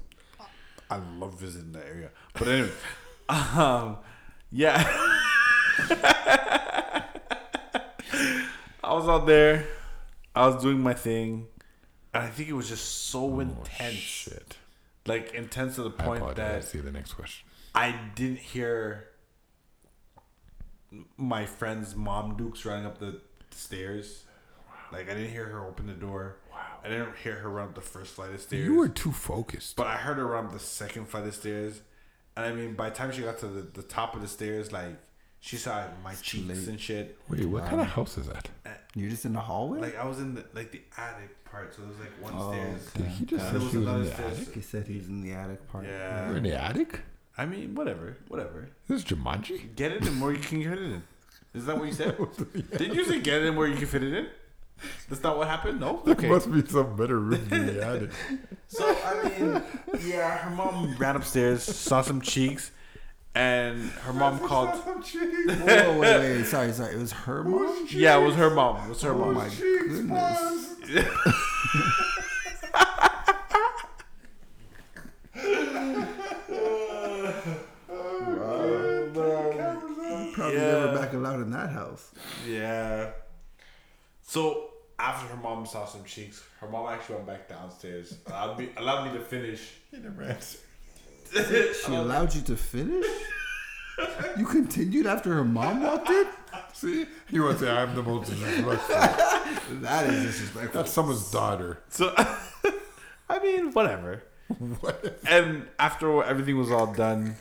Speaker 2: I love visiting that area. But anyway, um, yeah, I was out there. I was doing my thing, and I think it was just so intense,
Speaker 3: Oh, Shit.
Speaker 2: like intense to the
Speaker 3: I
Speaker 2: point
Speaker 3: apologize.
Speaker 2: that
Speaker 3: See the next question.
Speaker 2: I didn't hear my friend's mom dukes running up the stairs. Like I didn't hear her open the door. Wow. I didn't hear her run up the first flight of stairs.
Speaker 3: You were too focused.
Speaker 2: but I heard her run up the second flight of stairs. And I mean by the time she got to the, the top of the stairs, like she saw my cheeks and shit.
Speaker 3: Wait, what kind of house is that?
Speaker 4: You're just in the hallway.
Speaker 2: Like I was in the like the attic part, so there was like one stairs.
Speaker 3: Did Oh, he just
Speaker 2: And there
Speaker 3: say
Speaker 2: was
Speaker 3: she was in
Speaker 2: another
Speaker 3: the
Speaker 2: stairs.
Speaker 3: attic?
Speaker 4: he said, he's in the attic part.
Speaker 3: You were
Speaker 2: Yeah.
Speaker 3: in the attic?
Speaker 2: I mean, whatever. Whatever.
Speaker 3: This is Jumanji?
Speaker 2: Get it in where you can get it in. Is that what you said? Did you say get it in where you can fit it in? That's not what happened? No? Okay.
Speaker 3: Must be some better room than the attic.
Speaker 2: So, I mean, yeah, her mom ran upstairs, saw some cheeks, and her mom called.
Speaker 4: Whoa, whoa, wait, wait, wait, sorry, sorry. It was her mom.
Speaker 2: Yeah, it was her mom. It was her
Speaker 4: Oh
Speaker 2: mom.
Speaker 4: my goodness. Probably never
Speaker 2: Yeah.
Speaker 4: back allowed in that house.
Speaker 2: Yeah. So after her mom saw some cheeks, her mom actually went back downstairs. Allowed me, allowed me to finish. He never answered.
Speaker 4: She allowed you to finish. You continued after her mom walked in.
Speaker 3: See? You want to say I'm the most
Speaker 4: That is disrespectful.
Speaker 3: That's someone's daughter.
Speaker 2: So, I mean, whatever.
Speaker 3: What?
Speaker 2: And after everything was all done,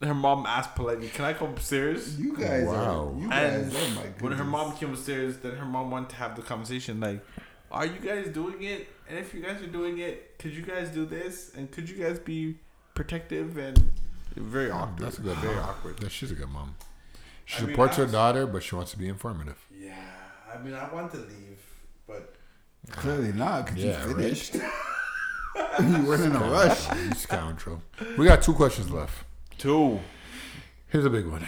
Speaker 2: her mom asked politely, "Can I come upstairs?"
Speaker 4: You guys
Speaker 3: Wow.
Speaker 4: are. You guys,
Speaker 2: And
Speaker 4: oh my
Speaker 2: when
Speaker 4: goodness.
Speaker 2: her mom came upstairs, then her mom wanted to have the conversation like, Are you guys doing it? And if you guys are doing it, could you guys do this? And could you guys be protective and very
Speaker 3: Oh,
Speaker 2: awkward?
Speaker 3: that's a good. Very
Speaker 5: awkward.
Speaker 3: Yeah, she's a good mom. She
Speaker 2: I mean,
Speaker 3: supports
Speaker 2: I
Speaker 3: her
Speaker 2: was-
Speaker 3: daughter, but she wants to be informative.
Speaker 2: Yeah, I mean, I want to leave, but
Speaker 4: Clearly not, because
Speaker 3: Yeah,
Speaker 4: you
Speaker 3: right.
Speaker 4: finished. you weren't in a rush.
Speaker 3: You scoundrel. We got two questions left.
Speaker 2: two.
Speaker 3: Here's a big one.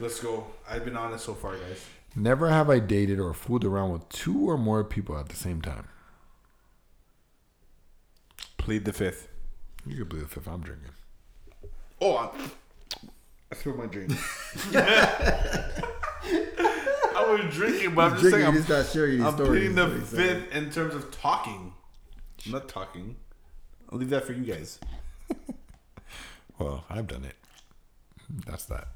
Speaker 2: Let's go. I've been honest so far, guys.
Speaker 3: Never have I dated or fooled around with two or more people at the same time.
Speaker 2: Plead the fifth.
Speaker 3: You can believe if I'm drinking.
Speaker 2: Oh, I, I spilled my drink. I was drinking, but I'm just
Speaker 4: Drinking,
Speaker 2: saying
Speaker 4: you
Speaker 2: I'm,
Speaker 4: just got sharing these
Speaker 2: I'm
Speaker 4: stories.
Speaker 2: pleading the
Speaker 4: is what he said.
Speaker 2: fifth in terms of talking. I'm not talking. I'll leave that for you guys.
Speaker 3: Well, I've done it. That's that.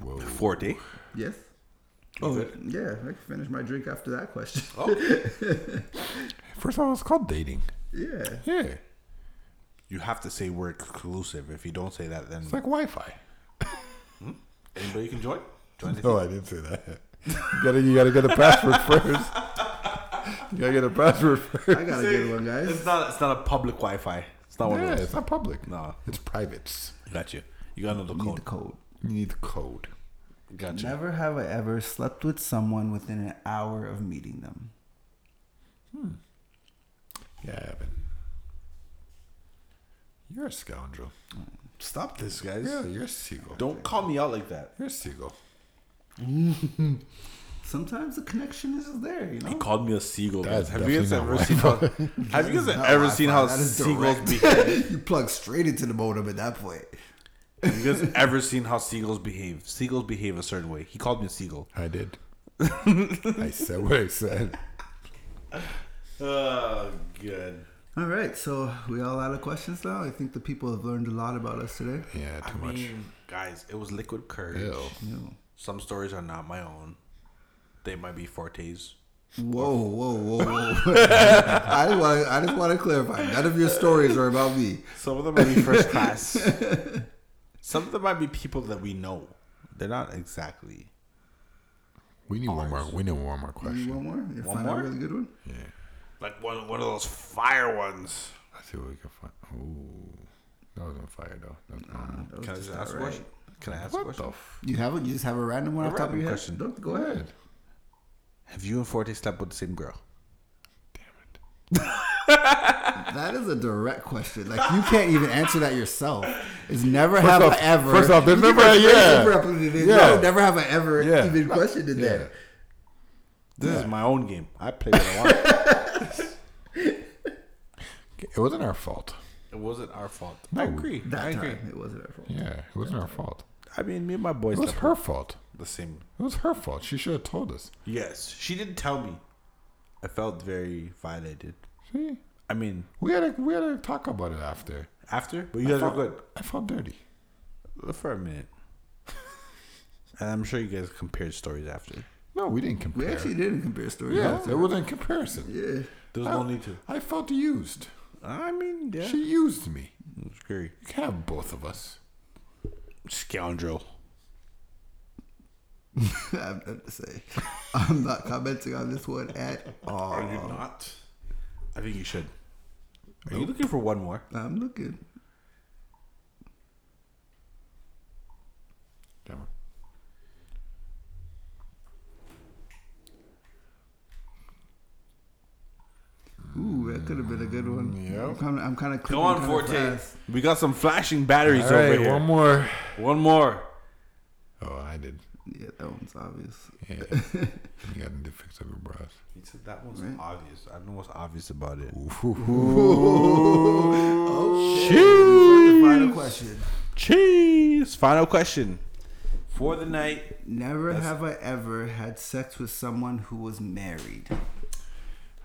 Speaker 3: Whoa.
Speaker 2: Forty.
Speaker 4: Yes.
Speaker 2: Oh,
Speaker 4: Yeah, I can finish my drink after that question.
Speaker 3: First of all, it's called dating.
Speaker 4: Yeah.
Speaker 3: Yeah.
Speaker 2: You have to say we're exclusive. If you don't say that, then
Speaker 3: It's like Wi Fi.
Speaker 2: anybody can join. Join
Speaker 3: No, Oh, I didn't say that. You gotta, you gotta get the password first. You gotta get a password first.
Speaker 4: I got a good one, guys.
Speaker 2: It's not. It's not a public Wi-Fi. It's not one
Speaker 3: Yeah,
Speaker 2: of those.
Speaker 3: it's not public.
Speaker 2: No.
Speaker 3: It's privates.
Speaker 2: Got you. You gotta know the
Speaker 4: Need the
Speaker 2: code.
Speaker 4: code.
Speaker 3: You need the code.
Speaker 2: Got you.
Speaker 4: Never have I ever slept with someone within an hour of meeting them.
Speaker 3: Yeah, Evan. You're a scoundrel.
Speaker 2: Stop this, guys.
Speaker 3: Yeah, you're a seagull.
Speaker 2: Don't call me out like that.
Speaker 3: You're a seagull.
Speaker 4: Sometimes the connection is there,
Speaker 2: He
Speaker 4: you know.
Speaker 2: called me a seagull.
Speaker 3: That's
Speaker 2: guys. Have you guys ever
Speaker 3: definitely
Speaker 2: seen how? Have you guys
Speaker 4: Not
Speaker 2: ever seen
Speaker 4: Wi-Fi,
Speaker 2: how
Speaker 4: that is
Speaker 2: seagulls
Speaker 4: direct.
Speaker 2: behave?
Speaker 4: you plug straight into the modem at that point.
Speaker 2: Have you guys ever seen how seagulls behave? Seagulls behave a certain way. He called me a seagull.
Speaker 3: I did. I said what I said.
Speaker 2: Oh, good.
Speaker 4: All right, so we all out of questions now. I think the people have learned a lot about us today.
Speaker 3: Yeah, too
Speaker 2: I
Speaker 3: much.
Speaker 2: mean, guys, it was liquid courage.
Speaker 3: Ew.
Speaker 4: Ew.
Speaker 2: Some stories are not my own. They might be fortes.
Speaker 4: Whoa, whoa, whoa, whoa! I just want I just want to clarify. None of your stories are about me.
Speaker 2: Some of them might be first class. Some of them might be people that we know. They're not exactly.
Speaker 3: We need one more. We need one more
Speaker 4: You
Speaker 3: question.
Speaker 4: want more? You
Speaker 2: One
Speaker 4: find out
Speaker 2: more?
Speaker 4: a really good one.
Speaker 3: Yeah.
Speaker 2: Like one, one of those fire ones.
Speaker 3: Let's see what we can find. Oh, that was on fire though. That was normal.
Speaker 4: That was
Speaker 2: Can I
Speaker 4: just
Speaker 2: just
Speaker 4: not
Speaker 2: ask a
Speaker 4: right.
Speaker 2: question? Can I ask a
Speaker 3: what
Speaker 2: question?
Speaker 3: the f-
Speaker 4: You have it. You just have a random one
Speaker 2: A
Speaker 4: off the top of
Speaker 2: random
Speaker 4: your
Speaker 2: question.
Speaker 4: head. Don't go ahead.
Speaker 2: Have you and Forte slept with the same girl?
Speaker 3: Damn it.
Speaker 4: That is a direct question. Like you can't even answer that yourself. It's never have
Speaker 3: off-
Speaker 4: I ever.
Speaker 3: first off, there's
Speaker 4: You
Speaker 3: never-
Speaker 4: can phrase
Speaker 3: yeah.
Speaker 4: it properly, then.
Speaker 3: Yeah.
Speaker 4: No, never have I ever
Speaker 3: Yeah.
Speaker 4: even questioned it there.
Speaker 2: This is my own game. I play what I want.
Speaker 3: It wasn't our fault.
Speaker 2: it wasn't our fault. I agree.
Speaker 4: That
Speaker 2: I agree.
Speaker 4: time it wasn't our fault.
Speaker 3: Yeah, it wasn't our fault.
Speaker 2: I mean, me and my boys.
Speaker 3: It was
Speaker 2: slept
Speaker 3: her
Speaker 2: with
Speaker 3: fault.
Speaker 2: The same.
Speaker 3: It was her fault. She should have told us.
Speaker 2: Yes, she didn't tell me. I felt very violated.
Speaker 3: See,
Speaker 2: I mean,
Speaker 3: we had to we had to talk about it after.
Speaker 2: after, but you guys were
Speaker 3: felt,
Speaker 2: good
Speaker 3: I felt dirty.
Speaker 2: for a minute. and I'm sure you guys compared stories after.
Speaker 3: No, we didn't compare.
Speaker 4: We actually didn't compare stories.
Speaker 3: yeah, it wasn't a comparison.
Speaker 4: Yeah.
Speaker 2: There was no need to.
Speaker 3: I felt used.
Speaker 2: I mean, yeah.
Speaker 3: She used me.
Speaker 2: Scary.
Speaker 3: You can have both of us.
Speaker 2: Scoundrel.
Speaker 4: I have nothing to say. I'm not commenting on this one at all.
Speaker 2: Are you not? I think you should. Are you looking for one more?
Speaker 4: I'm looking.
Speaker 3: Damn it.
Speaker 4: Ooh, that could have been a good one.
Speaker 3: Yeah.
Speaker 4: I'm kind of, I'm kind of
Speaker 2: Go on, Forte. We got some flashing batteries
Speaker 3: All right,
Speaker 2: over here.
Speaker 3: one more.
Speaker 2: One more.
Speaker 3: Oh, I did.
Speaker 4: Yeah, that one's obvious.
Speaker 3: Yeah. you got to fix up your bras.
Speaker 2: He said that one's obvious. I don't know what's obvious about it.
Speaker 4: The final question.
Speaker 2: Cheese. Final question for the night.
Speaker 4: Never have I ever had sex with someone who was married.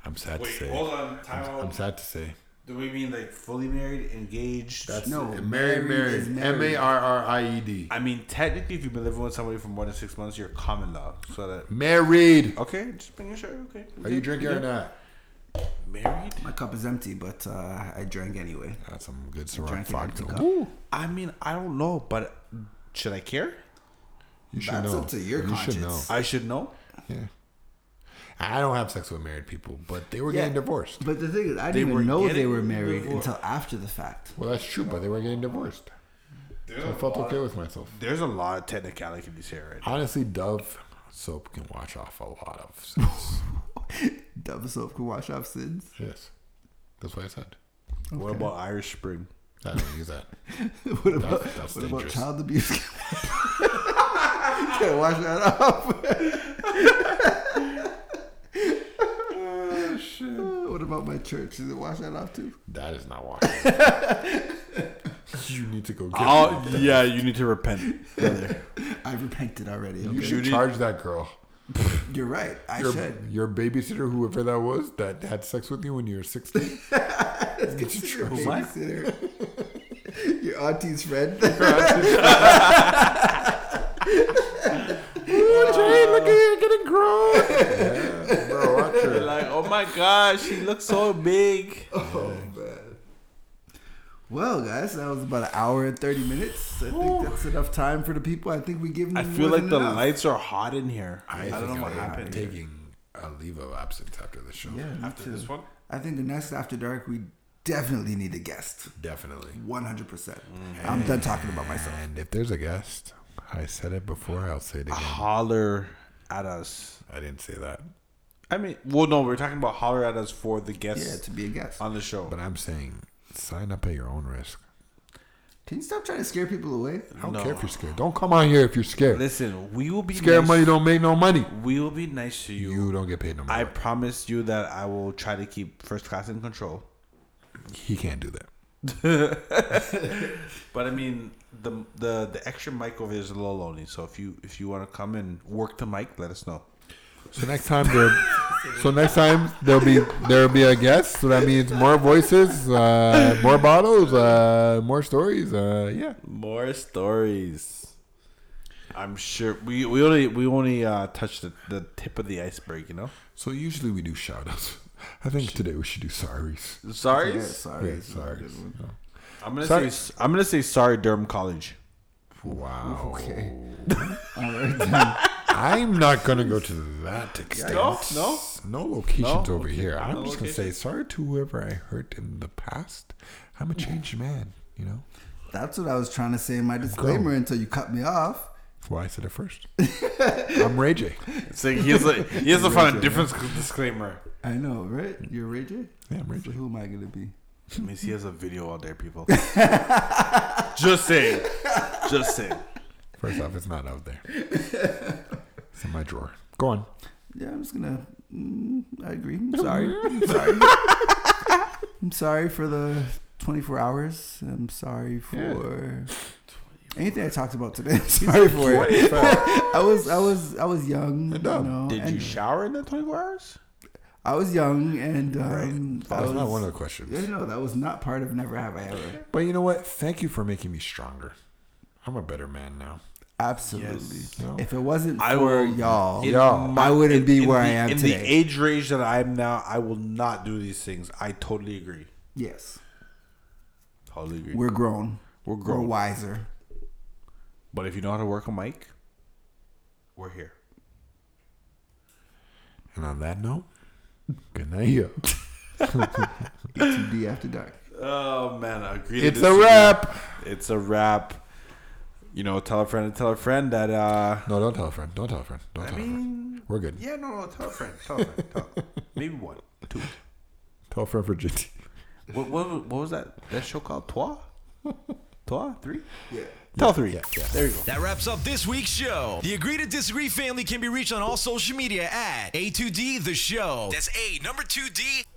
Speaker 3: I'm sad to
Speaker 2: Wait,
Speaker 3: say.
Speaker 2: hold on. Time
Speaker 3: I'm,
Speaker 2: out.
Speaker 3: I'm sad to say.
Speaker 2: Do we mean like fully married, engaged?
Speaker 4: No,
Speaker 3: married,
Speaker 4: married is
Speaker 3: married. M
Speaker 4: married.
Speaker 3: A R R I E D.
Speaker 2: I mean, technically, if you've been living with somebody for more than six months, you're common law. So that.
Speaker 3: Married.
Speaker 2: Okay, just making sure. Okay.
Speaker 3: Are you drinking or not?
Speaker 2: married?
Speaker 4: My cup is empty, but uh, I drank anyway.
Speaker 3: Got some good Ciroc
Speaker 4: Drinking empty
Speaker 3: vodka.
Speaker 4: cup.
Speaker 3: Woo.
Speaker 2: I mean, I don't know, but should I care?
Speaker 3: You should
Speaker 4: That's
Speaker 3: know.
Speaker 4: up to your
Speaker 3: You should know.
Speaker 4: conscience.
Speaker 2: I should know.
Speaker 3: Yeah. I don't have sex with married people, but they were
Speaker 4: Yeah.
Speaker 3: getting divorced.
Speaker 4: But the thing is, I
Speaker 2: They
Speaker 4: didn't
Speaker 2: were
Speaker 4: even know they
Speaker 2: getting
Speaker 4: were married
Speaker 2: divorced.
Speaker 4: until after the fact.
Speaker 3: Well, that's true, but they were getting divorced.
Speaker 2: There's
Speaker 3: I
Speaker 2: a
Speaker 3: felt
Speaker 2: lot-
Speaker 3: okay with myself.
Speaker 2: There's a lot of technicalities here right now.
Speaker 3: Honestly, Dove soap can wash off a lot of sins.
Speaker 4: Dove soap can wash off sins.
Speaker 3: yes, that's what I said.
Speaker 2: What about Irish Spring?
Speaker 3: I don't use that.
Speaker 4: What about,
Speaker 3: That's, that's
Speaker 4: what about
Speaker 3: dangerous.
Speaker 4: child abuse? Can't wash that off. Uh, What about my church? Does it wash that off too?
Speaker 3: that is not washing. you need to go get.
Speaker 2: Oh yeah, you need to repent. brother.
Speaker 4: I repented already.
Speaker 3: you
Speaker 4: Okay?
Speaker 3: should
Speaker 2: need-
Speaker 3: charge that girl.
Speaker 4: You're right. I
Speaker 3: Your,
Speaker 4: should.
Speaker 3: your babysitter, whoever that was, that had sex with you when you were sixteen.
Speaker 4: Your babysitter. Your auntie's friend.
Speaker 3: look at you getting grown. yeah, bro, watch
Speaker 2: They're
Speaker 3: her.
Speaker 2: like, oh my gosh, she looks so big.
Speaker 4: Well, guys, that was about an hour and thirty minutes. I think that's enough time for the people. I think we give them.
Speaker 2: I feel
Speaker 4: more
Speaker 2: like
Speaker 4: than
Speaker 2: the
Speaker 4: enough.
Speaker 2: lights are hot in here. I,
Speaker 3: I,
Speaker 2: don't know what
Speaker 3: am
Speaker 2: happened.
Speaker 3: Taking a leave of absence after the show.
Speaker 4: Yeah, me too.
Speaker 2: one?
Speaker 4: I think the next after dark we definitely need a guest.
Speaker 3: definitely.
Speaker 4: One hundred percent. I'm done talking about myself.
Speaker 3: And if there's a guest, I said it before. I'll say it again.
Speaker 2: Holler at us.
Speaker 3: I didn't say that,
Speaker 2: I mean, well, no, we're talking about holler at us for the guests
Speaker 4: Yeah, to be a guest.
Speaker 2: on the show.
Speaker 3: but I'm saying sign up at your own risk.
Speaker 4: Can you stop trying to scare people away?
Speaker 3: I don't
Speaker 2: No.
Speaker 3: care if you're scared. Don't come on here if you're scared.
Speaker 2: Listen, we will be
Speaker 3: Scared
Speaker 2: nice.
Speaker 3: money don't make no money.
Speaker 2: We will be nice to you.
Speaker 3: You don't get paid no
Speaker 2: I
Speaker 3: money.
Speaker 2: promise you that I will try to keep first class in control.
Speaker 3: He can't do that.
Speaker 2: But I mean, the the the extra mic over there is a little lonely. So if you if you want to come and work the mic, let us know.
Speaker 3: So next time there, so next time there'll be there'll be a guest. So that means more voices, uh, more bottles, uh, more stories. Uh, yeah,
Speaker 2: More stories. I'm sure we, we only we only uh, touched the, the tip of the iceberg, you know.
Speaker 3: So usually we do shout outs. I think today we should do sorries.
Speaker 2: Sorry,
Speaker 4: Yeah, sorry.
Speaker 3: Yeah, sorries.
Speaker 2: I'm gonna
Speaker 3: Sorry.
Speaker 2: say I'm gonna say sorry, Durham College.
Speaker 3: Wow.
Speaker 4: Okay. All right. then.
Speaker 3: I'm not gonna go to that extent.
Speaker 2: No, no.
Speaker 3: No locations
Speaker 2: No,
Speaker 3: over
Speaker 2: okay.
Speaker 3: here. I'm
Speaker 2: No
Speaker 3: just gonna say
Speaker 2: locations.
Speaker 3: sorry to whoever I hurt in the past. I'm a changed man, you know.
Speaker 4: That's what I was trying to say in my disclaimer until you cut me off.
Speaker 3: Why I said it first. I'm Ray J.
Speaker 2: It's like he has a he has to find a different disclaimer.
Speaker 4: I know, right? You're Ray J?
Speaker 3: Yeah, I'm Ray J.
Speaker 4: Who am I going to be?
Speaker 2: That means he has a video out there, people. Just saying, just saying.
Speaker 3: First off, it's not out there. It's in my drawer. Go on.
Speaker 4: Yeah, I'm just gonna. Mm, I agree. I'm sorry. I'm sorry. I'm sorry for the 24 hours. I'm sorry for anything I talked about today. I'm sorry for it. I was I was I was young. You know,
Speaker 2: Did
Speaker 4: and
Speaker 2: you shower in the 24 hours?
Speaker 4: I was young and um, I
Speaker 3: That's
Speaker 4: was.
Speaker 3: not one of the
Speaker 4: yeah,
Speaker 3: questions.
Speaker 4: no, that was not part of Never Have I Ever.
Speaker 3: But you know what? Thank you for making me stronger. I'm a better man now.
Speaker 4: Absolutely.
Speaker 3: No.
Speaker 4: If it wasn't
Speaker 2: I
Speaker 4: for
Speaker 2: will-
Speaker 4: y'all,
Speaker 2: in
Speaker 4: I wouldn't be
Speaker 2: in
Speaker 4: where I
Speaker 2: the-
Speaker 4: am
Speaker 2: in
Speaker 4: today.
Speaker 2: the age range that I am now. I will not do these things. I totally agree.
Speaker 4: yes,
Speaker 2: Totally agree.
Speaker 4: we're grown. We're
Speaker 2: grown.
Speaker 4: We're wiser.
Speaker 2: but if you know how to work a mic, we're here.
Speaker 3: And on that note, good night, yo.
Speaker 4: TD after dark.
Speaker 2: Oh man, I agree. to
Speaker 3: It's a
Speaker 2: disagree.
Speaker 3: wrap.
Speaker 2: It's a wrap. You know, tell a friend to tell a friend that. uh
Speaker 3: No, don't tell a friend. Don't tell a friend. Don't tell a friend. We're good.
Speaker 2: yeah, no, no, tell a friend, tell a friend, tell a friend. maybe one, two.
Speaker 3: Tell a friend for JT.
Speaker 2: What, what, what was that? That show called Trois, Trois, three.
Speaker 4: Yeah.
Speaker 2: Tell three. There you go.
Speaker 1: That wraps up this week's show. The Agree to Disagree family can be reached on all social media at A2D The Show. That's A number 2D